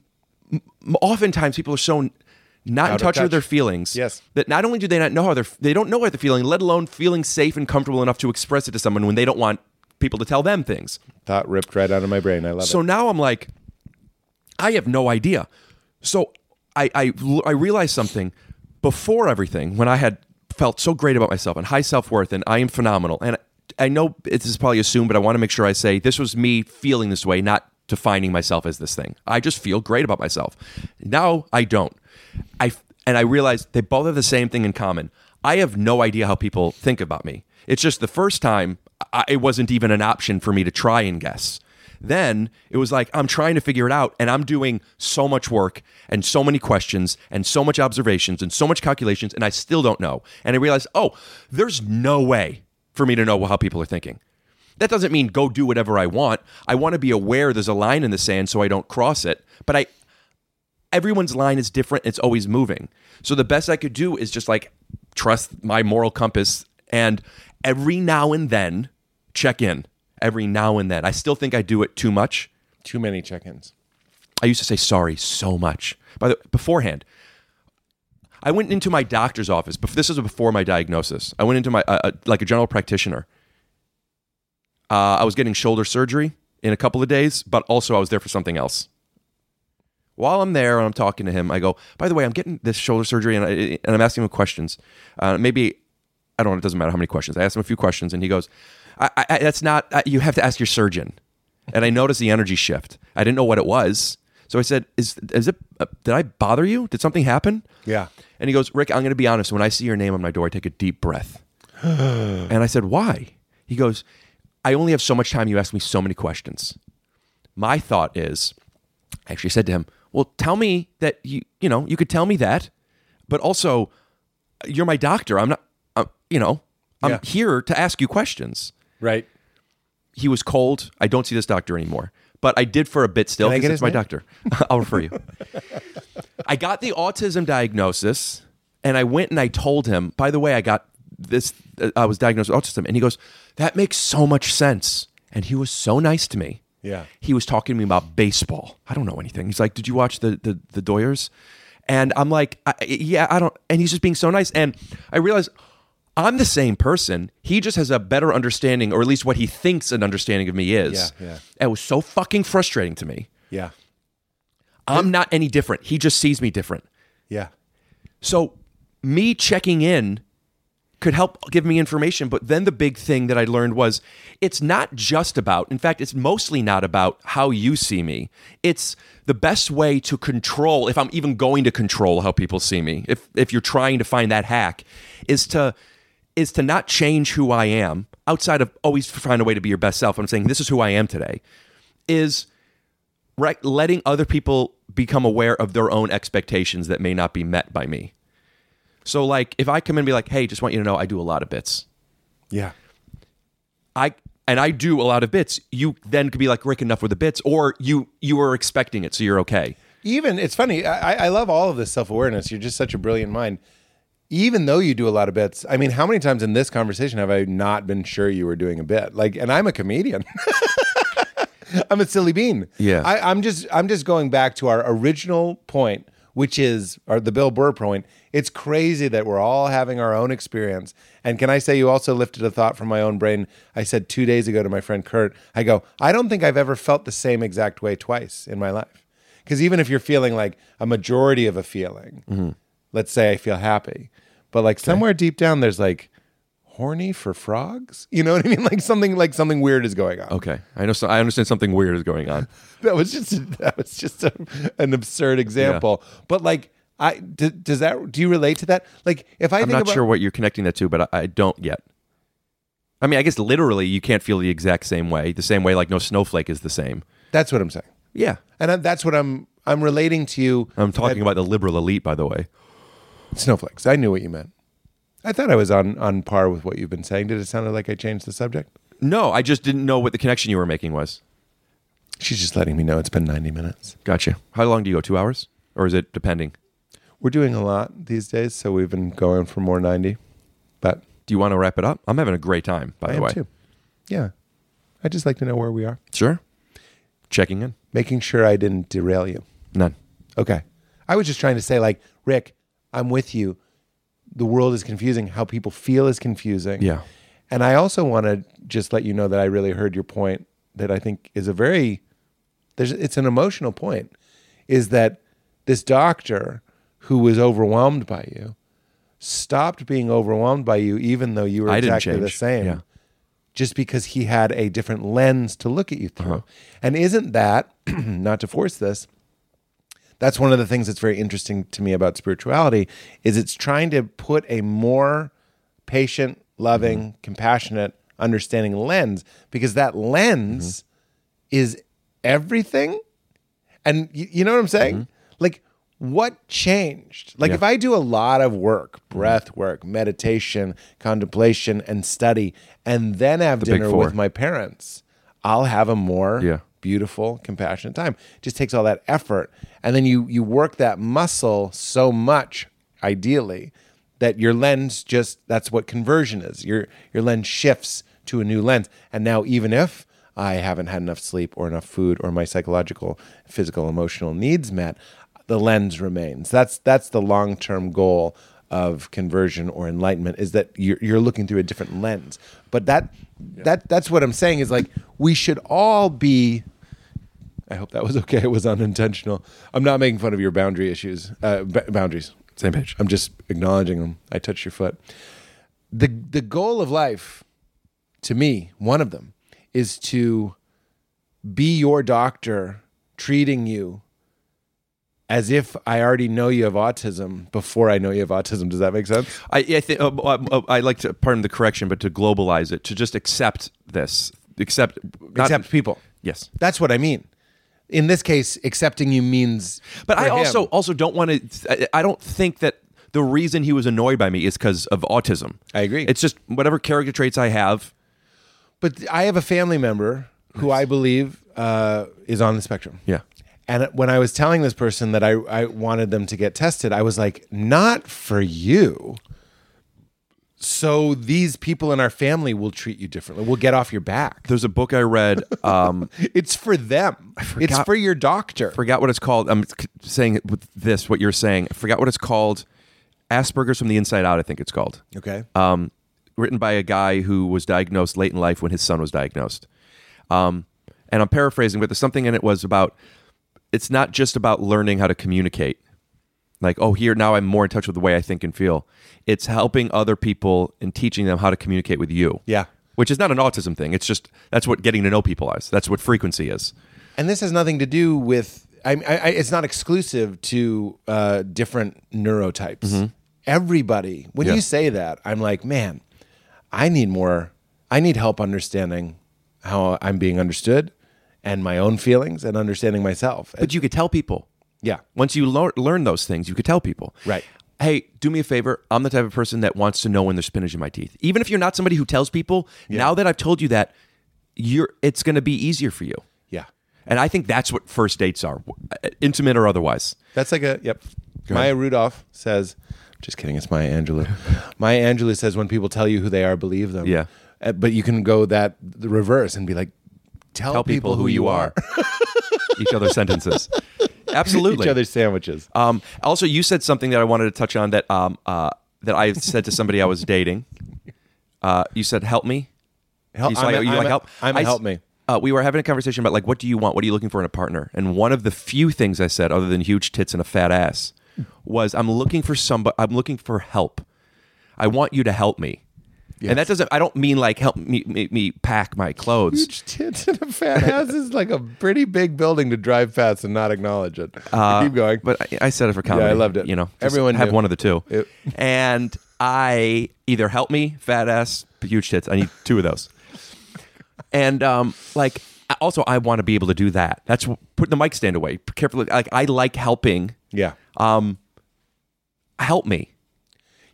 D: m- oftentimes people are so n- not in
A: of
D: touch,
A: touch.
D: with their feelings
A: Yes.
D: that not only do they not know how they're they don't know how they're feeling let alone feeling safe and comfortable enough to express it to someone when they don't want people to tell them things
A: Thought ripped right out of my brain. I love
D: so
A: it.
D: now i'm like i have no idea so I, I i realized something before everything when i had felt so great about myself and high self-worth and i am phenomenal and i know this is probably assumed but i want to make sure i say this was me feeling this way not defining myself as this thing i just feel great about myself now i don't i f- and i realized they both have the same thing in common i have no idea how people think about me it's just the first time I, it wasn't even an option for me to try and guess then it was like i'm trying to figure it out and i'm doing so much work and so many questions and so much observations and so much calculations and i still don't know and i realized oh there's no way for me to know how people are thinking that doesn't mean go do whatever i want i want to be aware there's a line in the sand so i don't cross it but i everyone's line is different it's always moving so the best i could do is just like trust my moral compass and every now and then check in every now and then i still think i do it too much
A: Too many chickens.
D: i used to say sorry so much by the beforehand i went into my doctor's office bef- this was before my diagnosis i went into my uh, uh, like a general practitioner uh, i was getting shoulder surgery in a couple of days but also i was there for something else while I'm there and I'm talking to him, I go, by the way, I'm getting this shoulder surgery and, I, and I'm asking him questions. Uh, maybe, I don't know, it doesn't matter how many questions. I asked him a few questions and he goes, I, I, I- that's not, I, you have to ask your surgeon. And I noticed the energy shift. I didn't know what it was. So I said, is, is it, uh, did I bother you? Did something happen?
A: Yeah.
D: And he goes, Rick, I'm going to be honest. When I see your name on my door, I take a deep breath. and I said, why? He goes, I only have so much time. You ask me so many questions. My thought is, I actually said to him, "Well, tell me that you you know you could tell me that, but also you're my doctor. I'm not. I'm, you know, I'm
E: Yeah.
D: here to ask you questions."
E: Right.
D: He was cold. I don't see this doctor anymore, but I did for a bit still
E: Can I
D: because
E: get
D: it's
E: his
D: my
E: name?
D: doctor. I'll refer you. I got the autism diagnosis, and I went and I told him. By the way, I got this. uh, I was diagnosed with autism, and he goes, "That makes so much sense." And he was so nice to me.
E: Yeah.
D: He was talking to me about baseball. I don't know anything. He's like, "Did you watch the the, the Doyers?" And I'm like, I, "Yeah, I don't." And he's just being so nice, and I realized I'm the same person. He just has a better understanding, or at least what he thinks an understanding of me is.
E: Yeah, yeah.
D: And It was so fucking frustrating to me.
E: Yeah.
D: I'm not any different. He just sees me different.
E: Yeah.
D: So me checking in could help give me information, but then the big thing that I learned was it's not just about, in fact, it's mostly not about how you see me. It's the best way to control, if I'm even going to control how people see me, if if you're trying to find that hack, is to is to not change who I am outside of always find a way to be your best self. I'm saying this is who I am today. Is right letting other people become aware of their own expectations that may not be met by me. So like if I come in and be like, "Hey, just want you to know I do a lot of bits."
E: Yeah.
D: I and I do a lot of bits. You then could be like, "Rick, enough with the bits," or you you were expecting it, so you're okay.
E: Even it's funny. I, I- I love all of this self awareness. You're just such a brilliant mind. Even though you do a lot of bits, I mean, how many times in this conversation have I not been sure you were doing a bit? Like, and I'm a comedian. I'm a silly bean.
D: Yeah.
E: I, I'm just I'm just going back to our original point, which is or the Bill Burr point. It's crazy that we're all having our own experience. And can I say you also lifted a thought from my own brain? I said two days ago to my friend Kurt, I go, I don't think I've ever felt the same exact way twice in my life. Because even if you're feeling like a majority of a feeling, let's say I feel happy, but like somewhere deep down there's like horny for frogs. You know what I mean? Like something like something weird is going on.
D: Okay. I know so I understand something weird is going on.
E: That was just that was just a, an absurd example. But like, I d- does that do you relate to that? Like, if I
D: I'm
E: think
D: not
E: about,
D: sure what you're connecting that to, but I, I don't yet. I mean, I guess literally you can't feel the exact same way, the same way like no snowflake is the same.
E: that's what I'm saying,
D: Yeah.
E: and I, that's what I'm I'm relating to you.
D: I'm talking about the liberal elite, by the way.
E: snowflakes. I knew what you meant. I thought I was on on par with what you've been saying. Did it sound like I changed the subject?
D: No, I just didn't know what the connection you were making was.
E: She's just letting me know it's been 90 minutes.
D: Gotcha. How long do you go? Two hours? Or is it depending?
E: We're doing a lot these days, so we've been going for more 90. But
D: Do you want to wrap it up? I'm having a great time, by
E: I
D: the
E: am
D: way.
E: too. Yeah. I just like to know where we are,
D: Sure. Checking in.
E: making sure I didn't derail you.
D: None.
E: Okay. I was just trying to say, like, Rick, I'm with you. The world is confusing. How people feel is confusing.
D: Yeah.
E: And I also want to just let you know that I really heard your point that I think is a very, there's, it's an emotional point, is that this doctor who was overwhelmed by you stopped being overwhelmed by you, even though you were
D: I didn't
E: exactly the
D: change.
E: same
D: Yeah.
E: just because he had a different lens to look at you through.
D: Uh-huh.
E: And isn't that, not to force this, that's one of the things that's very interesting to me about spirituality is it's trying to put a more patient, loving, compassionate, understanding lens because that lens is everything. And you, you know what I'm saying? Like, what changed? Like, if I do a lot of work, breath work, meditation, contemplation, and study, and then have
D: big
E: dinner
D: four.
E: with my parents, I'll have a more
D: Yeah.
E: beautiful, compassionate time. It just takes all that effort, and then you you work that muscle so much, ideally, that your lens just that's what conversion is. Your your lens shifts to a new lens, and now even if I haven't had enough sleep or enough food or my psychological, physical, emotional needs met, the lens remains. That's that's the long term goal of conversion or enlightenment is that you're, you're looking through a different lens. But that that that's what I'm saying is like we should all be. I hope that was okay. It was unintentional. I'm not making fun of your boundary issues. Uh, b- boundaries.
D: Same page.
E: I'm just acknowledging them. I touched your foot. The the goal of life, to me, one of them, is to be your doctor treating you as if I already know you have autism before I know you have autism. Does that make sense?
D: I, I think uh, uh, uh, I like to pardon the correction, but to globalize it, to just accept this, accept, not,
E: Except people.
D: Yes.
E: That's what I mean. in this case, accepting you means.
D: But
E: for
D: I
E: him.
D: also also don't want to. I don't think that the reason he was annoyed by me is because of autism.
E: I agree.
D: It's just whatever character traits I have.
E: But I have a family member who I believe uh, is on the spectrum.
D: Yeah.
E: And when I was telling this person that I, I wanted them to get tested, I was like, not for you. So these people in our family will treat you differently. We'll get off your back.
D: There's a book I read. Um,
E: It's for them. it's for your doctor.
D: forgot what it's called. I'm c- saying it with this what you're saying. I forgot what it's called. Asperger's from the inside out. I think it's called.
E: okay.
D: um, written by a guy who was diagnosed late in life when his son was diagnosed. Um, and I'm paraphrasing, but there's something in it was about it's not just about learning how to communicate. Like, oh, here, now I'm more in touch with the way I think and feel. It's helping other people and teaching them how to communicate with you.
E: Yeah.
D: Which is not an autism thing. It's just that's what getting to know people is. That's what frequency is.
E: And this has nothing to do with. I, I, I it's not exclusive to uh, different neurotypes. Everybody, when
D: Yeah.
E: you say that, I'm like, man, I need more. I need help understanding how I'm being understood and my own feelings and understanding myself.
D: But you could tell people.
E: yeah,
D: Once you lear- learn those things, you could tell people.
E: Right.
D: Hey, do me a favor. I'm the type of person that wants to know when there's spinach in my teeth. Even if you're not somebody who tells people, now that I've told you that, you're it's going to be easier for you.
E: yeah.
D: And I think that's what first dates are, uh, intimate or otherwise.
E: That's like a yep. Maya Rudolph says, just kidding, it's Maya Angelou. Maya Angelou says, when people tell you who they are, believe them.
D: Yeah.
E: Uh, but you can go that the reverse and be like, tell,
D: Tell people, who, you are. Each other's sentences. Absolutely.
E: Each other's sandwiches.
D: Um, also, you said something that I wanted to touch on that um, uh, that I said to somebody I was dating. Uh, you said, "Help me."
E: Help,
D: You said,
E: I'm a-
D: you
E: I'm
D: like
E: a-
D: help?
E: I'm a
D: I s-
E: help me.
D: Uh, we were having a conversation about like, what do you want? What are you looking for in a partner? And one of the few things I said, other than huge tits and a fat ass, was I'm looking for somebody. I'm looking for help. I want you to help me. And that doesn't. I don't mean like help me me, me pack my clothes.
E: Huge tits and a fat ass is like a pretty big building to drive past and not acknowledge it. Keep going.
D: But I, I said it for comedy.
E: I loved it.
D: You know,
E: Everyone
D: everyone have
E: knew.
D: one of the two.
E: Yep.
D: And I either help me, fat ass, huge tits. I need two of those. And um, like, I- also, I want to be able to do that. That's wh- put the mic stand away carefully. Like, I like helping.
E: yeah,
D: Um, help me.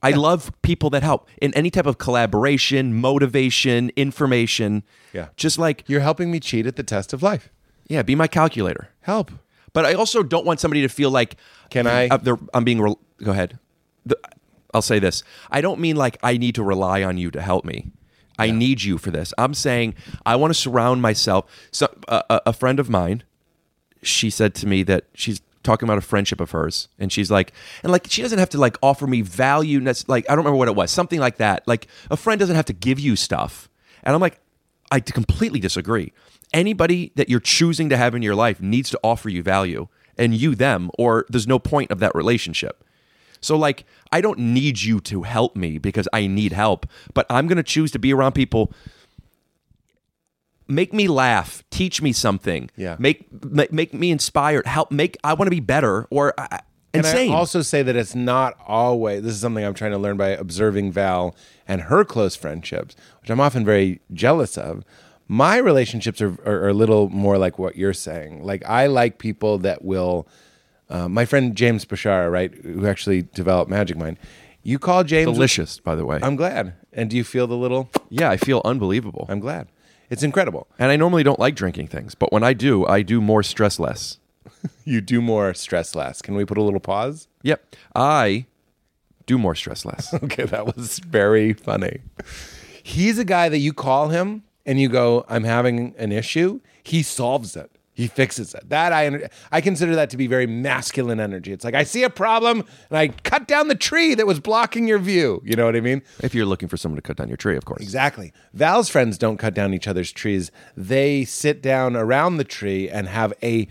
D: I love people that help in any type of collaboration, motivation, information.
E: Yeah.
D: Just like,
E: you're helping me cheat at the test of life.
D: yeah, be my calculator.
E: Help.
D: But I also don't want somebody to feel like
E: Can I-
D: uh, they're- I'm being. Re- go ahead. The- I'll say this. I don't mean like I need to rely on you to help me. I need you for this. I'm saying I want to surround myself. So a- a, a friend of mine, she said to me that she's talking about a friendship of hers, and she's like, and like she doesn't have to like offer me value. nec- Like I don't remember what it was, something like that. Like a friend doesn't have to give you stuff, and I'm like, I completely disagree. Anybody that you're choosing to have in your life needs to offer you value, and you them, or there's no point of that relationship. So like I don't need you to help me because I need help, but I'm going to choose to be around people make me laugh, teach me something.
E: Yeah.
D: Make make, make me inspired. Help make I want to be better or I, I-
E: And
D: insane.
E: I also say that it's not always. This is something I'm trying to learn by observing Val and her close friendships, which I'm often very jealous of. My relationships are, are, are a little more like what you're saying. Like I like people that will. Uh, my friend James Bashara, right, who actually developed Magic Mind. You call James
D: delicious, by the way.
E: I'm glad. And do you feel the little?
D: yeah, I feel unbelievable.
E: I'm glad. It's incredible.
D: and I normally don't like drinking things, but when I do, I do more stress less.
E: You do more, stress less. Can we put a little pause?
D: Yep. I do more stress less.
E: Okay, that was very funny. He's a guy that you call him and you go, "I'm having an issue." He solves it. He fixes it. That I under- I consider that to be very masculine energy. It's like I see a problem and I cut down the tree that was blocking your view. You know what I mean?
D: if you're looking for someone to cut down your tree, of course.
E: Exactly. Val's friends don't cut down each other's trees. They sit down around the tree and have a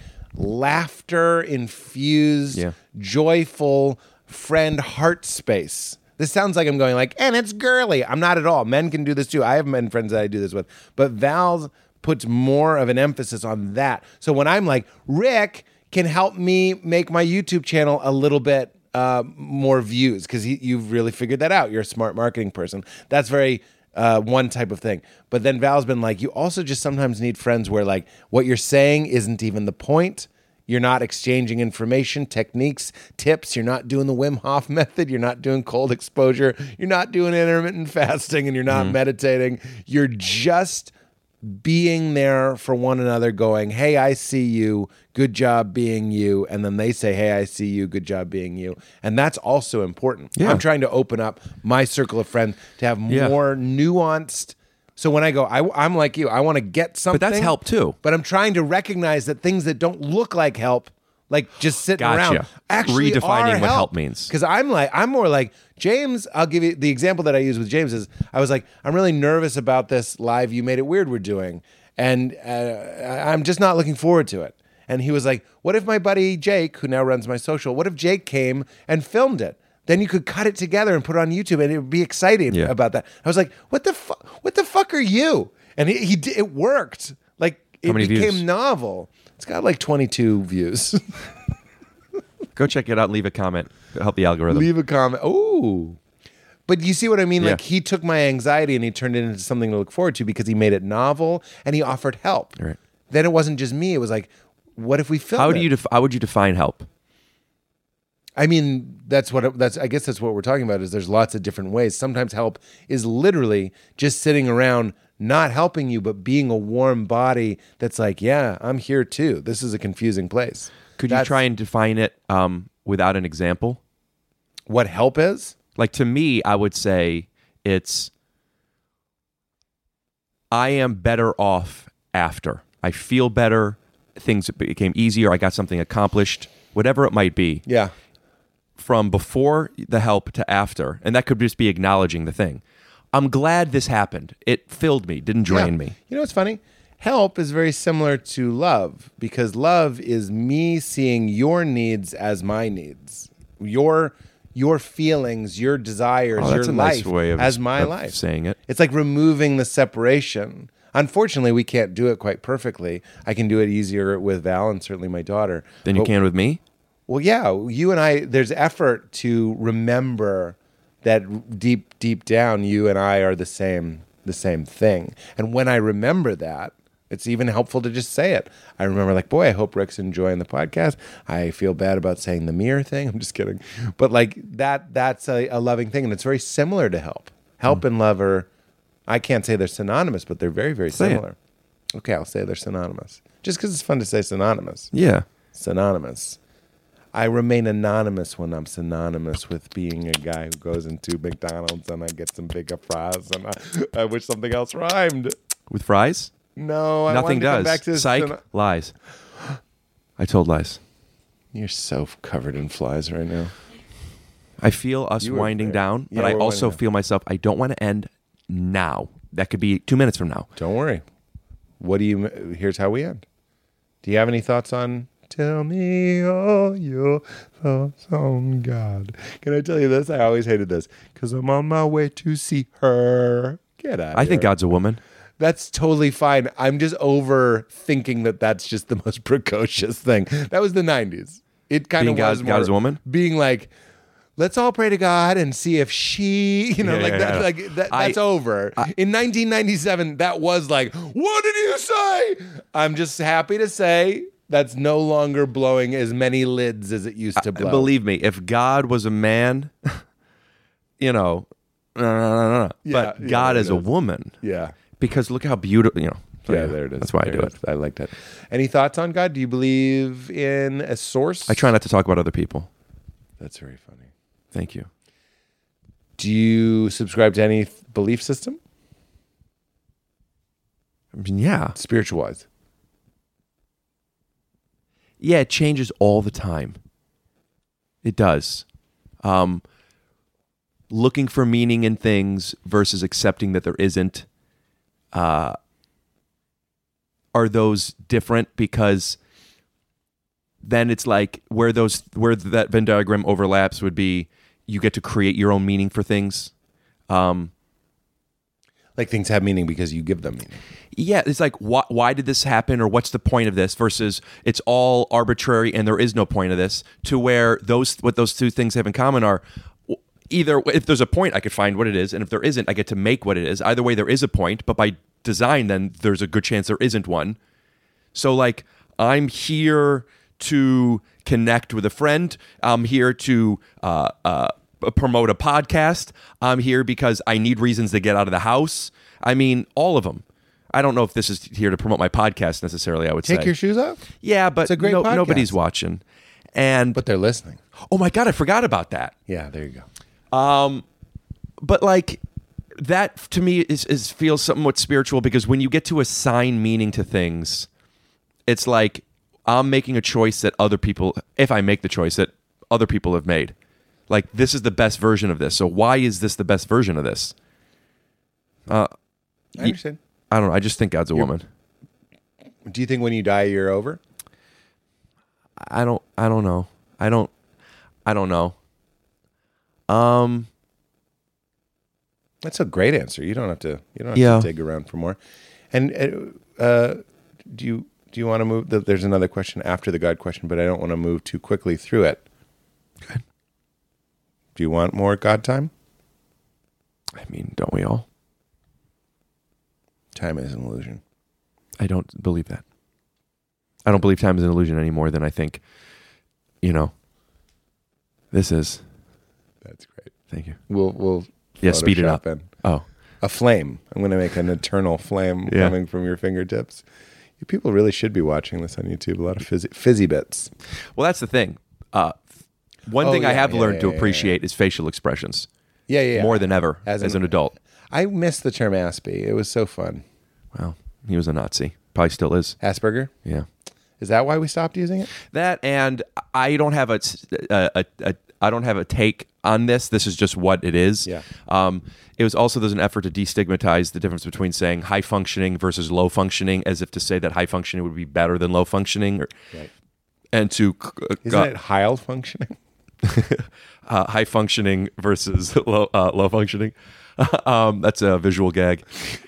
E: laughter infused,
D: Yeah.
E: joyful friend heart space. This sounds like I'm going like, and it's girly. I'm not at all. Men can do this too. I have men friends that I do this with. But Val's puts more of an emphasis on that. So when I'm like, Rick can help me make my YouTube channel a little bit uh, more views because you've really figured that out. You're a smart marketing person. That's very uh, one type of thing. But then Val's been like, you also just sometimes need friends where like what you're saying isn't even the point. You're not exchanging information, techniques, tips. You're not doing the Wim Hof method. You're not doing cold exposure. You're not doing intermittent fasting and you're not meditating. You're just being there for one another, going, Hey, I see you. Good job being you. And then they say, Hey, I see you. Good job being you. And that's also important. I'm trying to open up my circle of friends to have more nuanced. So when I go, I, am like you, I want to get something.
D: that's help, too.
E: But I'm trying to recognize that things that don't look like help, like just sitting
D: Gotcha.
E: around, actually
D: Redefining
E: are
D: what help means.
E: because I'm like, I'm more like James. I'll give you the example that I use with James is I was like, I'm really nervous about this live. You made it weird. We're doing, and uh, I- I'm just not looking forward to it. And he was like, What if my buddy Jake, who now runs my social, what if Jake came and filmed it? Then you could cut it together and put it on YouTube, and it would be exciting
D: Yeah.
E: about that. I was like, What the fuck? What the fuck are you? And he, he did, it worked. Like it
D: many
E: became
D: views?
E: novel. It's got like 22 views.
D: Go check it out and leave a comment. Help the algorithm.
E: leave a comment. Oh, but you see what I mean?
D: Yeah.
E: Like he took my anxiety and he turned it into something to look forward to because he made it novel and he offered help.
D: Right.
E: Then it wasn't just me. It was like, what if we film?
D: how do
E: it?
D: you def- how would you define help?
E: I mean, that's what that's. I guess that's what we're talking about. Is there's lots of different ways. Sometimes help is literally just sitting around, not helping you, but being a warm body that's like, yeah, I'm here too. This is a confusing place.
D: Could
E: That's
D: you try and define it um, without an example?
E: what help is?
D: Like to me, I would say it's I am better off after. I feel better. Things became easier. I got something accomplished. Whatever it might be,
E: Yeah.
D: from before the help to after, and that could just be acknowledging the thing. I'm glad this happened. It filled me, didn't drain
E: Yeah.
D: me.
E: You know what's funny? Help is very similar to love because love is me seeing your needs as my needs, your your feelings, your desires,
D: Oh, that's
E: your
D: a
E: life
D: nice way of-
E: as my
D: of
E: life.
D: saying it.
E: It's like removing the separation. Unfortunately, we can't do it quite perfectly. I can do it easier with Val and certainly my daughter.
D: Then you
E: But-
D: can with me.
E: well, yeah, you and I, there's effort to remember that deep, deep down, you and I are the same, the same thing. And when I remember that, it's even helpful to just say it. I remember, like, boy, I hope Rick's enjoying the podcast. I feel bad about saying the mirror thing. I'm just kidding, but like that—that's a, a loving thing, and it's very similar to help. Help
D: Hmm.
E: and love are, I can't say they're synonymous, but they're very, very
D: Say it.
E: similar. Okay, I'll say they're synonymous, just because it's fun to say synonymous
D: Yeah.
E: synonymous. I remain anonymous when I'm synonymous with being a guy who goes into McDonald's and I get some bigger fries and I, I wish something else rhymed.
D: With fries?
E: No, I wanted
D: Nothing
E: to come
D: does.
E: back to
D: Psych
E: syno-
D: lies. I told lies.
E: You're so covered in flies right now.
D: I feel us
E: You were
D: winding
E: there.
D: down,
E: Yeah,
D: but I
E: we're
D: also
E: winding down.
D: feel myself. I don't want to end now. That could be two minutes from now.
E: Don't worry. What do you? Here's how we end. Do you have any thoughts on? Tell me all your thoughts on God. Can I tell you this? I always hated this because I'm on my way to see her. Get out.
D: I think
E: here.
D: God's a woman.
E: That's totally fine. I'm just overthinking that that's just the most precocious thing. That was the 90s. It kind of
D: Being God-
E: was more
D: God is a woman?
E: being like, let's all pray to God and see if she, you know,
D: Yeah,
E: like
D: yeah,
E: that's
D: yeah.
E: like that,
D: I-
E: that's over. In 1997, that was like, what did you say? I'm just happy to say that's no longer blowing as many lids as it used to blow.
D: Believe me, if God was a man, you know, no, no, no, no, no. but
E: yeah,
D: God
E: it
D: is a
E: is.
D: woman
E: yeah.
D: because look how beautiful, you know. So,
E: Yeah, there it is.
D: That's why I
E: There
D: do it.
E: is. I like that. Any thoughts on God? Do you believe in a source?
D: I try not to talk about other people.
E: That's very funny.
D: Thank you.
E: Do you subscribe to any th- belief system,
D: I mean, yeah.
E: spiritual wise?
D: Yeah, it changes all the time. It does. Um, looking for meaning in things versus accepting that there isn't. Uh, are those different? Because then it's like where those where that Venn diagram overlaps would be you get to create your own meaning for things. Um,
E: Like things have meaning because you give them meaning.
D: yeah, it's like why, why did this happen or what's the point of this versus it's all arbitrary and there is no point of this to where those what those two things have in common are w- either if there's a point, I could find what it is, and if there isn't, I get to make what it is. Either way, there is a point, but by design, then there's a good chance there isn't one. So like I'm here to connect with a friend. I'm here to uh, uh, p- promote a podcast. I'm here because I need reasons to get out of the house. I mean, all of them. I don't know if this is here to promote my podcast necessarily. I would
E: Take
D: say,
E: your shoes off,
D: yeah, but
E: It's a great
D: no-
E: podcast.
D: nobody's watching. And
E: but they're listening.
D: oh my god, I forgot about that
E: Yeah, there you go.
D: but like that to me is, is feels somewhat spiritual because when you get to assign meaning to things it's like i'm making a choice that other people if i make the choice that other people have made like this is the best version of this so why is this the best version of this
E: I understand.
D: i don't know i just think god's a woman
E: Do you think when you die, you're over?
D: i don't i don't know i don't i don't know um
E: That's a great answer. You don't have to. You don't have
D: Yeah.
E: to dig around for more. And uh, uh, do you do you want to move? There's another question after the God question, but I don't want to move too quickly through it. Do you want more God time?
D: i mean don't we all
E: Time is an illusion.
D: I don't believe that. I don't believe time is an illusion any more than I think, you know, this is.
E: That's great.
D: Thank you.
E: We'll we'll
D: Yeah, speed it
E: Photoshop
D: up.
E: in.
D: Oh,
E: A flame. I'm going to make an eternal flame
D: Yeah.
E: coming from your fingertips. You people really should be watching this on YouTube. A lot of fizzy, fizzy bits.
D: well, that's the thing. Uh, one
E: Oh,
D: thing I
E: yeah,
D: have
E: yeah,
D: learned
E: yeah,
D: to
E: yeah, yeah.
D: appreciate is facial expressions
E: Yeah, yeah. yeah.
D: more than ever as
E: As
D: an,
E: an-
D: adult.
E: I miss the term Aspie. It was so fun.
D: Well, he was a Nazi. Probably still is.
E: Asperger.
D: Yeah.
E: Is that why we stopped using it?
D: That and I don't have a, a, a, a I don't have a take on this. This is just what it is.
E: Yeah.
D: Um, it was also there's an effort to destigmatize the difference between saying high functioning versus low functioning, as if to say that high functioning would be better than low functioning, or, and to uh,
E: Isn't it Heil functioning?
D: uh, high functioning versus low uh, low functioning. um, that's a visual gag.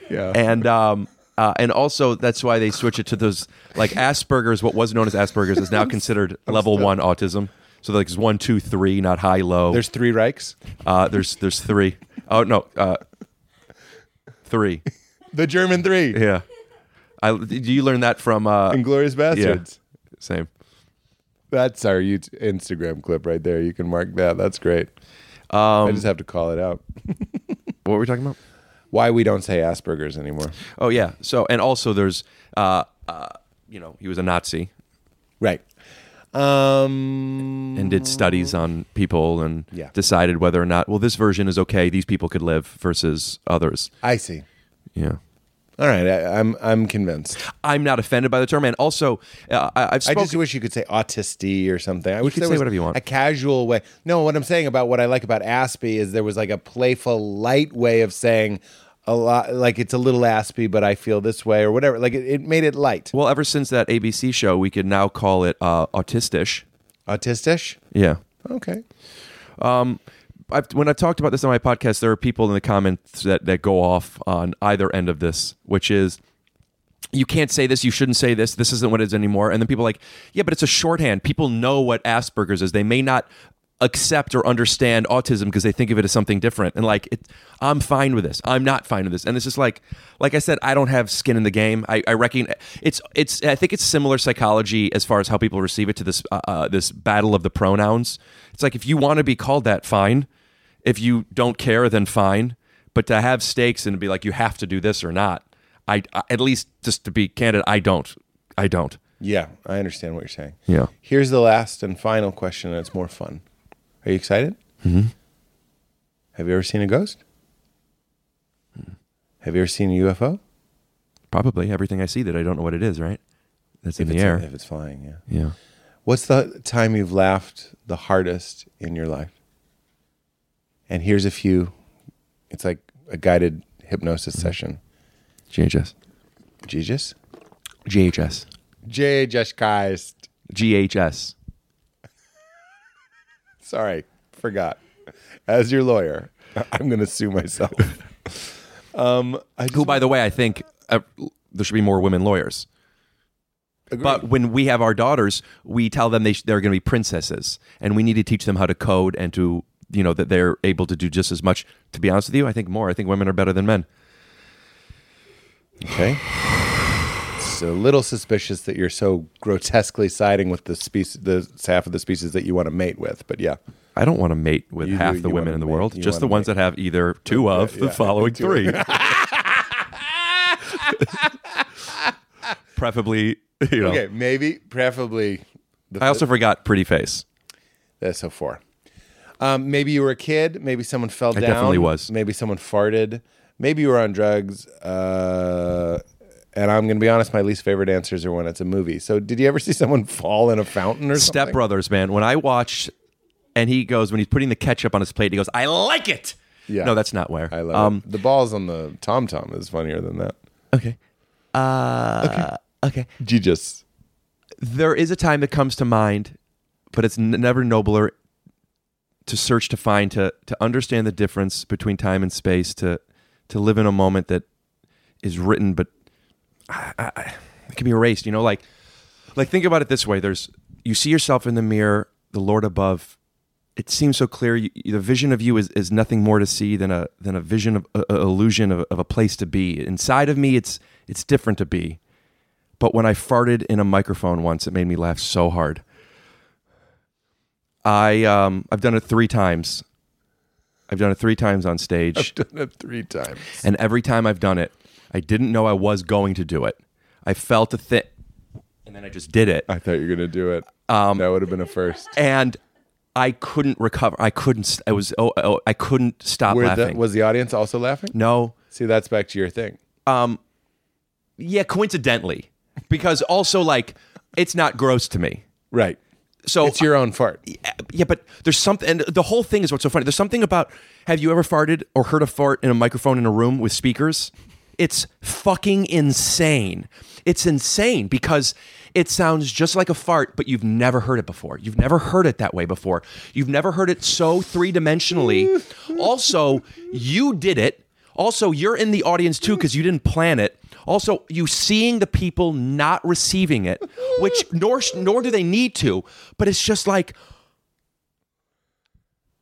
E: Yeah.
D: And um, uh, and also that's why they switch it to those like Asperger's. What was known as Asperger's is now considered level one autism. So like it's one, two, three, not high, low.
E: There's three Reichs.
D: uh, there's there's three. Oh no, uh, three.
E: The German three.
D: Yeah. I, do you learn that from uh,
E: Inglorious Bastards.
D: same?
E: That's our YouTube, Instagram clip right there. You can mark that. That's great. I just have to call it out.
D: Um, What were we talking about?
E: Why we don't say Asperger's anymore.
D: Oh yeah. So and also there's uh, uh, you know he was a Nazi.
E: Right. Um,
D: and did studies on people and
E: Yeah.
D: decided whether or not well this version is okay these people could live versus others
E: I see.
D: yeah
E: All right. I, I'm I'm convinced.
D: i'm not offended by the term and also uh, I, i've
E: I
D: spoken
E: just wish you could say autisty or something. I wish
D: could
E: there
D: say
E: was
D: whatever you want.
E: A casual way. No, what I'm saying about what I like about Aspie is there was like a playful, light way of saying a lot. Like it's a little Aspie, but I feel this way or whatever. Like it, it made it light.
D: well ever since that abc show we could now call it uh, autistish
E: Autistish.
D: yeah
E: Okay.
D: I've, when I've talked about this on my podcast, there are people in the comments that, that go off on either end of this, which is you can't say this, you shouldn't say this, this isn't what it is anymore. And then people are like, yeah, but it's a shorthand. People know what Asperger's is. They may not accept or understand autism because they think of it as something different. And like, it, I'm fine with this. I'm not fine with this. And it's just like, like I said, I don't have skin in the game. I, I reckon it's, it's, I think it's similar psychology as far as how people receive it to this, uh, uh, this battle of the pronouns. It's like, if you want to be called that, fine if you don't care, then fine. But to have stakes and to be like you have to do this or not, I, I- at least just to be candid, I don't. I don't.
E: Yeah, I understand what you're saying.
D: Yeah.
E: Here's the last and final question, and it's more fun. Are you excited? Mm-hmm. Have you ever seen a ghost?
D: Hmm.
E: Have you ever seen a UFO?
D: Probably everything I see that I don't know what it is. Right? That's in
E: if
D: the
E: it's,
D: air.
E: If it's flying, yeah.
D: yeah.
E: What's the time you've laughed the hardest in your life? And here's a few. It's like a guided hypnosis session.
D: GHS.
E: Jesus?
D: GHS.
E: Jesus Christ.
D: GHS.
E: Sorry, forgot. As your lawyer, I'm going to sue myself. um, I just,
D: Who, by the way, I think uh, there should be more women lawyers. But when we have our daughters, we tell them they sh- they're going to be princesses, and we need to teach them how to code and to you know that they're able to do just as much. To be honest with you, I think more. I think women are better than men.
A: Okay. It's a little suspicious that you're so grotesquely siding with the species, the half of the species that you want to mate with. But yeah,
D: I don't want to mate with
A: You do-
D: half
A: you
D: the women
A: wanna
D: in the
A: mate.
D: world,
A: You
D: just
A: wanna
D: the ones
A: mate.
D: that have either two of the
A: yeah.
D: following
A: Two of-
D: three. Preferably, you know.
A: okay, maybe, preferably. The
D: I also forgot pretty face.
A: That's so far. Um, maybe you were a kid. Maybe someone fell down.
D: definitely was.
A: Maybe someone farted. Maybe you were on drugs. Uh, and I'm going to be honest, my least favorite answers are when it's a movie. So, did you ever see someone fall in a fountain or something?
D: Step Brothers, man. When I watched, and he goes when he's putting the ketchup on his plate, he goes, "I like it."
A: Yeah.
D: No, that's not where.
A: I love
D: um,
A: it. The balls on the tom tom is funnier than that.
D: Okay. Uh, okay.
A: You just
D: There is a time that comes to mind, but it's n- never nobler to search to find to to understand the difference between time and space to to live in a moment that is written but I, I, I- it can be erased. You know, like like think about it this way: there's you see yourself in the mirror, the Lord above. It seems so clear. You, the vision of you is, is nothing more to see than a than a vision of a, a illusion of, of a place to be. Inside of me, it's it's different to be. But when I farted in a microphone once, it made me laugh so hard. I um I've done it three times. I've done it three times on stage.
A: done it three times.
D: And every time I've done it, I didn't know I was going to do it. I felt a thing, and then I just did it.
A: I thought you were going to do it. Um, that would have been a first.
D: And I couldn't recover. I couldn't. st- I was. Oh, oh I couldn't stop
A: Were the,
D: laughing.
A: was the audience also laughing?
D: no.
A: See, that's back to your thing.
D: Yeah, coincidentally, because also like it's not gross to me.
A: Right.
D: So
A: it's your own fart.
D: yeah, but there's something, and the whole thing is what's so funny. There's something about have you ever farted or heard a fart in a microphone in a room with speakers? It's fucking insane. It's insane because it sounds just like a fart, but you've never heard it before. You've never heard it that way before. You've never heard it so three dimensionally. Also, you did it. Also, you're in the audience too because you didn't plan it. Also, you seeing the people not receiving it, which nor nor do they need to, but it's just like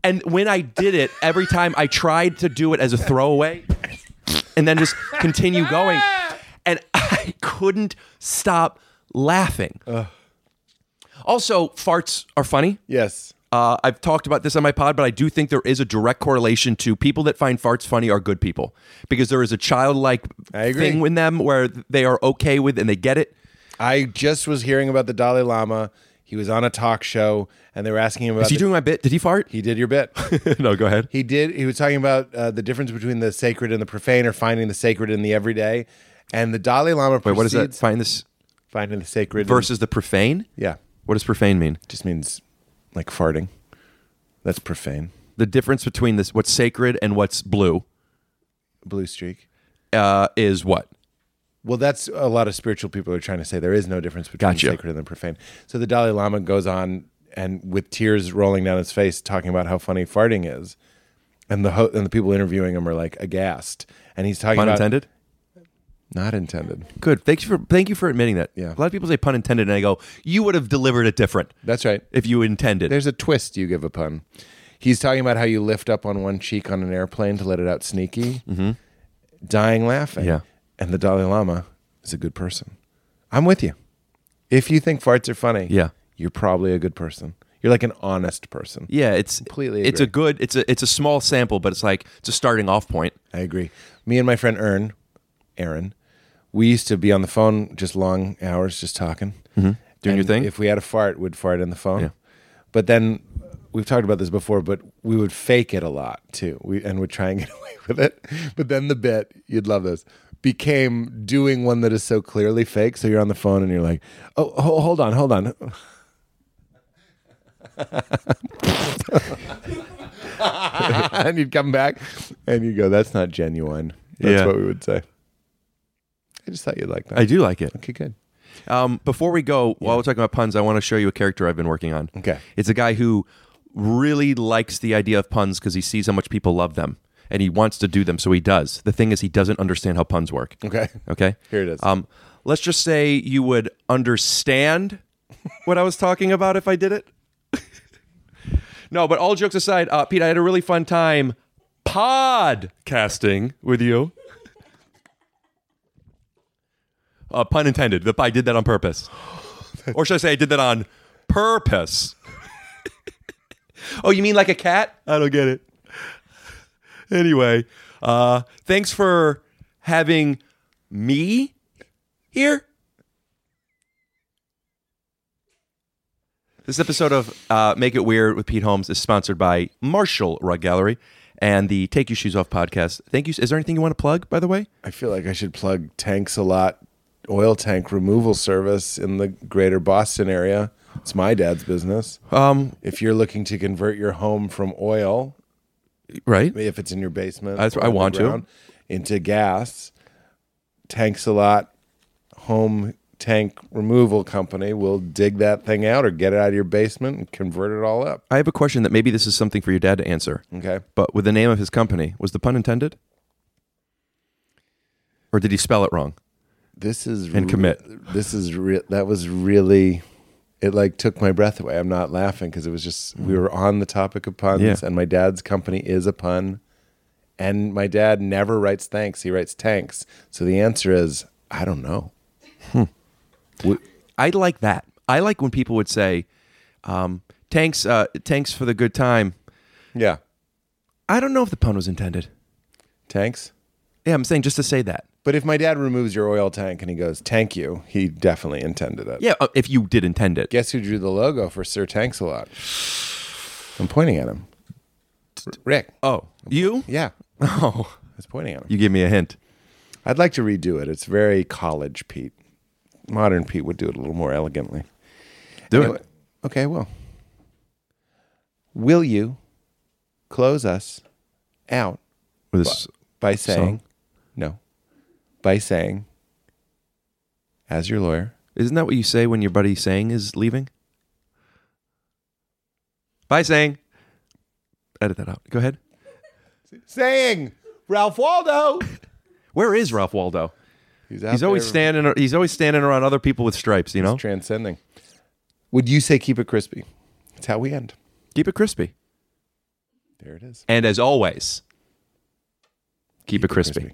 D: and when I did it, every time I tried to do it as a throwaway and then just continue going. And I couldn't stop laughing. Also, farts are funny.
A: Yes.
D: Uh, I've talked about this on my pod, but I do think there is a direct correlation to people that find farts funny are good people because there is a childlike
A: I agree.
D: thing in them where they are okay with and they get it.
A: I just was hearing about the Dalai Lama. He was on a talk show, and they were asking him about.
D: Is he
A: the-
D: doing my bit? Did he fart?
A: he did your bit.
D: no, go ahead.
A: he did. He was talking about uh, the difference between the sacred and the profane, or finding the sacred in the everyday. And the Dalai Lama.
D: Wait, what is that?
A: proceeds-
D: Find this
A: Finding the sacred in-
D: versus the profane?
A: yeah,
D: What does profane mean?
A: just means like farting. That's profane.
D: the difference between this what's sacred and what's blue
A: Blue streak.
D: uh, is what
A: Well, that's a lot of spiritual people are trying to say there is no difference between
D: Gotcha.
A: the sacred and the profane. So the Dalai Lama goes on and with tears rolling down his face, talking about how funny farting is, and the ho- and the people interviewing him are like aghast, and he's talking
D: pun
A: about
D: intended.
A: not intended.
D: Good. Thank you for thank you for admitting that.
A: Yeah.
D: A lot of people say pun intended, and I go, you would have delivered it different
A: That's right.
D: if you intended.
A: There's a twist you give a pun. He's talking about how you lift up on one cheek on an airplane to let it out sneaky, mm-hmm. dying laughing.
D: Yeah.
A: and the Dalai Lama is a good person. I'm with you. If you think farts are funny,
D: Yeah.
A: you're probably a good person. You're like an honest person.
D: yeah, it's
A: Completely
D: It's a
A: agree.
D: good. It's a it's a small sample, but it's like it's a starting off point.
A: I agree. Me and my friend Ern, Aaron, we used to be on the phone just long hours, just talking,
D: Doing your
A: Mm-hmm. And
D: thing?
A: If we had a fart, we'd fart in the phone.
D: Yeah.
A: But then we've talked about this before, but we would fake it a lot too. We and would try and get away with it. But then the bit, you'd love this, became doing one that is so clearly fake. So you're on the phone and you're like, oh, ho- hold on, hold on. and you'd come back and you'd go, that's not genuine. That's
D: Yeah.
A: what we would say. I just thought you'd like that.
D: I do like it.
A: okay, good.
D: Um, before we go, while we're talking about puns, I want to show you a character I've been working on.
A: Okay.
D: It's a guy who really likes the idea of puns because he sees how much people love them and he wants to do them, so he does. The thing is, he doesn't understand how puns work.
A: Okay.
D: Okay.
A: Here it is.
D: Um, let's just say you would understand what I was talking about if I did it. No, but all jokes aside, uh, Pete, I had a really fun time podcasting with you. Uh, pun intended. The- I did that on purpose. or should I say I did that on purpose? oh, you mean like a cat? I don't get it. Anyway, uh, thanks for having me here. This episode of uh, Make It Weird with Pete Holmes is sponsored by Marshall Rug Gallery and the Take Your Shoes Off podcast. Thank you. Is there anything you want to plug, by the way?
E: I feel like I should plug Tanks a Lot oil tank removal service in the greater Boston area. It's my dad's business.
D: Um,
E: If you're looking to convert your home from oil,
D: right.
E: if it's in your basement,
D: That's
E: or
D: what I want to.
E: underground, into gas. Tanks a lot. Home tank removal company will dig that thing out or get it out of your basement and convert it all up.
D: I have a question that maybe this is something for your dad to answer.
E: Okay.
D: But with the name of his company, was the pun intended? Or did he spell it wrong?
E: This is
D: And commit.
E: This is re- that was really it like took my breath away. I'm not laughing because it was just we were on the topic of puns
D: Yeah.
E: and my dad's company is a pun. And my dad never writes thanks, he writes tanks. So the answer is ah, I don't know.
D: I like that. I like when people would say, um, "Thanks, uh, thanks for the good time."
E: Yeah.
D: I don't know if the pun was intended.
E: Tanks?
D: Yeah, I'm saying just to say that.
E: But if my dad removes your oil tank and he goes, "Tank you," he definitely intended it.
D: Yeah, uh, if you did intend it.
E: Guess who drew the logo for Sir Tanks a lot? I'm pointing at him. R- Rick.
D: Oh, you?
E: Yeah, I
D: Oh,
E: was pointing at him.
D: you gave me a hint.
E: I'd like to redo it. It's very college Pete. Modern Pete would do it a little more elegantly.
D: Do
E: Anyway-
D: it.
E: Okay, well. Will you close us out
D: With this,
E: by saying no. By saying as your lawyer,
D: isn't that what you say when your buddy saying is leaving? Bye, saying. Edit that out. Go ahead.
E: saying Ralph Waldo.
D: Where is Ralph Waldo?
E: out
D: He's always
E: there
D: standing. He's always standing around other people with stripes. You know,
E: transcending. Would you say keep it crispy? That's how we end.
D: keep it crispy.
E: There it is.
D: And as always, keep, it crispy.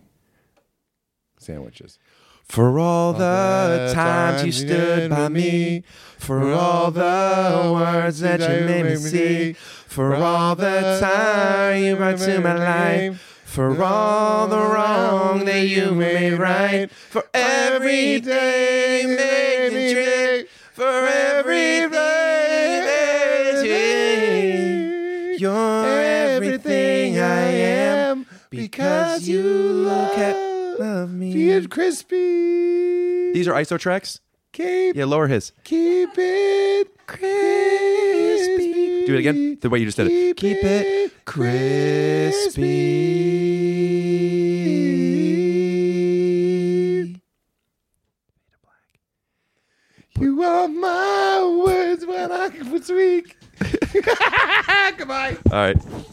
E: Sandwiches.
D: For all the
E: the
D: times you
E: times you
D: stood
E: did
D: by
E: with
D: me,
E: me,
D: for all the words that you made me see, for all the time you brought to my life, for all the wrong that you made right, for every day you made me drink, for every day you're everything I am because you look at love me.
E: crispy.
D: These are ISO tracks.
E: Keep,
D: Yeah, lower his.
E: keep it crispy.
D: Do it again. The way you just did it.
E: Keep it crispy. You are my words when I was weak. Goodbye.
D: All right.